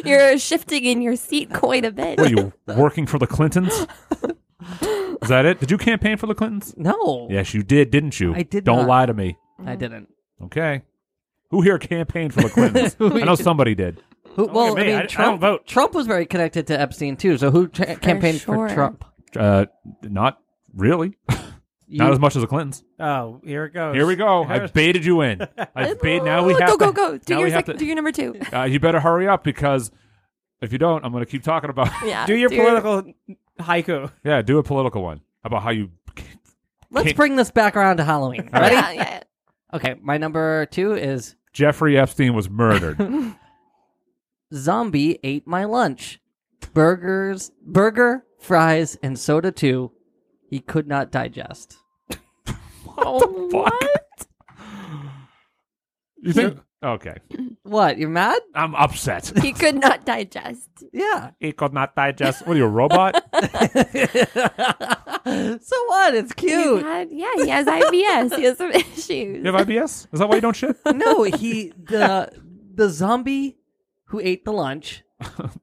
Speaker 5: You're shifting in your seat quite a bit.
Speaker 3: are you working for the Clintons? Is that it? Did you campaign for the Clintons?
Speaker 4: No.
Speaker 3: Yes, you did, didn't you?
Speaker 4: I did
Speaker 3: Don't
Speaker 4: not.
Speaker 3: lie to me.
Speaker 4: I didn't.
Speaker 3: Okay. Who here campaigned for the Clintons? I know somebody did.
Speaker 4: Who, well,
Speaker 6: at me.
Speaker 4: I mean,
Speaker 6: I- I don't
Speaker 4: Trump,
Speaker 6: vote.
Speaker 4: Trump was very connected to Epstein too. So who tra- campaigned
Speaker 5: sure.
Speaker 4: for Trump?
Speaker 3: Uh, not really.
Speaker 4: You-
Speaker 3: Not as much as the Clintons.
Speaker 6: Oh, here it goes.
Speaker 3: Here we go. I baited you in. I baited. Now we have
Speaker 5: go, go,
Speaker 3: to-
Speaker 5: go. Do
Speaker 3: now
Speaker 5: your
Speaker 3: we have
Speaker 5: sec- do your number two.
Speaker 3: to- uh, you better hurry up because if you don't, I'm going to keep talking about.
Speaker 5: Yeah.
Speaker 6: Do your political haiku.
Speaker 3: yeah, do a political one about how you.
Speaker 4: Let's
Speaker 3: Can't-
Speaker 4: bring this back around to Halloween. Ready?
Speaker 5: Yeah, yeah.
Speaker 4: Okay. My number two is
Speaker 3: Jeffrey Epstein was murdered.
Speaker 4: zombie ate my lunch. Burgers, burger, fries, and soda too. He could not digest.
Speaker 5: Oh,
Speaker 3: Fuck. You think? Okay,
Speaker 4: What? You're mad?
Speaker 3: I'm upset.
Speaker 5: He could not digest.
Speaker 4: Yeah.
Speaker 3: He could not digest. What are you, a robot?
Speaker 4: so what? It's
Speaker 5: He
Speaker 4: cute.
Speaker 5: had, yeah, he has IBS. he has some issues.
Speaker 3: You have IBS? Is that why you don't shit?
Speaker 4: no, he the the zombie who ate the lunch.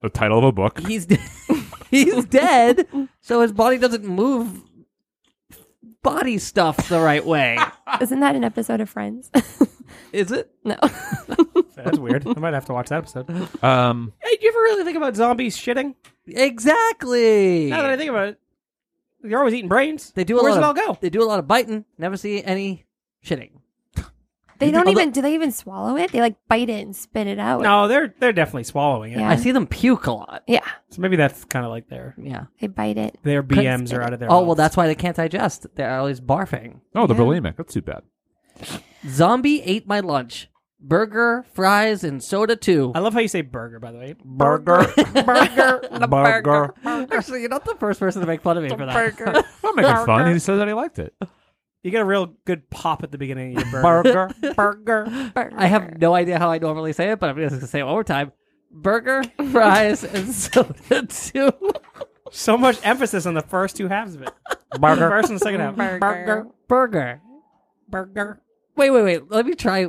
Speaker 3: The title of a book.
Speaker 4: He's de- he's dead, so his body doesn't move body stuff the right way.
Speaker 5: Isn't that an episode of Friends?
Speaker 4: Is it?
Speaker 5: no.
Speaker 6: That's weird. I might have to watch that episode. Hey,
Speaker 3: Um,
Speaker 6: do you ever really think about zombies shitting?
Speaker 4: Exactly.
Speaker 6: Now that I think about it, you're always eating brains.
Speaker 4: they do a
Speaker 6: Where's
Speaker 4: lot
Speaker 6: it
Speaker 4: of
Speaker 6: all go?
Speaker 4: they do a lot of biting. Never see any shitting.
Speaker 5: They don't
Speaker 4: although-
Speaker 5: even, do they even swallow it? They like bite it and spit it out.
Speaker 6: No, they're they're definitely swallowing it.
Speaker 5: Yeah.
Speaker 4: I see them puke a lot.
Speaker 5: Yeah,
Speaker 6: So maybe that's kind of like their
Speaker 4: Yeah.
Speaker 5: they bite it.
Speaker 6: their BMs are
Speaker 5: spit
Speaker 6: out of their.
Speaker 4: Oh well,
Speaker 6: mouths.
Speaker 4: that's why they can't digest. They're always barfing.
Speaker 3: oh, the
Speaker 5: Yeah.
Speaker 3: bulimic. That's too bad.
Speaker 4: Zombie ate my lunch. Burger, fries, and soda too.
Speaker 6: I love how you say burger. By the way,
Speaker 3: Burger.
Speaker 4: burger.
Speaker 3: Burger.
Speaker 4: Actually, you're not the first person to make fun of me for that.
Speaker 3: I'm making fun. He said that he liked it.
Speaker 6: you get a real good pop at the beginning of your burger.
Speaker 3: Burger.
Speaker 6: burger.
Speaker 4: I have no idea how I normally say it, but I'm just gonna say it one more time. Burger, fries, and soda too.
Speaker 6: So much emphasis on the first two halves of it. Burger. First and second half. Burger.
Speaker 4: Burger.
Speaker 6: Burger.
Speaker 4: Wait, wait, wait. Let me try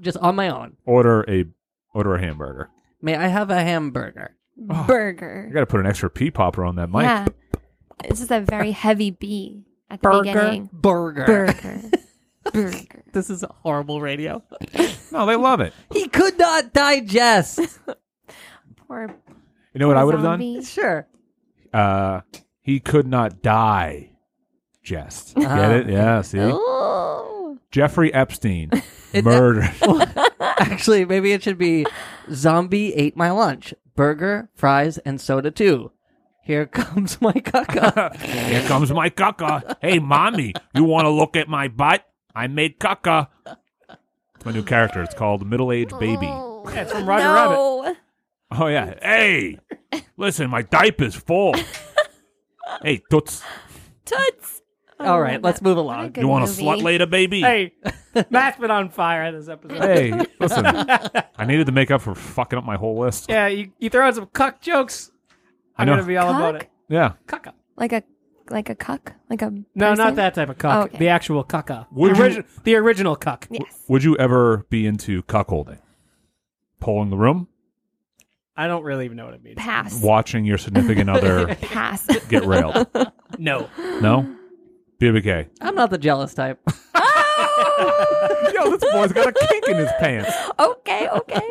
Speaker 4: just on my own.
Speaker 3: Order a order a hamburger.
Speaker 4: May I have a hamburger?
Speaker 3: You
Speaker 5: burger.
Speaker 3: got to put an extra pea popper on that mic.
Speaker 5: Yeah. It's just a very heavy B at the
Speaker 4: Burger.
Speaker 5: beginning.
Speaker 4: Burger.
Speaker 5: Burger. burger.
Speaker 4: This is horrible radio.
Speaker 3: No, they love it.
Speaker 4: He could not digest.
Speaker 5: Poor
Speaker 3: You know what I would have done?
Speaker 5: zombie.
Speaker 4: sure.
Speaker 3: Uh, he could not die. Jest.
Speaker 4: Ah.
Speaker 3: Get it? Yeah. See,
Speaker 5: Oh.
Speaker 3: Jeffrey Epstein murdered.
Speaker 4: Actually, maybe it should be zombie ate my lunch. Burger, fries, and soda too. Here comes my caca.
Speaker 3: Here comes my caca. Hey, mommy, you want to look at my butt? I made caca. It's my new character. It's called Middle Aged Baby.
Speaker 5: Oh.
Speaker 6: Yeah, it's from Roger Rabbit.
Speaker 5: no. Rabbit.
Speaker 3: Oh yeah. Hey, listen, my diaper's full. hey, toots.
Speaker 5: Toots. Oh
Speaker 4: All right, let's move along.
Speaker 5: good
Speaker 3: you want to
Speaker 5: movie.
Speaker 3: slut later, baby?
Speaker 6: Hey, Matt's been on fire this episode.
Speaker 3: Hey, listen. I needed to make up for fucking up my whole list.
Speaker 6: Yeah, you, you throw in some cuck jokes.
Speaker 3: I
Speaker 6: I'm
Speaker 3: know.
Speaker 6: gonna be all about
Speaker 5: Cuck?
Speaker 6: it.
Speaker 3: Yeah.
Speaker 6: Cucka.
Speaker 5: Like a like a cuck? Like a
Speaker 6: No,
Speaker 5: person?
Speaker 6: not that type of cuck.
Speaker 5: Oh, okay.
Speaker 6: The actual cucka.
Speaker 3: Would
Speaker 6: the,
Speaker 3: you-
Speaker 6: origi- the original cuck.
Speaker 5: Yes.
Speaker 3: Would you ever be into cuckolding? Polling the room,
Speaker 6: I don't really even know what it means.
Speaker 5: Pass.
Speaker 3: watching your significant other
Speaker 5: Pass.
Speaker 3: get railed.
Speaker 6: No.
Speaker 3: No? BBK.
Speaker 4: I'm not the jealous type.
Speaker 3: Yo, this boy's got a kink in his pants.
Speaker 5: Oh, okay, okay.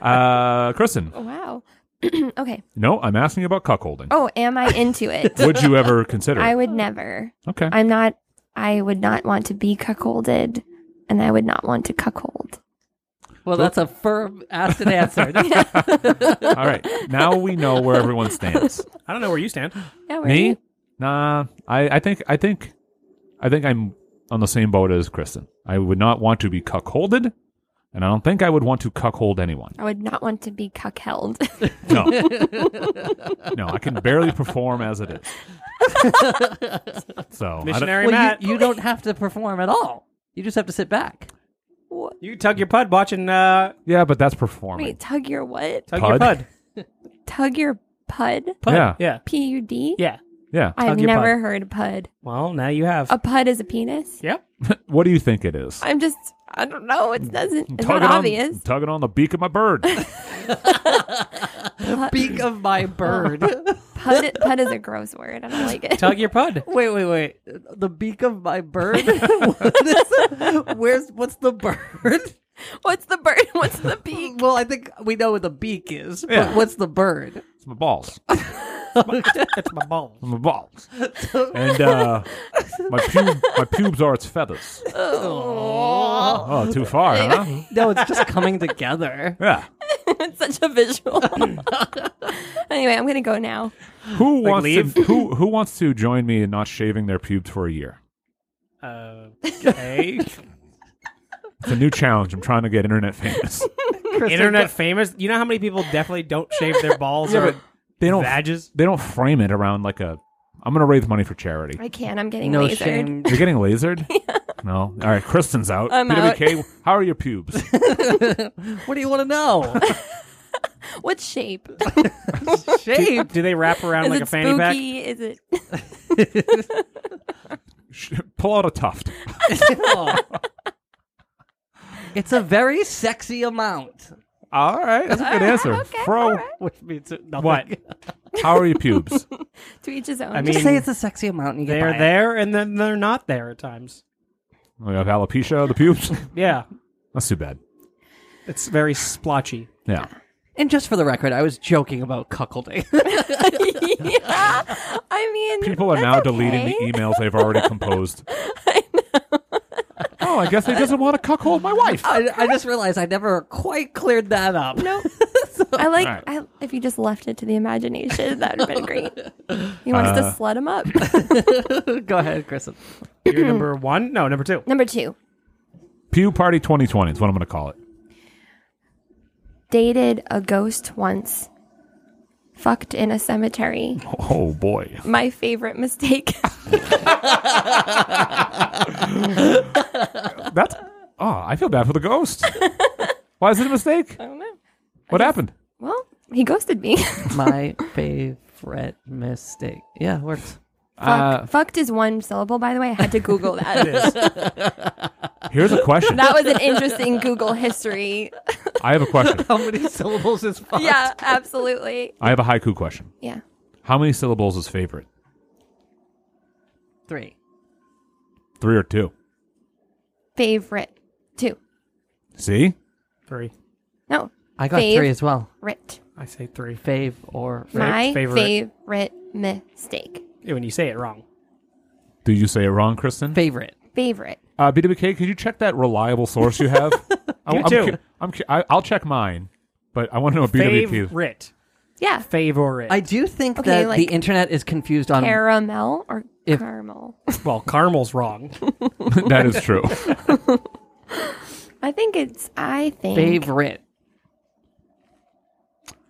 Speaker 3: Uh, Kristen,
Speaker 5: Wow. okay.
Speaker 3: no, I'm asking you about cuckolding.
Speaker 5: Oh, am I into it?
Speaker 3: Would you ever consider
Speaker 5: I
Speaker 3: it?
Speaker 5: would never.
Speaker 3: Okay.
Speaker 5: I'm not I would not want to be cuckolded and I would not want to cuckold.
Speaker 4: Well, that's a firm asked and answered.
Speaker 3: All right. Now we know where everyone stands.
Speaker 6: I don't know where you stand.
Speaker 5: Yeah, we're
Speaker 3: Me? Nah. I, I think I think I think I'm on the same boat as Kristen. I would not want to be cuckolded, and I don't think I would want to cuckold anyone.
Speaker 5: I would not want to be cuckheld.
Speaker 3: No. no, I can barely perform as it is. so I don't,
Speaker 6: Missionary
Speaker 4: well,
Speaker 6: Matt.
Speaker 4: you, you don't have to perform at all. You just have to sit back.
Speaker 6: You, tug your pud watching uh,
Speaker 3: yeah, but that's performing.
Speaker 5: Wait, tug your what?
Speaker 6: Tug
Speaker 3: Pud?
Speaker 6: your pud.
Speaker 5: Tug your pud?
Speaker 6: Pud.
Speaker 3: Yeah.
Speaker 6: Yeah.
Speaker 5: P U D?
Speaker 6: Yeah.
Speaker 3: Yeah.
Speaker 5: I have
Speaker 6: Tug your
Speaker 5: never heard pud.
Speaker 6: Well, now you have.
Speaker 5: A pud is a penis?
Speaker 6: yep.
Speaker 3: What do you think it is?
Speaker 5: I'm just I don't know. It doesn't it's
Speaker 3: Tugging
Speaker 5: not obvious.
Speaker 3: on, tugging on the beak of my bird.
Speaker 4: Beak of my bird.
Speaker 5: Pud pud is a gross word. I don't like it.
Speaker 6: Tug your pud.
Speaker 4: wait, wait, wait. The beak of my bird. What is- where's what's the bird?
Speaker 5: What's the bird? What's the beak?
Speaker 4: Well, I think we know what the beak is.
Speaker 3: Yeah.
Speaker 4: But what's the bird?
Speaker 3: it's my balls.
Speaker 6: That's my bone.
Speaker 3: My balls. and uh, my pub- my pubes are its feathers. Oh, too far, huh?
Speaker 4: No, it's just coming together.
Speaker 3: Yeah.
Speaker 5: It's such a visual. anyway, I'm gonna go now.
Speaker 3: Who
Speaker 6: Like
Speaker 3: wants
Speaker 6: leave?
Speaker 3: to, who who wants to join me in not shaving their pubes for a year?
Speaker 6: Uh, okay.
Speaker 3: It's a new challenge. I'm trying to get internet famous.
Speaker 6: Internet famous. You know how many people definitely don't shave their balls
Speaker 3: Yeah,
Speaker 6: or
Speaker 3: but They don't
Speaker 6: badges?
Speaker 3: they don't frame it around like a I'm gonna raise money for charity.
Speaker 5: I can. I'm getting
Speaker 4: No
Speaker 5: lasered.
Speaker 4: shame.
Speaker 3: You're getting lasered? No. All right, Kristen's out.
Speaker 5: I'm
Speaker 3: BWK, how are your pubes?
Speaker 4: What do you want to know?
Speaker 5: What shape?
Speaker 4: Shape.
Speaker 6: Do they wrap around
Speaker 5: Is
Speaker 6: like
Speaker 5: it
Speaker 6: a fanny pack?
Speaker 5: spooky? Is it?
Speaker 3: Sh- Pull out a tuft.
Speaker 4: it's a very sexy amount.
Speaker 3: All right, that's a good answer. Fro,
Speaker 6: Which means nothing.
Speaker 3: What? how are your pubes?
Speaker 5: To each his own.
Speaker 6: I mean,
Speaker 4: Just say it's a sexy amount and you get
Speaker 6: they're
Speaker 4: by it.
Speaker 6: there and then they're not there at times.
Speaker 3: We have alopecia of the pubes.
Speaker 6: Yeah.
Speaker 3: That's too bad.
Speaker 6: It's very splotchy.
Speaker 3: Yeah.
Speaker 4: And just for the record, I was joking about cuckolding.
Speaker 5: yeah. I mean,
Speaker 3: People are now deleting the e- emails they've already composed. Oh, I guess they doesn't want to cuckold my wife.
Speaker 6: Oh.
Speaker 4: I, I just realized I never quite cleared that up.
Speaker 5: No. I like
Speaker 3: Alright.
Speaker 5: I, if you just left it to the imagination. That would have been great. You want
Speaker 3: Uh,
Speaker 5: us to slut him up?
Speaker 4: Go ahead, Kristen.
Speaker 6: You're number one? No, number two.
Speaker 5: Number two,
Speaker 3: Pew Party 2020 is what I'm going to call it.
Speaker 5: dated a ghost once, fucked in a cemetery.
Speaker 3: Oh boy.
Speaker 5: My favorite mistake.
Speaker 3: That's Oh, I feel bad for the ghost. Why is it a mistake?
Speaker 5: I don't know.
Speaker 3: What happened?
Speaker 5: Well, he ghosted me.
Speaker 4: My favorite mistake. Yeah, works.
Speaker 5: Fuck,
Speaker 3: Uh,
Speaker 5: fucked is one syllable, by the way. I had to Google that.
Speaker 3: Here's a question.
Speaker 5: that was an interesting Google history.
Speaker 3: I have a question.
Speaker 4: How many syllables is fuck?
Speaker 5: Yeah, absolutely.
Speaker 3: I have a haiku question.
Speaker 5: Yeah.
Speaker 3: How many syllables is favorite?
Speaker 4: Three.
Speaker 3: Three or two?
Speaker 5: Favorite. Two.
Speaker 3: See?
Speaker 6: Three.
Speaker 5: No.
Speaker 4: I got
Speaker 5: Fave.
Speaker 4: three as well.
Speaker 5: Rit.
Speaker 6: I say three.
Speaker 4: Fave or
Speaker 5: My
Speaker 6: favorite.
Speaker 5: favorite. mistake.
Speaker 6: When you say it wrong.
Speaker 3: Do you say it wrong, Kristen?
Speaker 4: favorite.
Speaker 5: Favorite.
Speaker 3: Uh, BWK, could you check that reliable source you have? I,
Speaker 6: You
Speaker 3: I'm
Speaker 6: too.
Speaker 3: cu- I'm cu- I, I'll check mine, but I want to know what BWK is.
Speaker 6: Favorite.
Speaker 5: Yeah.
Speaker 6: Favorite.
Speaker 4: I do think
Speaker 5: Okay,
Speaker 4: that
Speaker 5: like-
Speaker 4: the internet is confused
Speaker 3: um,
Speaker 4: on
Speaker 5: Caramel or
Speaker 4: If-
Speaker 5: caramel?
Speaker 6: well, Carmel's wrong.
Speaker 3: that is true.
Speaker 5: I think it's, I think.
Speaker 4: favorite.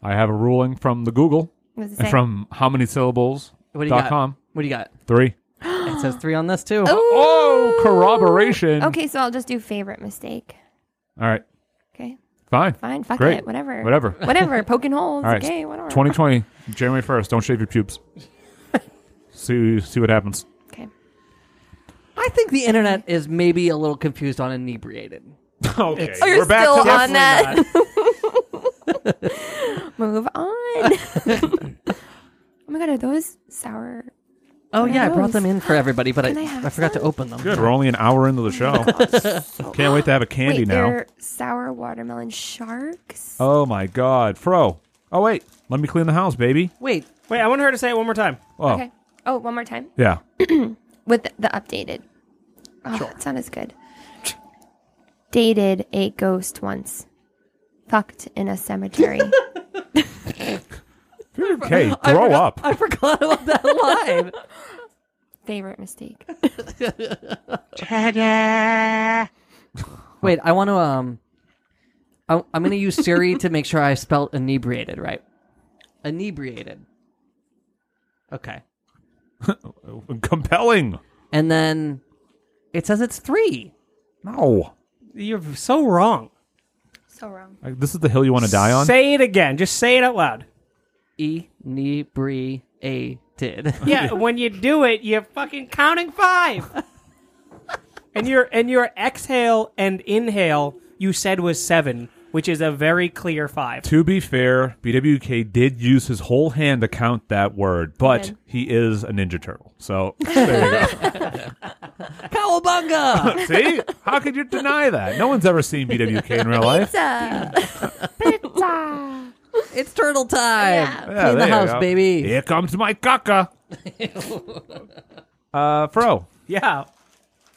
Speaker 3: I have a ruling from the Google
Speaker 5: What does it
Speaker 3: and
Speaker 5: say?
Speaker 3: from how many syllables
Speaker 4: What do you
Speaker 3: dot
Speaker 4: got?
Speaker 3: com.
Speaker 4: What do you got?
Speaker 3: Three.
Speaker 4: It's says three on this too.
Speaker 3: Oh, corroboration.
Speaker 5: Okay, so I'll just do favorite mistake.
Speaker 3: All right.
Speaker 5: Okay.
Speaker 3: Fine.
Speaker 5: Fine, fuck
Speaker 3: Great.
Speaker 5: it, whatever.
Speaker 3: Whatever.
Speaker 5: Whatever, poking holes.
Speaker 3: All right.
Speaker 5: Okay, whatever.
Speaker 3: 2020, January 1st. Don't shave your pubes. see, see what happens.
Speaker 5: Okay.
Speaker 4: I think the internet is maybe a little confused on inebriated.
Speaker 3: okay.
Speaker 5: Are you
Speaker 3: We're back
Speaker 5: Oh, still
Speaker 3: to
Speaker 5: on that? Move on. oh my god, are those sour?
Speaker 4: Oh yeah, I brought
Speaker 5: those?
Speaker 4: them in for everybody, but I,
Speaker 5: Can I have
Speaker 4: I, forgot to
Speaker 5: some?
Speaker 4: open them.
Speaker 3: Good. We're only an hour into the show. Can't wait to have a candy
Speaker 5: Wait,
Speaker 3: now.
Speaker 5: they're sour watermelon sharks.
Speaker 3: Oh my God, Fro. Oh wait, let me clean the house, baby.
Speaker 4: Wait,
Speaker 6: Wait, I want her to say it one more time.
Speaker 3: Oh
Speaker 5: Okay. Oh, one more time
Speaker 3: yeah.
Speaker 5: with the updated. Oh, it's not as good. Dated a ghost once. Fucked in a cemetery.
Speaker 3: Okay, grow up.
Speaker 4: I forgot about that line.
Speaker 5: Favorite mistake.
Speaker 4: Wait, I want to um, I, I'm going to use Siri to make sure I spell inebriated right. Inebriated. Okay,
Speaker 3: Compelling.
Speaker 4: and then it says it's three.
Speaker 3: No,
Speaker 6: You're so wrong.
Speaker 5: So wrong.
Speaker 3: Like, this is the hill you want to die on.
Speaker 6: Say it again. Just say it out loud.
Speaker 4: Inebriated.
Speaker 6: Yeah, when you do it, you're fucking counting five. and your and your exhale and inhale you said was seven, which is a very clear five.
Speaker 3: to be fair, BWK did use his whole hand to count that word, but he is a Ninja Turtle. So there you
Speaker 4: Cowabunga!
Speaker 3: go. See, how could you deny that? No one's ever seen BWK in real life.
Speaker 5: Pizza.
Speaker 4: it's turtle time.
Speaker 3: Yeah,
Speaker 4: Clean
Speaker 3: there
Speaker 4: the
Speaker 3: you
Speaker 4: house,
Speaker 3: go.
Speaker 4: baby.
Speaker 3: Here comes my caca. uh, Fro,
Speaker 6: Yeah.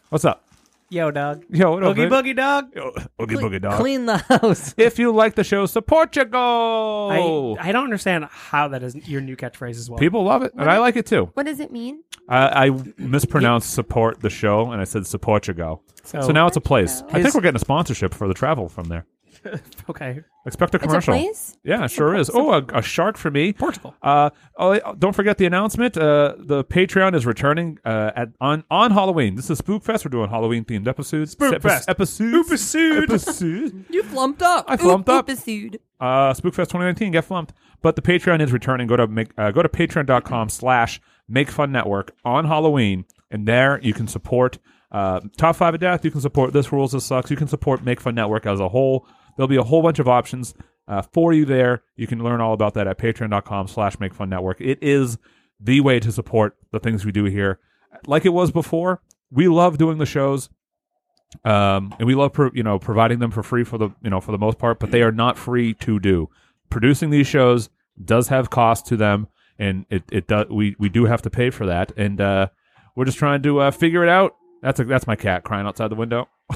Speaker 3: what's up?
Speaker 6: Yo, dog.
Speaker 3: Yo, what up,
Speaker 6: Boogie
Speaker 3: baby?
Speaker 6: boogie dog.
Speaker 3: Yo, Oogie boogie dog.
Speaker 4: Clean the house.
Speaker 3: If you like the show, support your goal.
Speaker 6: I, I don't understand how that is your new catchphrase as well.
Speaker 3: People love it, and I like it too.
Speaker 5: What does it mean?
Speaker 3: I, I mispronounced support the show, and I said support your go. So,
Speaker 6: So-
Speaker 3: now it's a place. I think
Speaker 4: Is-
Speaker 3: we're getting a sponsorship for the travel from there.
Speaker 6: okay.
Speaker 3: Expect a commercial.
Speaker 5: It's a place.
Speaker 3: Yeah, sure is. Oh, a, a shark for me.
Speaker 6: Portugal.
Speaker 3: Uh, oh, don't forget the announcement. Uh, the Patreon is returning uh, at on on Halloween. This is Spookfest. We're doing Halloween themed episodes.
Speaker 6: Spookfest.
Speaker 3: episodes. Episode. Episode.
Speaker 4: You flumped up.
Speaker 3: I flumped up.
Speaker 5: Episode.
Speaker 3: uh, Spookfest 2019 get flumped. But the Patreon is returning. Go to make uh, go to patreon.com slash make fun network on Halloween, and there you can support uh, top five of death. You can support this rules this sucks. You can support make fun network as a whole. There'll be a whole bunch of options uh, for you there. You can learn all about that at patreon.com slash make fun network. It is the way to support the things we do here. Like it was before, we love doing the shows um, and we love pro- you know providing them for free for the you know for the most part, but they are not free to do. Producing these shows does have cost to them, and it it does we we do have to pay for that, and uh, we're just trying to uh, figure it out. That's a, that's my cat crying outside the window.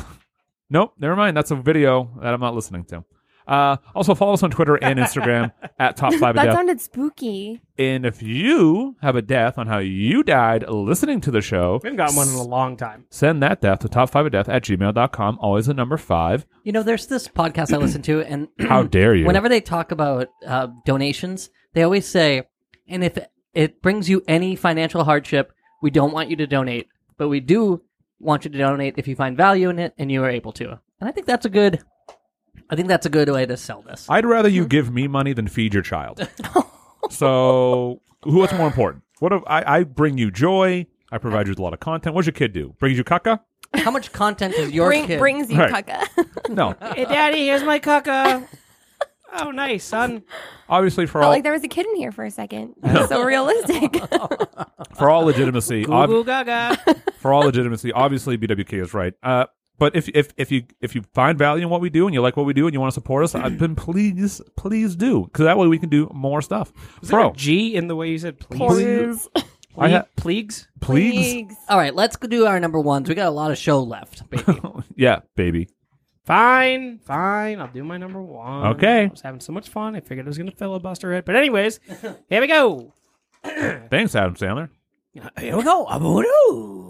Speaker 3: nope, never mind. That's a video that I'm not listening to. Uh, also follow us on Twitter and Instagram at Top Five of
Speaker 5: That
Speaker 3: Death.
Speaker 5: sounded spooky.
Speaker 3: and if you have a death on how you died listening to the show,
Speaker 6: We haven't gotten one in a long time.
Speaker 3: send that death to top five of death at gmail.com. Always the number five.
Speaker 4: You know, there's this podcast I listen to, and
Speaker 3: How dare you?
Speaker 4: whenever they talk about uh, donations, they always say, "And if it brings you any financial hardship, we don't want you to donate, but we do want you to donate if you find value in it and you are able to." And I think that's a good, I think that's a good way to sell this.
Speaker 3: I'd rather you give me money than feed your child. so, who what's more important? What if I, I bring you joy? I provide you with a lot of content. What's your kid do? Brings you caca?
Speaker 4: How much content does your
Speaker 5: Bring,
Speaker 4: kid?
Speaker 5: brings you
Speaker 3: Right.
Speaker 5: caca.
Speaker 3: No.
Speaker 6: Hey, daddy, here's my caca. Oh, nice, son.
Speaker 3: Obviously, for
Speaker 5: Felt
Speaker 3: all
Speaker 5: like there was a kid in here for a second. That was so realistic.
Speaker 3: for all legitimacy,
Speaker 6: Boo
Speaker 3: ob-
Speaker 6: boo gaga.
Speaker 3: for all legitimacy, obviously BWK is right. Uh, but if if if you if you find value in what we do and you like what we do and you want to support us, I've been please please do because that way we can do more stuff. Bro,
Speaker 6: G in the way you said please.
Speaker 5: Please.
Speaker 3: I ha-
Speaker 6: Please.
Speaker 3: please,
Speaker 4: All right, let's go do our number ones. We got a lot of show left, baby.
Speaker 3: yeah, baby.
Speaker 6: Fine, fine. I'll do my number one.
Speaker 3: Okay.
Speaker 6: I was having so much fun. I figured I was going to filibuster it. But, anyways, here we go.
Speaker 3: Thanks, Adam Sandler.
Speaker 6: Here we go. Abu-doo.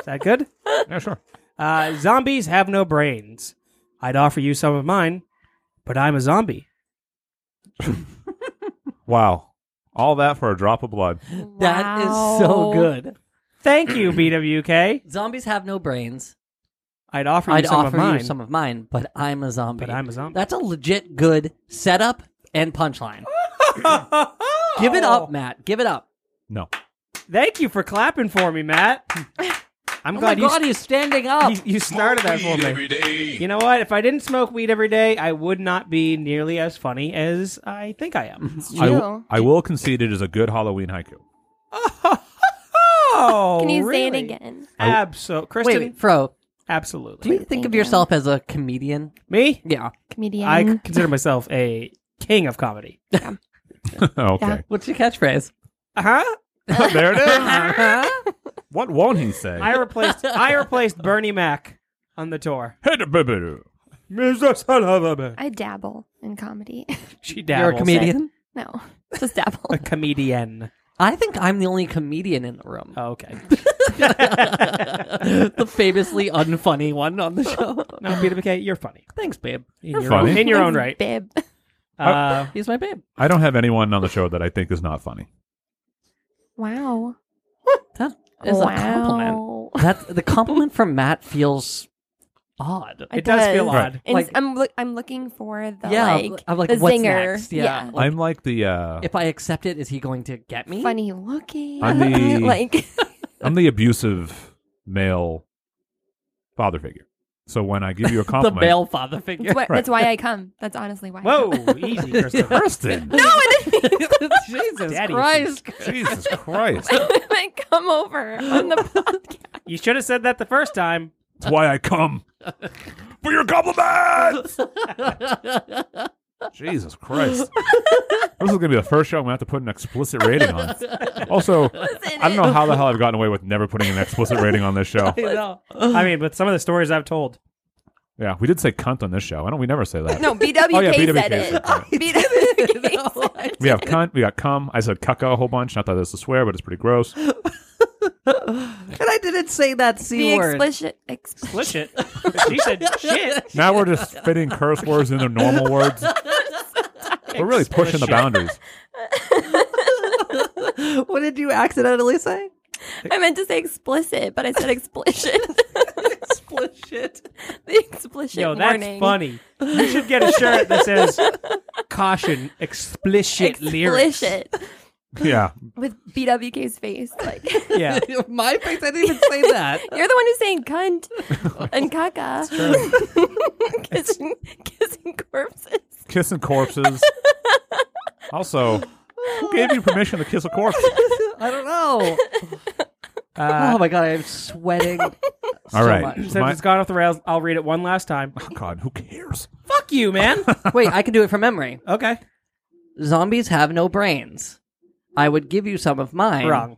Speaker 6: Is that good?
Speaker 3: Yeah, sure.
Speaker 6: Uh, zombies have no brains. I'd offer you some of mine, but I'm a zombie.
Speaker 3: Wow, all that for a drop of blood.
Speaker 4: That is so good.
Speaker 6: Thank you, BWK.
Speaker 4: Zombies have no brains.
Speaker 6: I'd offer you
Speaker 4: I'd
Speaker 6: some
Speaker 4: offer
Speaker 6: of mine,
Speaker 4: you some of mine, but I'm a zombie.
Speaker 6: but I'm a zombie.
Speaker 4: That's a legit good setup and punchline. Give it
Speaker 6: Oh.
Speaker 4: up, Matt. Give it up.
Speaker 3: No.
Speaker 6: Thank you for clapping for me, Matt. I'm
Speaker 4: Oh my
Speaker 6: glad you,
Speaker 4: god, he's standing up.
Speaker 6: you you started that for
Speaker 11: weed
Speaker 6: me.
Speaker 11: every day.
Speaker 6: You know what? If I didn't smoke weed every day, I would not be nearly as funny as I think I am.
Speaker 3: I, w-
Speaker 5: True.
Speaker 3: I will concede it is a good Halloween haiku.
Speaker 6: Oh,
Speaker 5: Can you say it
Speaker 6: really?
Speaker 5: again?
Speaker 6: Absolutely,
Speaker 4: Wait,
Speaker 6: Kristen.
Speaker 4: wait, Fro. Do
Speaker 6: Absolutely,
Speaker 4: you think of yourself as a comedian?
Speaker 6: me.
Speaker 4: Yeah.
Speaker 5: Comedian.
Speaker 6: I c- consider myself a king of comedy.
Speaker 3: okay.
Speaker 4: What's your catchphrase?
Speaker 6: Uh
Speaker 4: Uh-huh.
Speaker 6: huh.
Speaker 3: there it is. what won't he say?
Speaker 6: I replaced I replaced Bernie Mac on the tour.
Speaker 3: Hit it, baby.
Speaker 5: I dabble in comedy.
Speaker 6: She
Speaker 4: You're
Speaker 6: dabbles.
Speaker 4: a comedian.
Speaker 5: no, just dabble.
Speaker 6: A comedian.
Speaker 4: I think I'm the only comedian in the room.
Speaker 6: Oh, okay.
Speaker 4: the famously unfunny one on the show.
Speaker 6: No, BWK, you're funny.
Speaker 4: Thanks, babe.
Speaker 6: In
Speaker 3: You're
Speaker 6: your
Speaker 3: funny.
Speaker 6: Own, in your own right.
Speaker 5: Bib.
Speaker 6: Uh,
Speaker 4: He's my babe.
Speaker 3: I don't have anyone on the show that I think is not funny.
Speaker 5: Wow.
Speaker 4: That is
Speaker 5: wow.
Speaker 4: a compliment. That the compliment from Matt feels odd.
Speaker 6: It does feel
Speaker 3: Right.
Speaker 6: odd.
Speaker 5: And
Speaker 4: Like-
Speaker 5: s- I'm look, I'm looking for the
Speaker 4: yeah,
Speaker 5: like,
Speaker 4: I'm like
Speaker 5: the
Speaker 4: what's
Speaker 5: zinger.
Speaker 4: next? Yeah, like,
Speaker 3: I'm like the uh,
Speaker 4: if I accept it, is he going to get me?
Speaker 5: funny looking.
Speaker 3: I'm the-
Speaker 5: like
Speaker 3: I'm the abusive male father figure. So when I give you a
Speaker 4: the
Speaker 3: compliment,
Speaker 4: male father
Speaker 5: that's,
Speaker 4: figure.
Speaker 5: why, that's why I come. That's honestly why. I
Speaker 6: Whoa,
Speaker 5: come.
Speaker 6: easy, Kristen.
Speaker 3: Kristen,
Speaker 4: Jesus
Speaker 6: Daddy
Speaker 4: Christ!
Speaker 3: Jesus Christ,
Speaker 5: I come over on the podcast.
Speaker 6: You should have said that the first time.
Speaker 3: that's why I come for your compliments. Jesus Christ, this is gonna be the first show I'm gonna have to put an explicit rating on. Also, I don't know how the hell I've gotten away with never putting an explicit rating on this show.
Speaker 6: I mean, with some of the stories I've told.
Speaker 3: Yeah, we did say cunt on this show. I don't. We never say that.
Speaker 5: No, BWK,
Speaker 3: Oh, yeah,
Speaker 5: said
Speaker 3: BWK
Speaker 5: it.
Speaker 3: said
Speaker 5: BWK said it.
Speaker 3: We have cunt. We got cum. I said cucka a whole bunch. Not that that's a swear, but it's pretty gross.
Speaker 4: and I didn't say that c
Speaker 5: The
Speaker 4: word.
Speaker 5: explicit. explicit.
Speaker 6: Splish it. she said shit.
Speaker 3: Now we're just fitting curse words into normal words. We're really pushing the boundaries.
Speaker 4: what did you accidentally say?
Speaker 5: I meant to say explicit, but I said explicit.
Speaker 4: Explicit.
Speaker 5: the explicit
Speaker 6: Yo, that's
Speaker 5: warning.
Speaker 6: funny. You should get a shirt that says caution, explicit, lyrics.
Speaker 5: Explicit
Speaker 3: Yeah,
Speaker 5: with BWK's face. Like you're
Speaker 6: Yeah.
Speaker 4: My face. I didn't even say that.
Speaker 5: the one who's saying cunt and caca, kissing, kissing corpses.
Speaker 3: kissing corpses. Also, who gave you permission to kiss a corpse? Oh,
Speaker 4: I don't know.
Speaker 6: Uh,
Speaker 4: oh my god, I'm sweating.
Speaker 3: All right,
Speaker 4: much.
Speaker 6: since
Speaker 3: My-
Speaker 6: it's gone off the rails, I'll read it one last time.
Speaker 3: oh God, who cares?
Speaker 6: Fuck you, man.
Speaker 4: Wait, I can do it from memory.
Speaker 6: okay.
Speaker 4: Zombies have no brains. I would give you some of mine.
Speaker 6: Wrong.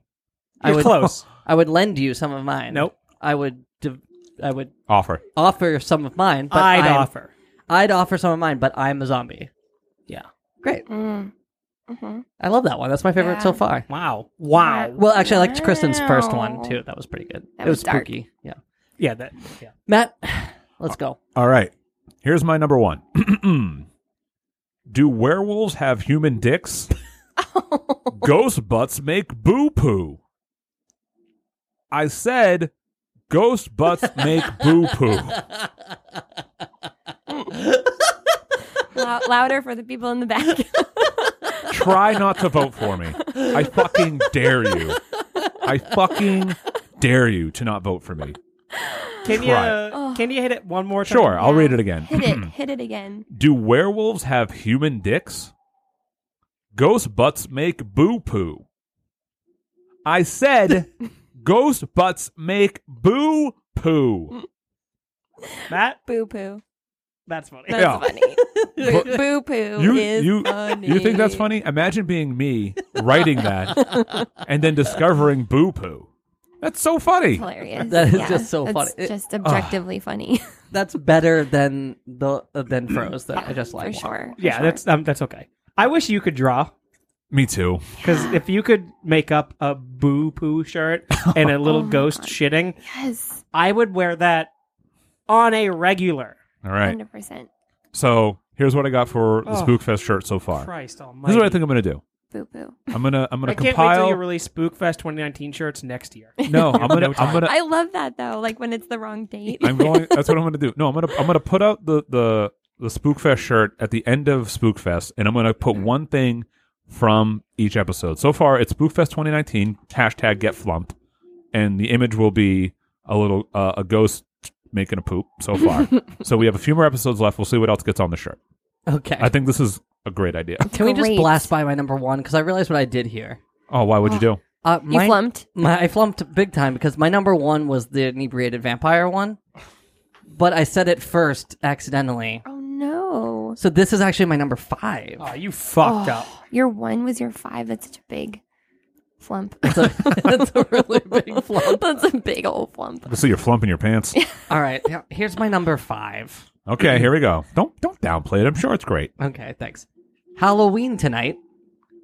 Speaker 4: I
Speaker 6: You're
Speaker 4: would-
Speaker 6: close.
Speaker 4: I would lend you some of mine.
Speaker 6: Nope.
Speaker 4: I would. Div- I would
Speaker 3: Offer.
Speaker 4: offer some of mine. But
Speaker 6: I'd
Speaker 4: I'm-
Speaker 6: offer.
Speaker 4: I'd offer some of mine, but I'm a zombie.
Speaker 6: Yeah.
Speaker 4: Great.
Speaker 5: Mm. hmm
Speaker 4: I love that one. That's my favorite
Speaker 5: Yeah.
Speaker 4: so far.
Speaker 6: Wow. Wow.
Speaker 4: Well, actually, I liked Kristen's first one
Speaker 5: Wow.
Speaker 4: too. That was pretty good.
Speaker 5: That
Speaker 4: it was
Speaker 5: was dark.
Speaker 4: spooky. Yeah.
Speaker 6: Yeah, that yeah.
Speaker 4: Matt, let's go.
Speaker 3: All right, here's my number one. Do werewolves have human dicks? ghost butts make boo poo. I said, ghost butts make boo poo.
Speaker 5: Lou- louder for the people in the back.
Speaker 3: Try not to vote for me. I fucking dare you. I fucking dare you to not vote for me.
Speaker 6: Can you
Speaker 3: Try.
Speaker 6: uh, can you hit it one more time?
Speaker 3: Sure, I'll read it
Speaker 5: hit
Speaker 3: again.
Speaker 5: it. Hit it again.
Speaker 3: Do werewolves have human dicks? Ghost butts make boo poo. I said, ghost butts make boo poo.
Speaker 6: Matt,
Speaker 5: Boo poo.
Speaker 6: that's funny.
Speaker 5: That's
Speaker 3: Yeah.
Speaker 5: funny. Boo- Boo poo
Speaker 3: You,
Speaker 5: is
Speaker 3: you,
Speaker 5: funny.
Speaker 3: you think that's funny? Imagine being me writing that and then discovering boo poo. That's so funny.
Speaker 5: Hilarious.
Speaker 4: That is just so
Speaker 5: that's
Speaker 4: funny. It-
Speaker 5: just objectively funny.
Speaker 4: That's better than the uh, than Froze that I just
Speaker 5: for
Speaker 4: like.
Speaker 5: sure. for
Speaker 6: yeah,
Speaker 5: sure.
Speaker 6: that's um, that's okay. I wish you could draw
Speaker 3: Me too.
Speaker 6: because if you could make up a boo poo shirt and a little
Speaker 5: Oh my
Speaker 6: ghost
Speaker 5: God.
Speaker 6: shitting,
Speaker 5: yes,
Speaker 6: I would wear that on a regular.
Speaker 3: All right.
Speaker 5: hundred percent.
Speaker 3: So here's what I got for the
Speaker 6: Oh.
Speaker 3: Spookfest shirt so far.
Speaker 6: Christ Almighty!
Speaker 3: This is what I think I'm going to do.
Speaker 5: boo boo.
Speaker 3: I'm gonna I'm gonna
Speaker 6: I can't wait till you
Speaker 3: compile.
Speaker 6: release Spookfest 2019 shirts next year.
Speaker 3: no, I'm gonna
Speaker 6: No time.
Speaker 3: I'm gonna
Speaker 10: I love that though. Like when it's the wrong date.
Speaker 3: I'm going. That's what I'm going to do. No, I'm going to I'm going to put out the the the Spookfest shirt at the end of Spookfest, and I'm going to put one thing from each episode. So far, it's Spookfest 2019 hashtag Get Flumped, and the image will be a little uh, a ghost making a poop. So far, so we have a few more episodes left. We'll see what else gets on the shirt.
Speaker 4: Okay.
Speaker 3: I think this is a great idea.
Speaker 4: Can we just
Speaker 5: Great.
Speaker 4: blast by my number one? Because I realized what I did here.
Speaker 3: Oh, why would you do?
Speaker 4: Uh,
Speaker 5: You
Speaker 4: my,
Speaker 5: flumped.
Speaker 4: my- I flumped big time because my number one was the inebriated vampire one, but I said it first accidentally.
Speaker 5: Oh no. Oh,
Speaker 4: So this is actually my number five.
Speaker 6: Oh, you fucked up.
Speaker 5: Your one was your five. That's such a big flump.
Speaker 4: That's a, that's a really big flump.
Speaker 10: That's a big old flump.
Speaker 3: So you're flumping your pants.
Speaker 4: All right, here- here's my number five.
Speaker 3: Okay, here we go. Don't don't downplay it. I'm sure it's great.
Speaker 4: Okay, thanks. Halloween tonight.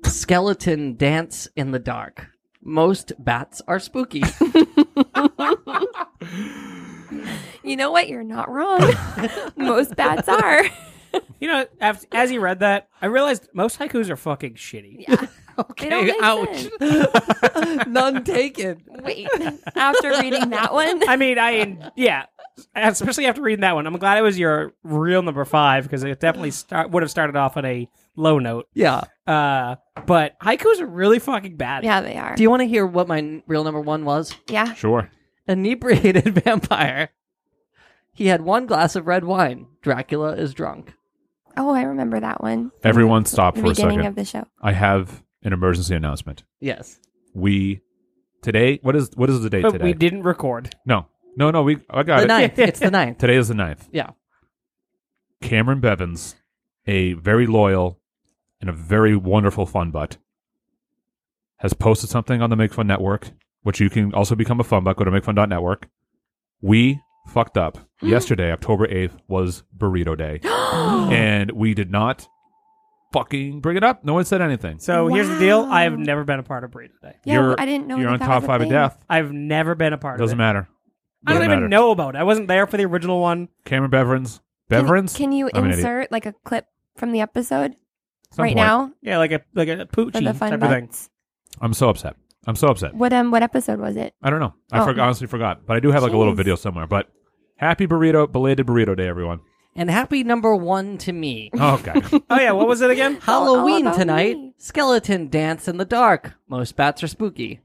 Speaker 4: Skeleton dance in the dark. Most bats are spooky.
Speaker 10: You know what? You're not wrong. Most bats are.
Speaker 6: You know, as, as you read that, I realized most haikus are fucking shitty.
Speaker 10: They don't make
Speaker 6: ouch.
Speaker 10: sense.
Speaker 4: None taken.
Speaker 10: Wait. After reading that one.
Speaker 6: I mean, I yeah, especially after reading that one. I'm glad it was your real number five because it definitely start, would have started off on a low note.
Speaker 4: Yeah.
Speaker 6: Uh, but haikus are really fucking bad.
Speaker 5: yeah, they are.
Speaker 4: Do you want to hear what my n- real number one was?
Speaker 5: yeah.
Speaker 3: Sure.
Speaker 4: Inebriated vampire. He had one glass of red wine. Dracula is drunk.
Speaker 5: Oh, I remember that one.
Speaker 3: Everyone, stop
Speaker 5: The
Speaker 3: for a
Speaker 5: beginning
Speaker 3: second.
Speaker 5: of the show.
Speaker 3: I have an emergency announcement.
Speaker 4: Yes.
Speaker 3: we today what is what is the date
Speaker 6: But
Speaker 3: today
Speaker 6: we didn't record.
Speaker 3: no no no we i got
Speaker 4: The
Speaker 3: it
Speaker 4: ninth. it's the ninth.
Speaker 3: today is the ninth
Speaker 4: Yeah.
Speaker 3: cameron bevins a very loyal and a very wonderful fun butt has posted something on the make fun network which you can also become a fun butt go to makefun.network we fucked up yesterday october 8th was burrito day and we did not fucking bring it up no one said anything
Speaker 6: So here's the deal:
Speaker 5: Wow.
Speaker 6: I have never been a part of Burrito Day.
Speaker 5: Yeah,
Speaker 3: You're-
Speaker 5: I didn't know
Speaker 3: you're
Speaker 5: that
Speaker 3: on
Speaker 5: that
Speaker 3: top
Speaker 5: was a
Speaker 3: five of
Speaker 5: thing.
Speaker 3: death
Speaker 6: I've never been a part
Speaker 3: doesn't
Speaker 6: of it.
Speaker 3: matter
Speaker 6: I don't
Speaker 3: Doesn't matter.
Speaker 6: even know about it. I wasn't there for the original one.
Speaker 3: Cameron Beverins.
Speaker 5: Can-
Speaker 3: Beverins?
Speaker 5: Can, you
Speaker 3: I'm an idiot.
Speaker 5: insert like a clip from the episode
Speaker 3: Some
Speaker 5: right
Speaker 3: point.
Speaker 5: now
Speaker 6: Yeah, like a like a
Speaker 5: for
Speaker 6: poochie
Speaker 5: the
Speaker 6: type
Speaker 5: fun
Speaker 6: of thing.
Speaker 5: butts?
Speaker 3: I'm so upset. I'm so upset.
Speaker 5: What um what episode was it?
Speaker 3: I don't know. I
Speaker 5: Oh.
Speaker 3: forg- honestly forgot, but I do have like a little
Speaker 5: Jeez.
Speaker 3: video somewhere. But happy burrito, belated burrito day, everyone.
Speaker 4: And happy number one to me.
Speaker 3: Okay.
Speaker 6: Oh yeah, what was it again?
Speaker 5: all
Speaker 4: Halloween
Speaker 5: about
Speaker 4: tonight.
Speaker 5: me.
Speaker 4: Skeleton dance in the dark. Most bats are spooky.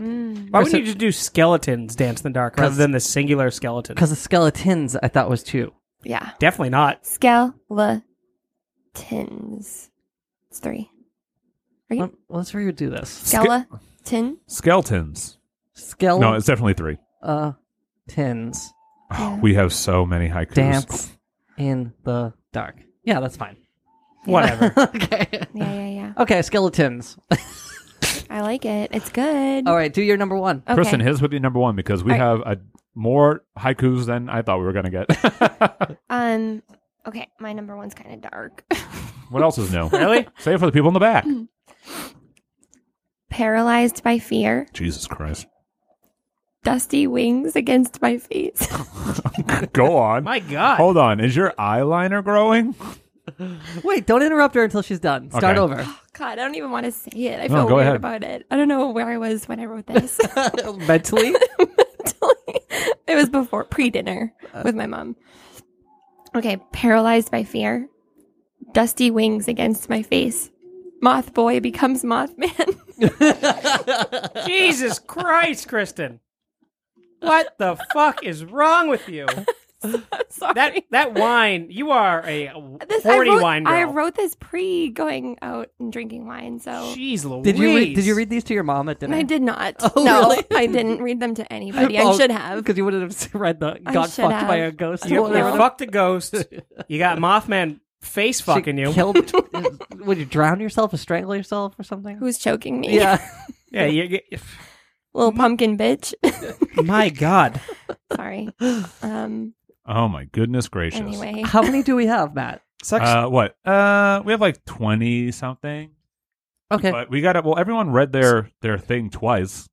Speaker 5: Mm.
Speaker 6: Why wouldn't you just do skeletons dance in the dark rather
Speaker 4: 'Cause-
Speaker 6: than the singular skeleton?
Speaker 4: Because the skeletons I thought was two.
Speaker 5: Yeah.
Speaker 6: Definitely not.
Speaker 5: Skeletons. It's three.
Speaker 4: Let, let's redo this.
Speaker 5: Skeleton.
Speaker 3: Skeletons.
Speaker 4: Skeleton.
Speaker 3: No, it's definitely three.
Speaker 4: uh, tins
Speaker 3: Oh,
Speaker 5: Yeah.
Speaker 3: we have so many haikus.
Speaker 4: dance in the dark. Yeah, that's fine.
Speaker 6: Whatever.
Speaker 4: okay.
Speaker 5: Yeah, yeah, yeah.
Speaker 4: Okay, skeletons.
Speaker 5: I like it. It's good.
Speaker 4: All right, do your number one.
Speaker 5: Okay.
Speaker 3: Kristen, his would be number one because we
Speaker 5: All
Speaker 3: have a, more haikus than I thought we were going to get.
Speaker 5: Um. Okay, my number one's kind of dark.
Speaker 3: what else is new?
Speaker 6: Really?
Speaker 3: Say it for the people in the back.
Speaker 5: Paralyzed by fear.
Speaker 3: Jesus Christ.
Speaker 5: Dusty wings against my face.
Speaker 3: Go on.
Speaker 6: My God.
Speaker 3: Hold on. Is your eyeliner growing?
Speaker 4: Wait, don't interrupt her until she's done. Start
Speaker 3: Okay.
Speaker 4: over.
Speaker 5: God, I don't even want to say it. I
Speaker 3: No,
Speaker 5: feel
Speaker 3: go
Speaker 5: weird
Speaker 3: ahead.
Speaker 5: about it. I don't know where I was when I wrote this.
Speaker 4: Mentally?
Speaker 5: it was before pre dinner with my mom. Okay, paralyzed by fear. Dusty wings against my face. Moth boy becomes Mothman.
Speaker 6: Jesus Christ, Kristen. What the fuck is wrong with you?
Speaker 5: Sorry.
Speaker 6: That that wine, you are a
Speaker 5: this, I,
Speaker 6: horny
Speaker 5: wrote,
Speaker 6: wine
Speaker 5: I
Speaker 6: girl.
Speaker 5: wrote this pre going out and drinking wine, so.
Speaker 6: Jeez Louise.
Speaker 4: did you read, did you read these to your mom at
Speaker 5: And
Speaker 4: dinner?
Speaker 5: I did not.
Speaker 4: Oh,
Speaker 5: no,
Speaker 4: really? Oh,
Speaker 5: I didn't read them to anybody. I should have.
Speaker 4: because you wouldn't have read the
Speaker 5: I
Speaker 4: got
Speaker 5: should
Speaker 4: fucked by
Speaker 5: have.
Speaker 4: a ghost.
Speaker 6: You,
Speaker 4: or
Speaker 6: you
Speaker 4: whatever.
Speaker 6: fucked a ghost. You got Mothman face
Speaker 4: She
Speaker 6: fucking you.
Speaker 4: Killed, would you drown yourself or strangle yourself or something?
Speaker 5: Who's choking me?
Speaker 4: yeah.
Speaker 6: yeah, you, you-
Speaker 5: Little pumpkin bitch.
Speaker 6: my God.
Speaker 5: Sorry. Um.
Speaker 3: Oh, my goodness gracious.
Speaker 5: Anyway,
Speaker 4: How many do we have, Matt?
Speaker 6: Sucks.
Speaker 3: Uh, what? Uh, we have like twenty something.
Speaker 4: Okay.
Speaker 3: But we got it. Well, everyone read their their thing twice.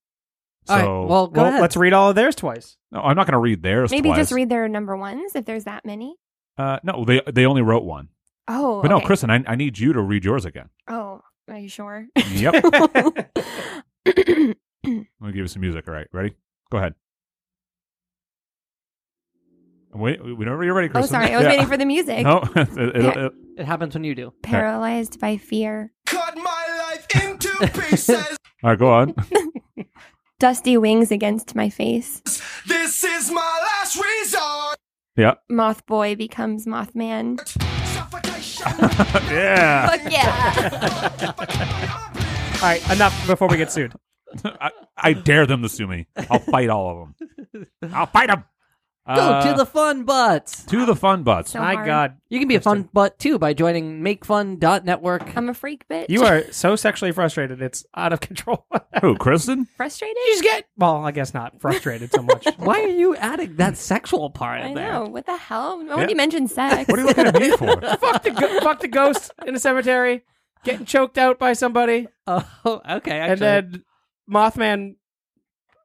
Speaker 3: So
Speaker 4: All right. Well, go
Speaker 6: well,
Speaker 4: ahead.
Speaker 6: let's read all of theirs twice.
Speaker 3: no, I'm not going to read theirs.
Speaker 5: maybe
Speaker 3: twice.
Speaker 5: just read their number ones if there's that many.
Speaker 3: Uh, no, they they only wrote one.
Speaker 5: Oh,
Speaker 3: But no,
Speaker 5: okay.
Speaker 3: Kristen, I, I need you to read yours again.
Speaker 5: Oh, Are you sure?
Speaker 3: Yep.
Speaker 5: Oh, Wait,
Speaker 3: Let me give you some music. All right, ready? Go ahead. Wait, whenever you're ready,
Speaker 5: oh,
Speaker 3: Chris.
Speaker 5: sorry. I was waiting for the music.
Speaker 3: No, it, it,
Speaker 5: Yeah.
Speaker 3: it,
Speaker 4: It happens when you do.
Speaker 5: Paralyzed by fear.
Speaker 8: Cut my life into pieces.
Speaker 3: all right, go on.
Speaker 5: Dusty wings against my face.
Speaker 8: this is my last resort.
Speaker 5: Moth boy becomes Mothman.
Speaker 8: Suffocation.
Speaker 3: yeah.
Speaker 5: Fuck yeah.
Speaker 6: All right, enough before we get sued.
Speaker 3: I, I dare them to sue me. I'll fight all of them. I'll fight them.
Speaker 4: Go
Speaker 6: uh,
Speaker 4: to the fun butts.
Speaker 3: to the fun butts.
Speaker 5: So
Speaker 6: My
Speaker 5: hard.
Speaker 6: God,
Speaker 4: You can be a fun butt too by joining makefun.network.
Speaker 5: I'm a freak, bitch.
Speaker 6: you are so sexually frustrated; it's out of control. you
Speaker 3: Who, Kristen?
Speaker 5: frustrated?
Speaker 6: just get well, I guess not frustrated so much.
Speaker 4: Why are you adding that sexual part
Speaker 5: I
Speaker 4: in there?
Speaker 5: know. What the hell? I
Speaker 3: Yeah.
Speaker 5: already mentioned sex.
Speaker 3: What are you looking at me for?
Speaker 6: fuck the go- fuck the ghost in a cemetery, getting choked out by somebody,
Speaker 4: Oh, okay. Actually,
Speaker 6: and then Mothman.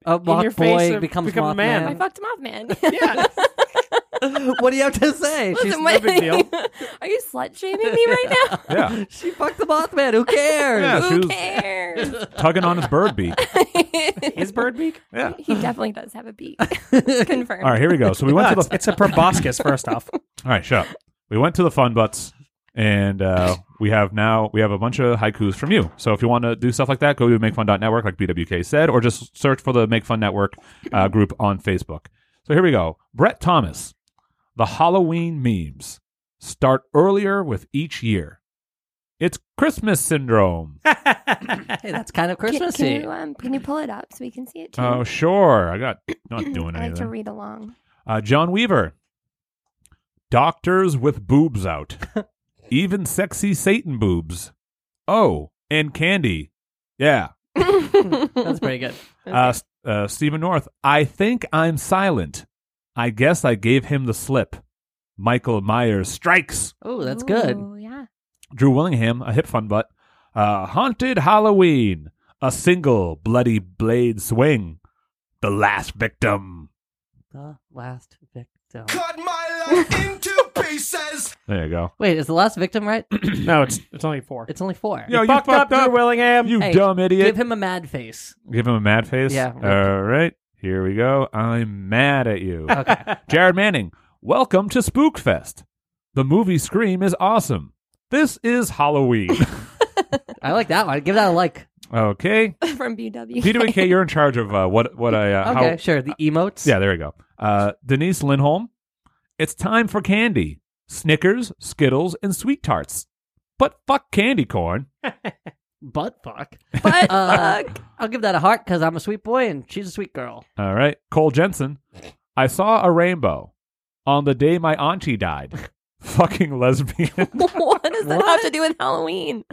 Speaker 4: a moth
Speaker 6: your
Speaker 4: boy
Speaker 6: face, uh,
Speaker 4: becomes
Speaker 6: become a man.
Speaker 5: I
Speaker 4: Mothman.
Speaker 5: fucked Mothman.
Speaker 6: Yeah,
Speaker 4: what do you have to say? She's,
Speaker 5: Listen, what-
Speaker 6: no big deal.
Speaker 5: are you slut shaming me right now?
Speaker 3: Yeah.
Speaker 4: she fucked the Mothman. Who cares?
Speaker 3: Yeah, she
Speaker 5: Who
Speaker 3: was
Speaker 5: cares?
Speaker 3: tugging on his bird beak.
Speaker 6: his bird beak.
Speaker 3: Yeah.
Speaker 5: he definitely does have a beak. Confirmed.
Speaker 3: All right, here we go. So we went
Speaker 6: No,
Speaker 3: to the.
Speaker 6: it's, it's a proboscis. First off,
Speaker 3: All right, shut up. We went to the fun butts, and uh, we have now we have a bunch of haikus from you. So if you want to do stuff like that, go to makefun.network, like BWK said, or just search for the Make Fun Network uh, group on Facebook. So here we go. Brett Thomas, the Halloween memes start earlier with each year. It's Christmas syndrome.
Speaker 4: Hey, that's kind of
Speaker 5: Can,
Speaker 4: Christmassy.
Speaker 5: can, you, um, can you pull it up so we can see it too?
Speaker 3: Oh, sure. I got not doing
Speaker 5: Mm, I like to
Speaker 3: anything.
Speaker 5: read along.
Speaker 3: Uh, John Weaver. Doctors with boobs out. Even sexy Satan boobs. Oh, and candy. Yeah.
Speaker 4: That's pretty good.
Speaker 3: Uh, S- uh, Stephen North. I think I'm silent. I guess I gave him the slip. Michael Myers strikes.
Speaker 4: Oh, that's good.
Speaker 5: Ooh, yeah.
Speaker 3: Drew Willingham, a hip fun butt. Uh, Haunted Halloween. A single bloody blade swing. The last victim.
Speaker 4: The last victim.
Speaker 8: Cut my life into pieces.
Speaker 3: There you go.
Speaker 4: Wait, is the last victim right?
Speaker 6: no, it's it's only four.
Speaker 4: it's only four.
Speaker 3: Yo, you
Speaker 6: fucked, up, Drew Willingham.
Speaker 3: You
Speaker 4: Hey,
Speaker 3: dumb idiot.
Speaker 4: Give him a mad face.
Speaker 3: Give him a mad face?
Speaker 4: Yeah.
Speaker 3: All right. Here we go. I'm mad at you.
Speaker 4: Okay.
Speaker 3: Jared Manning, welcome to Spookfest. The movie Scream is awesome. This is Halloween.
Speaker 4: I like that one. Give that a like.
Speaker 3: okay.
Speaker 5: From BW.
Speaker 3: PWK, you're in charge of uh, what, what I. Uh,
Speaker 4: Okay,
Speaker 3: how-
Speaker 4: sure. The emotes.
Speaker 3: yeah, there we go. Uh, Denise Lindholm, it's time for candy Snickers, Skittles, and Sweet Tarts. But fuck candy corn.
Speaker 4: Butt fuck.
Speaker 5: But
Speaker 4: Uh,
Speaker 5: fuck.
Speaker 4: I'll give that a heart because I'm a sweet boy and she's a sweet girl.
Speaker 3: All right. Cole Jensen. I saw a rainbow on the day my auntie died. Fucking lesbian.
Speaker 5: what does that have to do with Halloween?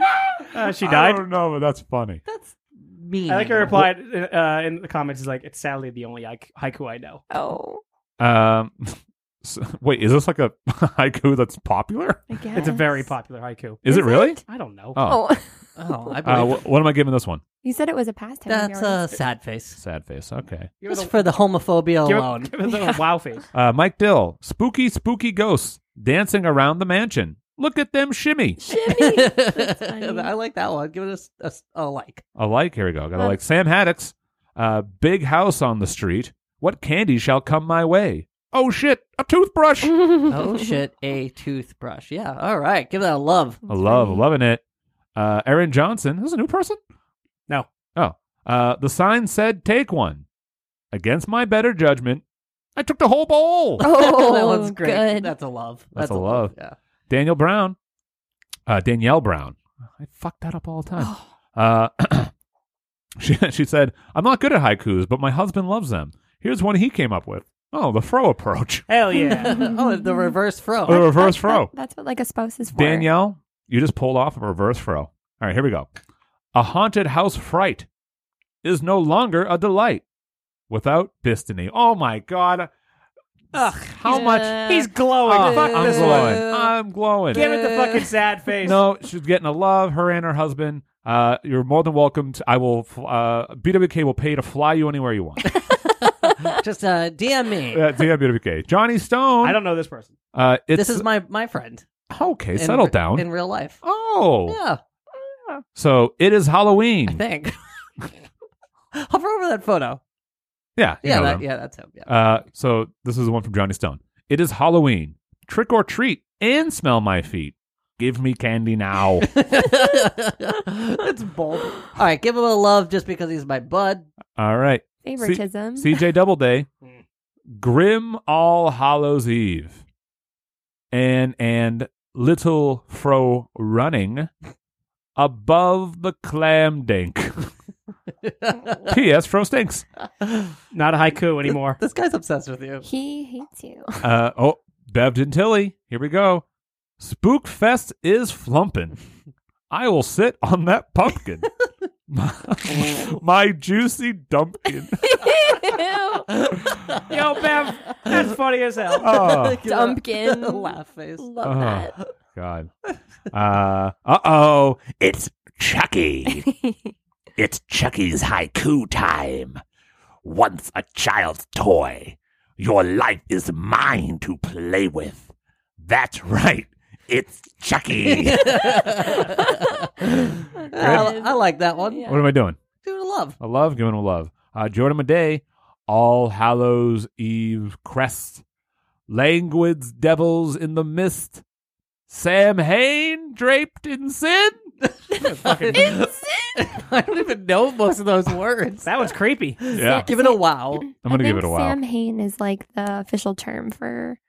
Speaker 6: Uh, she
Speaker 3: I
Speaker 6: died.
Speaker 3: don't know, but that's funny.
Speaker 4: That's mean.
Speaker 6: I like her replied uh, in the comments is like, "It's sadly the only haik- haiku I know."
Speaker 5: Oh,
Speaker 3: Um, so- wait, is this like a haiku that's popular?
Speaker 5: I guess.
Speaker 6: It's a very popular haiku.
Speaker 3: Is, it really?
Speaker 6: I don't know.
Speaker 3: Oh.
Speaker 5: Oh,
Speaker 4: Oh, I
Speaker 3: Uh,
Speaker 4: believe
Speaker 3: wh- what am I giving this one?
Speaker 5: you said it was a pastime. of
Speaker 4: that's
Speaker 5: yours.
Speaker 4: a sad face.
Speaker 3: Sad face. Okay.
Speaker 6: Give it
Speaker 4: Just
Speaker 6: a-
Speaker 4: for the homophobia
Speaker 6: give it-
Speaker 4: alone.
Speaker 6: give it a wow face.
Speaker 3: Uh, Mike Dill. Spooky, spooky ghosts dancing around the mansion. Look at them shimmy.
Speaker 5: Shimmy. That's funny.
Speaker 4: I like that one. Give it a s- a, s- a like.
Speaker 3: I like. Here we go. Got to like Sam Haddocks. Uh, big house on the street. What candy shall come my way? Oh shit! A toothbrush.
Speaker 4: Oh shit, a toothbrush. Yeah. All right. Give that a love.
Speaker 3: I love loving it. Uh, Aaron Johnson. This is a new person.
Speaker 6: No.
Speaker 3: Oh. Uh, the sign said, "Take one." Against my better judgment, I took the whole bowl.
Speaker 5: Oh,
Speaker 4: that one's great.
Speaker 5: good.
Speaker 4: That's a love.
Speaker 3: That's a love.
Speaker 4: Yeah.
Speaker 3: Daniel Brown. Uh, Danielle Brown. I fuck that up all the time. Uh, she she said, "I'm not good at haikus, but my husband loves them." Here's one he came up with. Oh, the fro approach.
Speaker 6: Hell yeah.
Speaker 4: oh, the reverse fro.
Speaker 3: The reverse
Speaker 5: That-
Speaker 3: fro.
Speaker 5: that's what like a spouse is for.
Speaker 3: Danielle, you just pulled off a reverse fro. All right, here we go. A haunted house fright is no longer a delight without destiny. Oh my god. Ugh, how much
Speaker 6: He's glowing.
Speaker 3: Oh,
Speaker 6: Fuck
Speaker 3: I'm
Speaker 6: this
Speaker 3: glowing.
Speaker 6: one.
Speaker 3: I'm glowing.
Speaker 6: Give it the fucking sad face.
Speaker 3: No, she's getting a love, her and her husband. Uh, you're more than welcome. To, I will fl- uh, BWK will pay to fly you anywhere you want. uh,
Speaker 4: Just uh, DM me.
Speaker 3: DM BWK. Johnny Stone.
Speaker 6: I don't know this person.
Speaker 3: uh, it's,
Speaker 4: this is my my friend.
Speaker 3: okay.
Speaker 4: in
Speaker 3: settle
Speaker 4: re-
Speaker 3: down.
Speaker 4: in real life.
Speaker 3: oh, Hmm.
Speaker 4: Yeah.
Speaker 3: So it is Halloween.
Speaker 4: I think. Hover over that photo.
Speaker 3: Yeah. you
Speaker 4: Yeah,
Speaker 3: know
Speaker 4: that,
Speaker 3: them.
Speaker 4: yeah, that's him. Yeah.
Speaker 3: Uh, so this is the one from Johnny Stone. It is Halloween. Trick or treat and smell my feet. Give me candy now. Uh,
Speaker 4: That's bold. All right, give him a love just because he's my bud.
Speaker 3: All right.
Speaker 10: Favoritism.
Speaker 3: CJ Doubleday. Grim All Hallows Eve. And and Little Fro Running Above the Clam Dink. P.S. Fro stinks.
Speaker 6: Not a haiku anymore.
Speaker 4: This guy's obsessed with you.
Speaker 5: He hates you.
Speaker 3: Uh, oh, Bev and Tilly. Here we go. Spookfest is flumpin'. I will sit on that pumpkin. my, my juicy dumpkin.
Speaker 6: Yo, Bev, that's funny as hell.
Speaker 3: Oh,
Speaker 10: Dumpkin.
Speaker 4: laugh face.
Speaker 10: Love
Speaker 3: Oh.
Speaker 10: that.
Speaker 3: God. Uh oh. It's Chucky. it's Chucky's haiku time. Once a child's toy, your life is mine to play with. That's right. It's Chucky.
Speaker 4: I, I like that one.
Speaker 3: what am I doing?
Speaker 4: Dude, love.
Speaker 3: I love giving him love. Uh, Jordan Madey, All Hallows Eve Crest, Languids Devils in the Mist, Sam Hain draped in sin.
Speaker 4: I don't even know most of those words.
Speaker 6: That was creepy.
Speaker 3: Yeah,
Speaker 4: Give it a wow.
Speaker 3: I'm gonna
Speaker 5: I
Speaker 3: give
Speaker 5: think
Speaker 3: it a wow.
Speaker 5: Sam Hain is like the official term for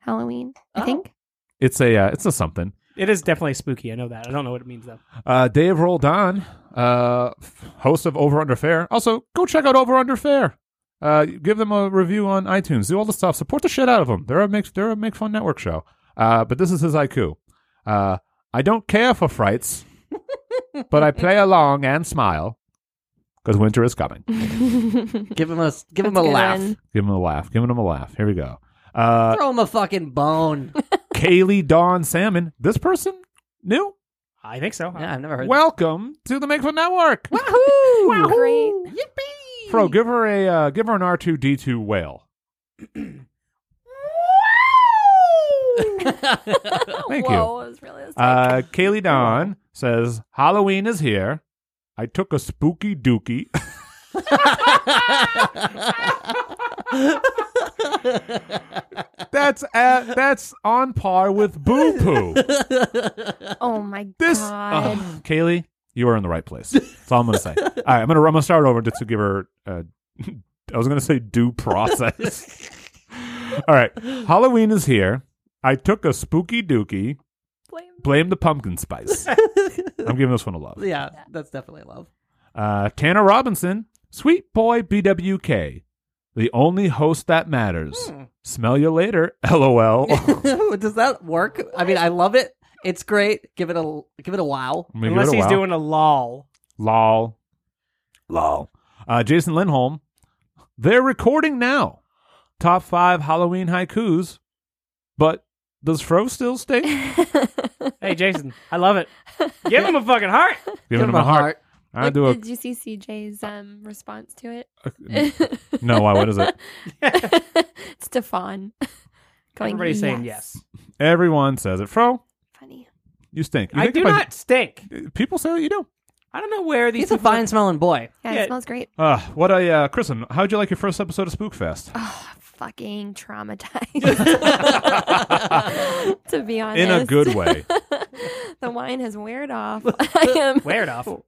Speaker 5: Halloween. I
Speaker 4: Oh.
Speaker 5: think.
Speaker 3: It's a uh, it's a something.
Speaker 6: It is definitely spooky. I know that. I don't know what it means though.
Speaker 3: Uh, Dave Roldan, uh, f- host of Over Under Fair. Also, go check out Over Under Fair. Uh, give them a review on iTunes. Do all the stuff. Support the shit out of them. They're a make they're a make fun network show. Uh, but this is his haiku. Uh, I don't care for frights, but I play along and smile because winter is coming.
Speaker 4: Give him a give him a
Speaker 5: That's a good
Speaker 4: laugh.
Speaker 5: one.
Speaker 3: Give him a laugh. Give him a laugh. Here we go. Uh,
Speaker 4: Throw him a fucking bone.
Speaker 3: Kaylee Dawn Salmon. This person new.
Speaker 6: I think so.
Speaker 4: yeah, I've never heard.
Speaker 3: Welcome to the Make Fun Network.
Speaker 4: Wahoo!
Speaker 5: Great.
Speaker 4: Yippee!
Speaker 3: Fro, give her a uh, give her an R two D two whale. Thank
Speaker 10: Whoa,
Speaker 3: you.
Speaker 10: it was really
Speaker 3: Uh, Kaylee Don says Halloween is here. I took a spooky dookie. that's at, that's on par with boo poo.
Speaker 5: Oh my
Speaker 3: This uh,
Speaker 5: god.
Speaker 3: Ugh. Kaylee, you are in the right place. That's all I'm gonna say. All right, I'm gonna I'm gonna start over just to give her. Uh, I was gonna say due process. all right, Halloween is here. I took a spooky dookie.
Speaker 10: Blame-
Speaker 3: Blame the pumpkin spice. I'm giving this one a love.
Speaker 4: yeah, that's definitely love.
Speaker 3: Uh, Tanner Robinson, Sweet Boy BWK, the only host that matters.
Speaker 6: Hmm.
Speaker 3: Smell you later, LOL. I'm
Speaker 4: Does that work? I mean, I love it. It's great. Give it a give it a wow.
Speaker 3: gonna give
Speaker 6: Unless
Speaker 3: it a
Speaker 6: he's
Speaker 3: wow.
Speaker 6: doing a lol.
Speaker 3: lol, lol. Uh, Jason Lindholm, they're recording now. Top five Halloween haikus, but does Fro still stink?
Speaker 6: Hey, Jason, I love it. Give him a fucking heart.
Speaker 3: Giving him a heart. I
Speaker 5: Like,
Speaker 3: do a Uh,
Speaker 5: Did you see CJ's um, response to it?
Speaker 3: no. Why? What is it?
Speaker 10: Stefan.
Speaker 5: Going,
Speaker 6: Everybody's saying yes.
Speaker 3: Everyone says it. Fro,
Speaker 5: Funny.
Speaker 3: you stink. You
Speaker 6: I
Speaker 3: think
Speaker 6: do
Speaker 3: if
Speaker 6: not stink.
Speaker 3: People say that you do.
Speaker 6: I don't know where these
Speaker 4: He's a
Speaker 6: people-
Speaker 4: fine smelling boy.
Speaker 5: Yeah,
Speaker 6: Yeah.
Speaker 5: it smells great.
Speaker 3: Uh, what a uh, Kristen. How'd you like your first episode of Spookfest?
Speaker 5: Oh, fucking traumatized. to be honest,
Speaker 3: in a good way.
Speaker 5: the wine has weared off. I am
Speaker 6: Weird off.
Speaker 3: Oh.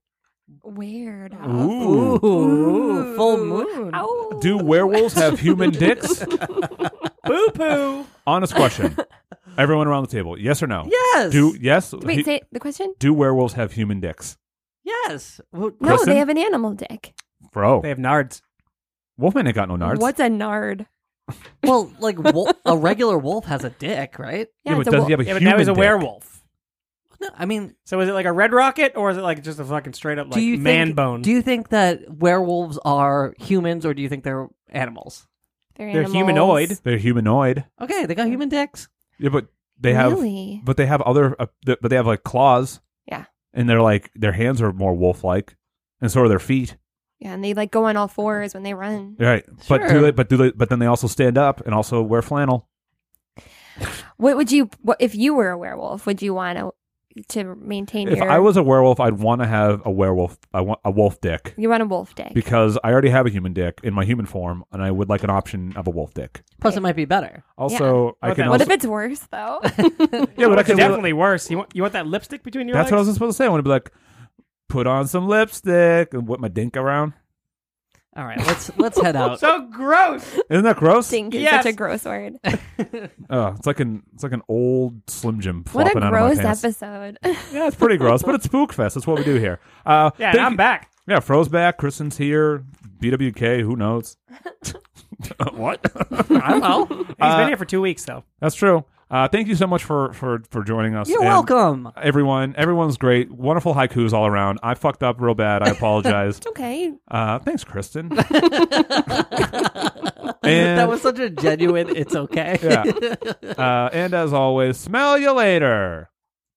Speaker 5: weird off.
Speaker 3: Ooh.
Speaker 4: Ooh, full moon.
Speaker 5: Ow.
Speaker 3: Do werewolves have human dicks?
Speaker 6: Boo poo.
Speaker 3: Honest question. Everyone around the table, yes or no?
Speaker 4: Yes.
Speaker 3: Do yes?
Speaker 5: Wait,
Speaker 3: he-
Speaker 5: say the question.
Speaker 3: do werewolves have human dicks?
Speaker 4: yes. Well,
Speaker 5: No,
Speaker 3: Kristen?
Speaker 5: they have an animal dick.
Speaker 3: Bro,
Speaker 6: They have nards.
Speaker 3: Wolfman ain't got no nards.
Speaker 5: What's a nard?
Speaker 4: well, like wol a regular wolf has a dick, right?
Speaker 3: Yeah, but
Speaker 5: it's a
Speaker 3: does
Speaker 5: wo-
Speaker 3: he have a
Speaker 6: Yeah, but
Speaker 3: human
Speaker 6: now he's a
Speaker 3: dick?
Speaker 6: werewolf.
Speaker 4: No, I mean,
Speaker 6: So is it like a red rocket or is it like just a fucking straight up like
Speaker 4: do you
Speaker 6: man
Speaker 4: think,
Speaker 6: bone?
Speaker 4: Do you think that werewolves are humans or do you think they're animals?
Speaker 5: They're,
Speaker 6: They're
Speaker 5: animals.
Speaker 6: humanoid.
Speaker 3: They're humanoid.
Speaker 4: Okay, they got human dicks.
Speaker 3: Yeah, but they have,
Speaker 5: Really?
Speaker 3: but they have other, uh, th- but they have like claws.
Speaker 5: Yeah.
Speaker 3: And they're like their hands are more wolf-like, and so are their feet.
Speaker 5: Yeah, and they like go on all fours when they run.
Speaker 3: Right. But do
Speaker 4: Sure.
Speaker 3: they? But do they? But then they also stand up and also wear flannel.
Speaker 5: What would you? What if you were a werewolf? Would you want to to maintain
Speaker 3: If
Speaker 5: your.
Speaker 3: I was a werewolf, I'd want to have a werewolf. I want a wolf dick
Speaker 5: you want a wolf dick.
Speaker 3: because I already have a human dick in my human form, and I would like an option of a wolf dick.
Speaker 4: Plus, it might be better.
Speaker 3: Also, I
Speaker 6: What
Speaker 3: can.
Speaker 6: the-
Speaker 3: Also,
Speaker 10: What if it's worse though?
Speaker 3: yeah, but I
Speaker 6: It's
Speaker 3: can.
Speaker 6: definitely worse. You want you want that lipstick between your
Speaker 3: That's what I
Speaker 6: legs?
Speaker 3: was supposed to say. I want to be like, put on some lipstick and whip my dink around.
Speaker 4: All right, let's let's head out.
Speaker 6: so gross.
Speaker 3: Isn't that gross?
Speaker 10: Dink is
Speaker 6: Yes.
Speaker 10: such a gross word.
Speaker 3: Oh, it's like an it's like an old Slim Jim
Speaker 5: what
Speaker 3: flopping out
Speaker 5: a
Speaker 3: of my
Speaker 5: gross
Speaker 3: pants.
Speaker 5: episode.
Speaker 3: Yeah, it's pretty gross, but it's Spookfest. That's what we do here. Uh,
Speaker 6: Yeah, and
Speaker 3: thank
Speaker 6: I'm
Speaker 3: you-
Speaker 6: back.
Speaker 3: Yeah, Fro's back. Kristen's here. BWK. Who knows? what?
Speaker 6: I don't know. He's
Speaker 3: Uh,
Speaker 6: been here for two weeks though.
Speaker 3: That's true. Uh, thank you so much for for for joining us.
Speaker 4: You're
Speaker 3: And
Speaker 4: welcome.
Speaker 3: Everyone, everyone's great. Wonderful haikus all around. I fucked up real bad. I apologize.
Speaker 10: Okay.
Speaker 3: uh, thanks, Kristen.
Speaker 4: That
Speaker 3: and
Speaker 4: was such a genuine. It's okay.
Speaker 3: yeah. Uh, and as always, smell you later.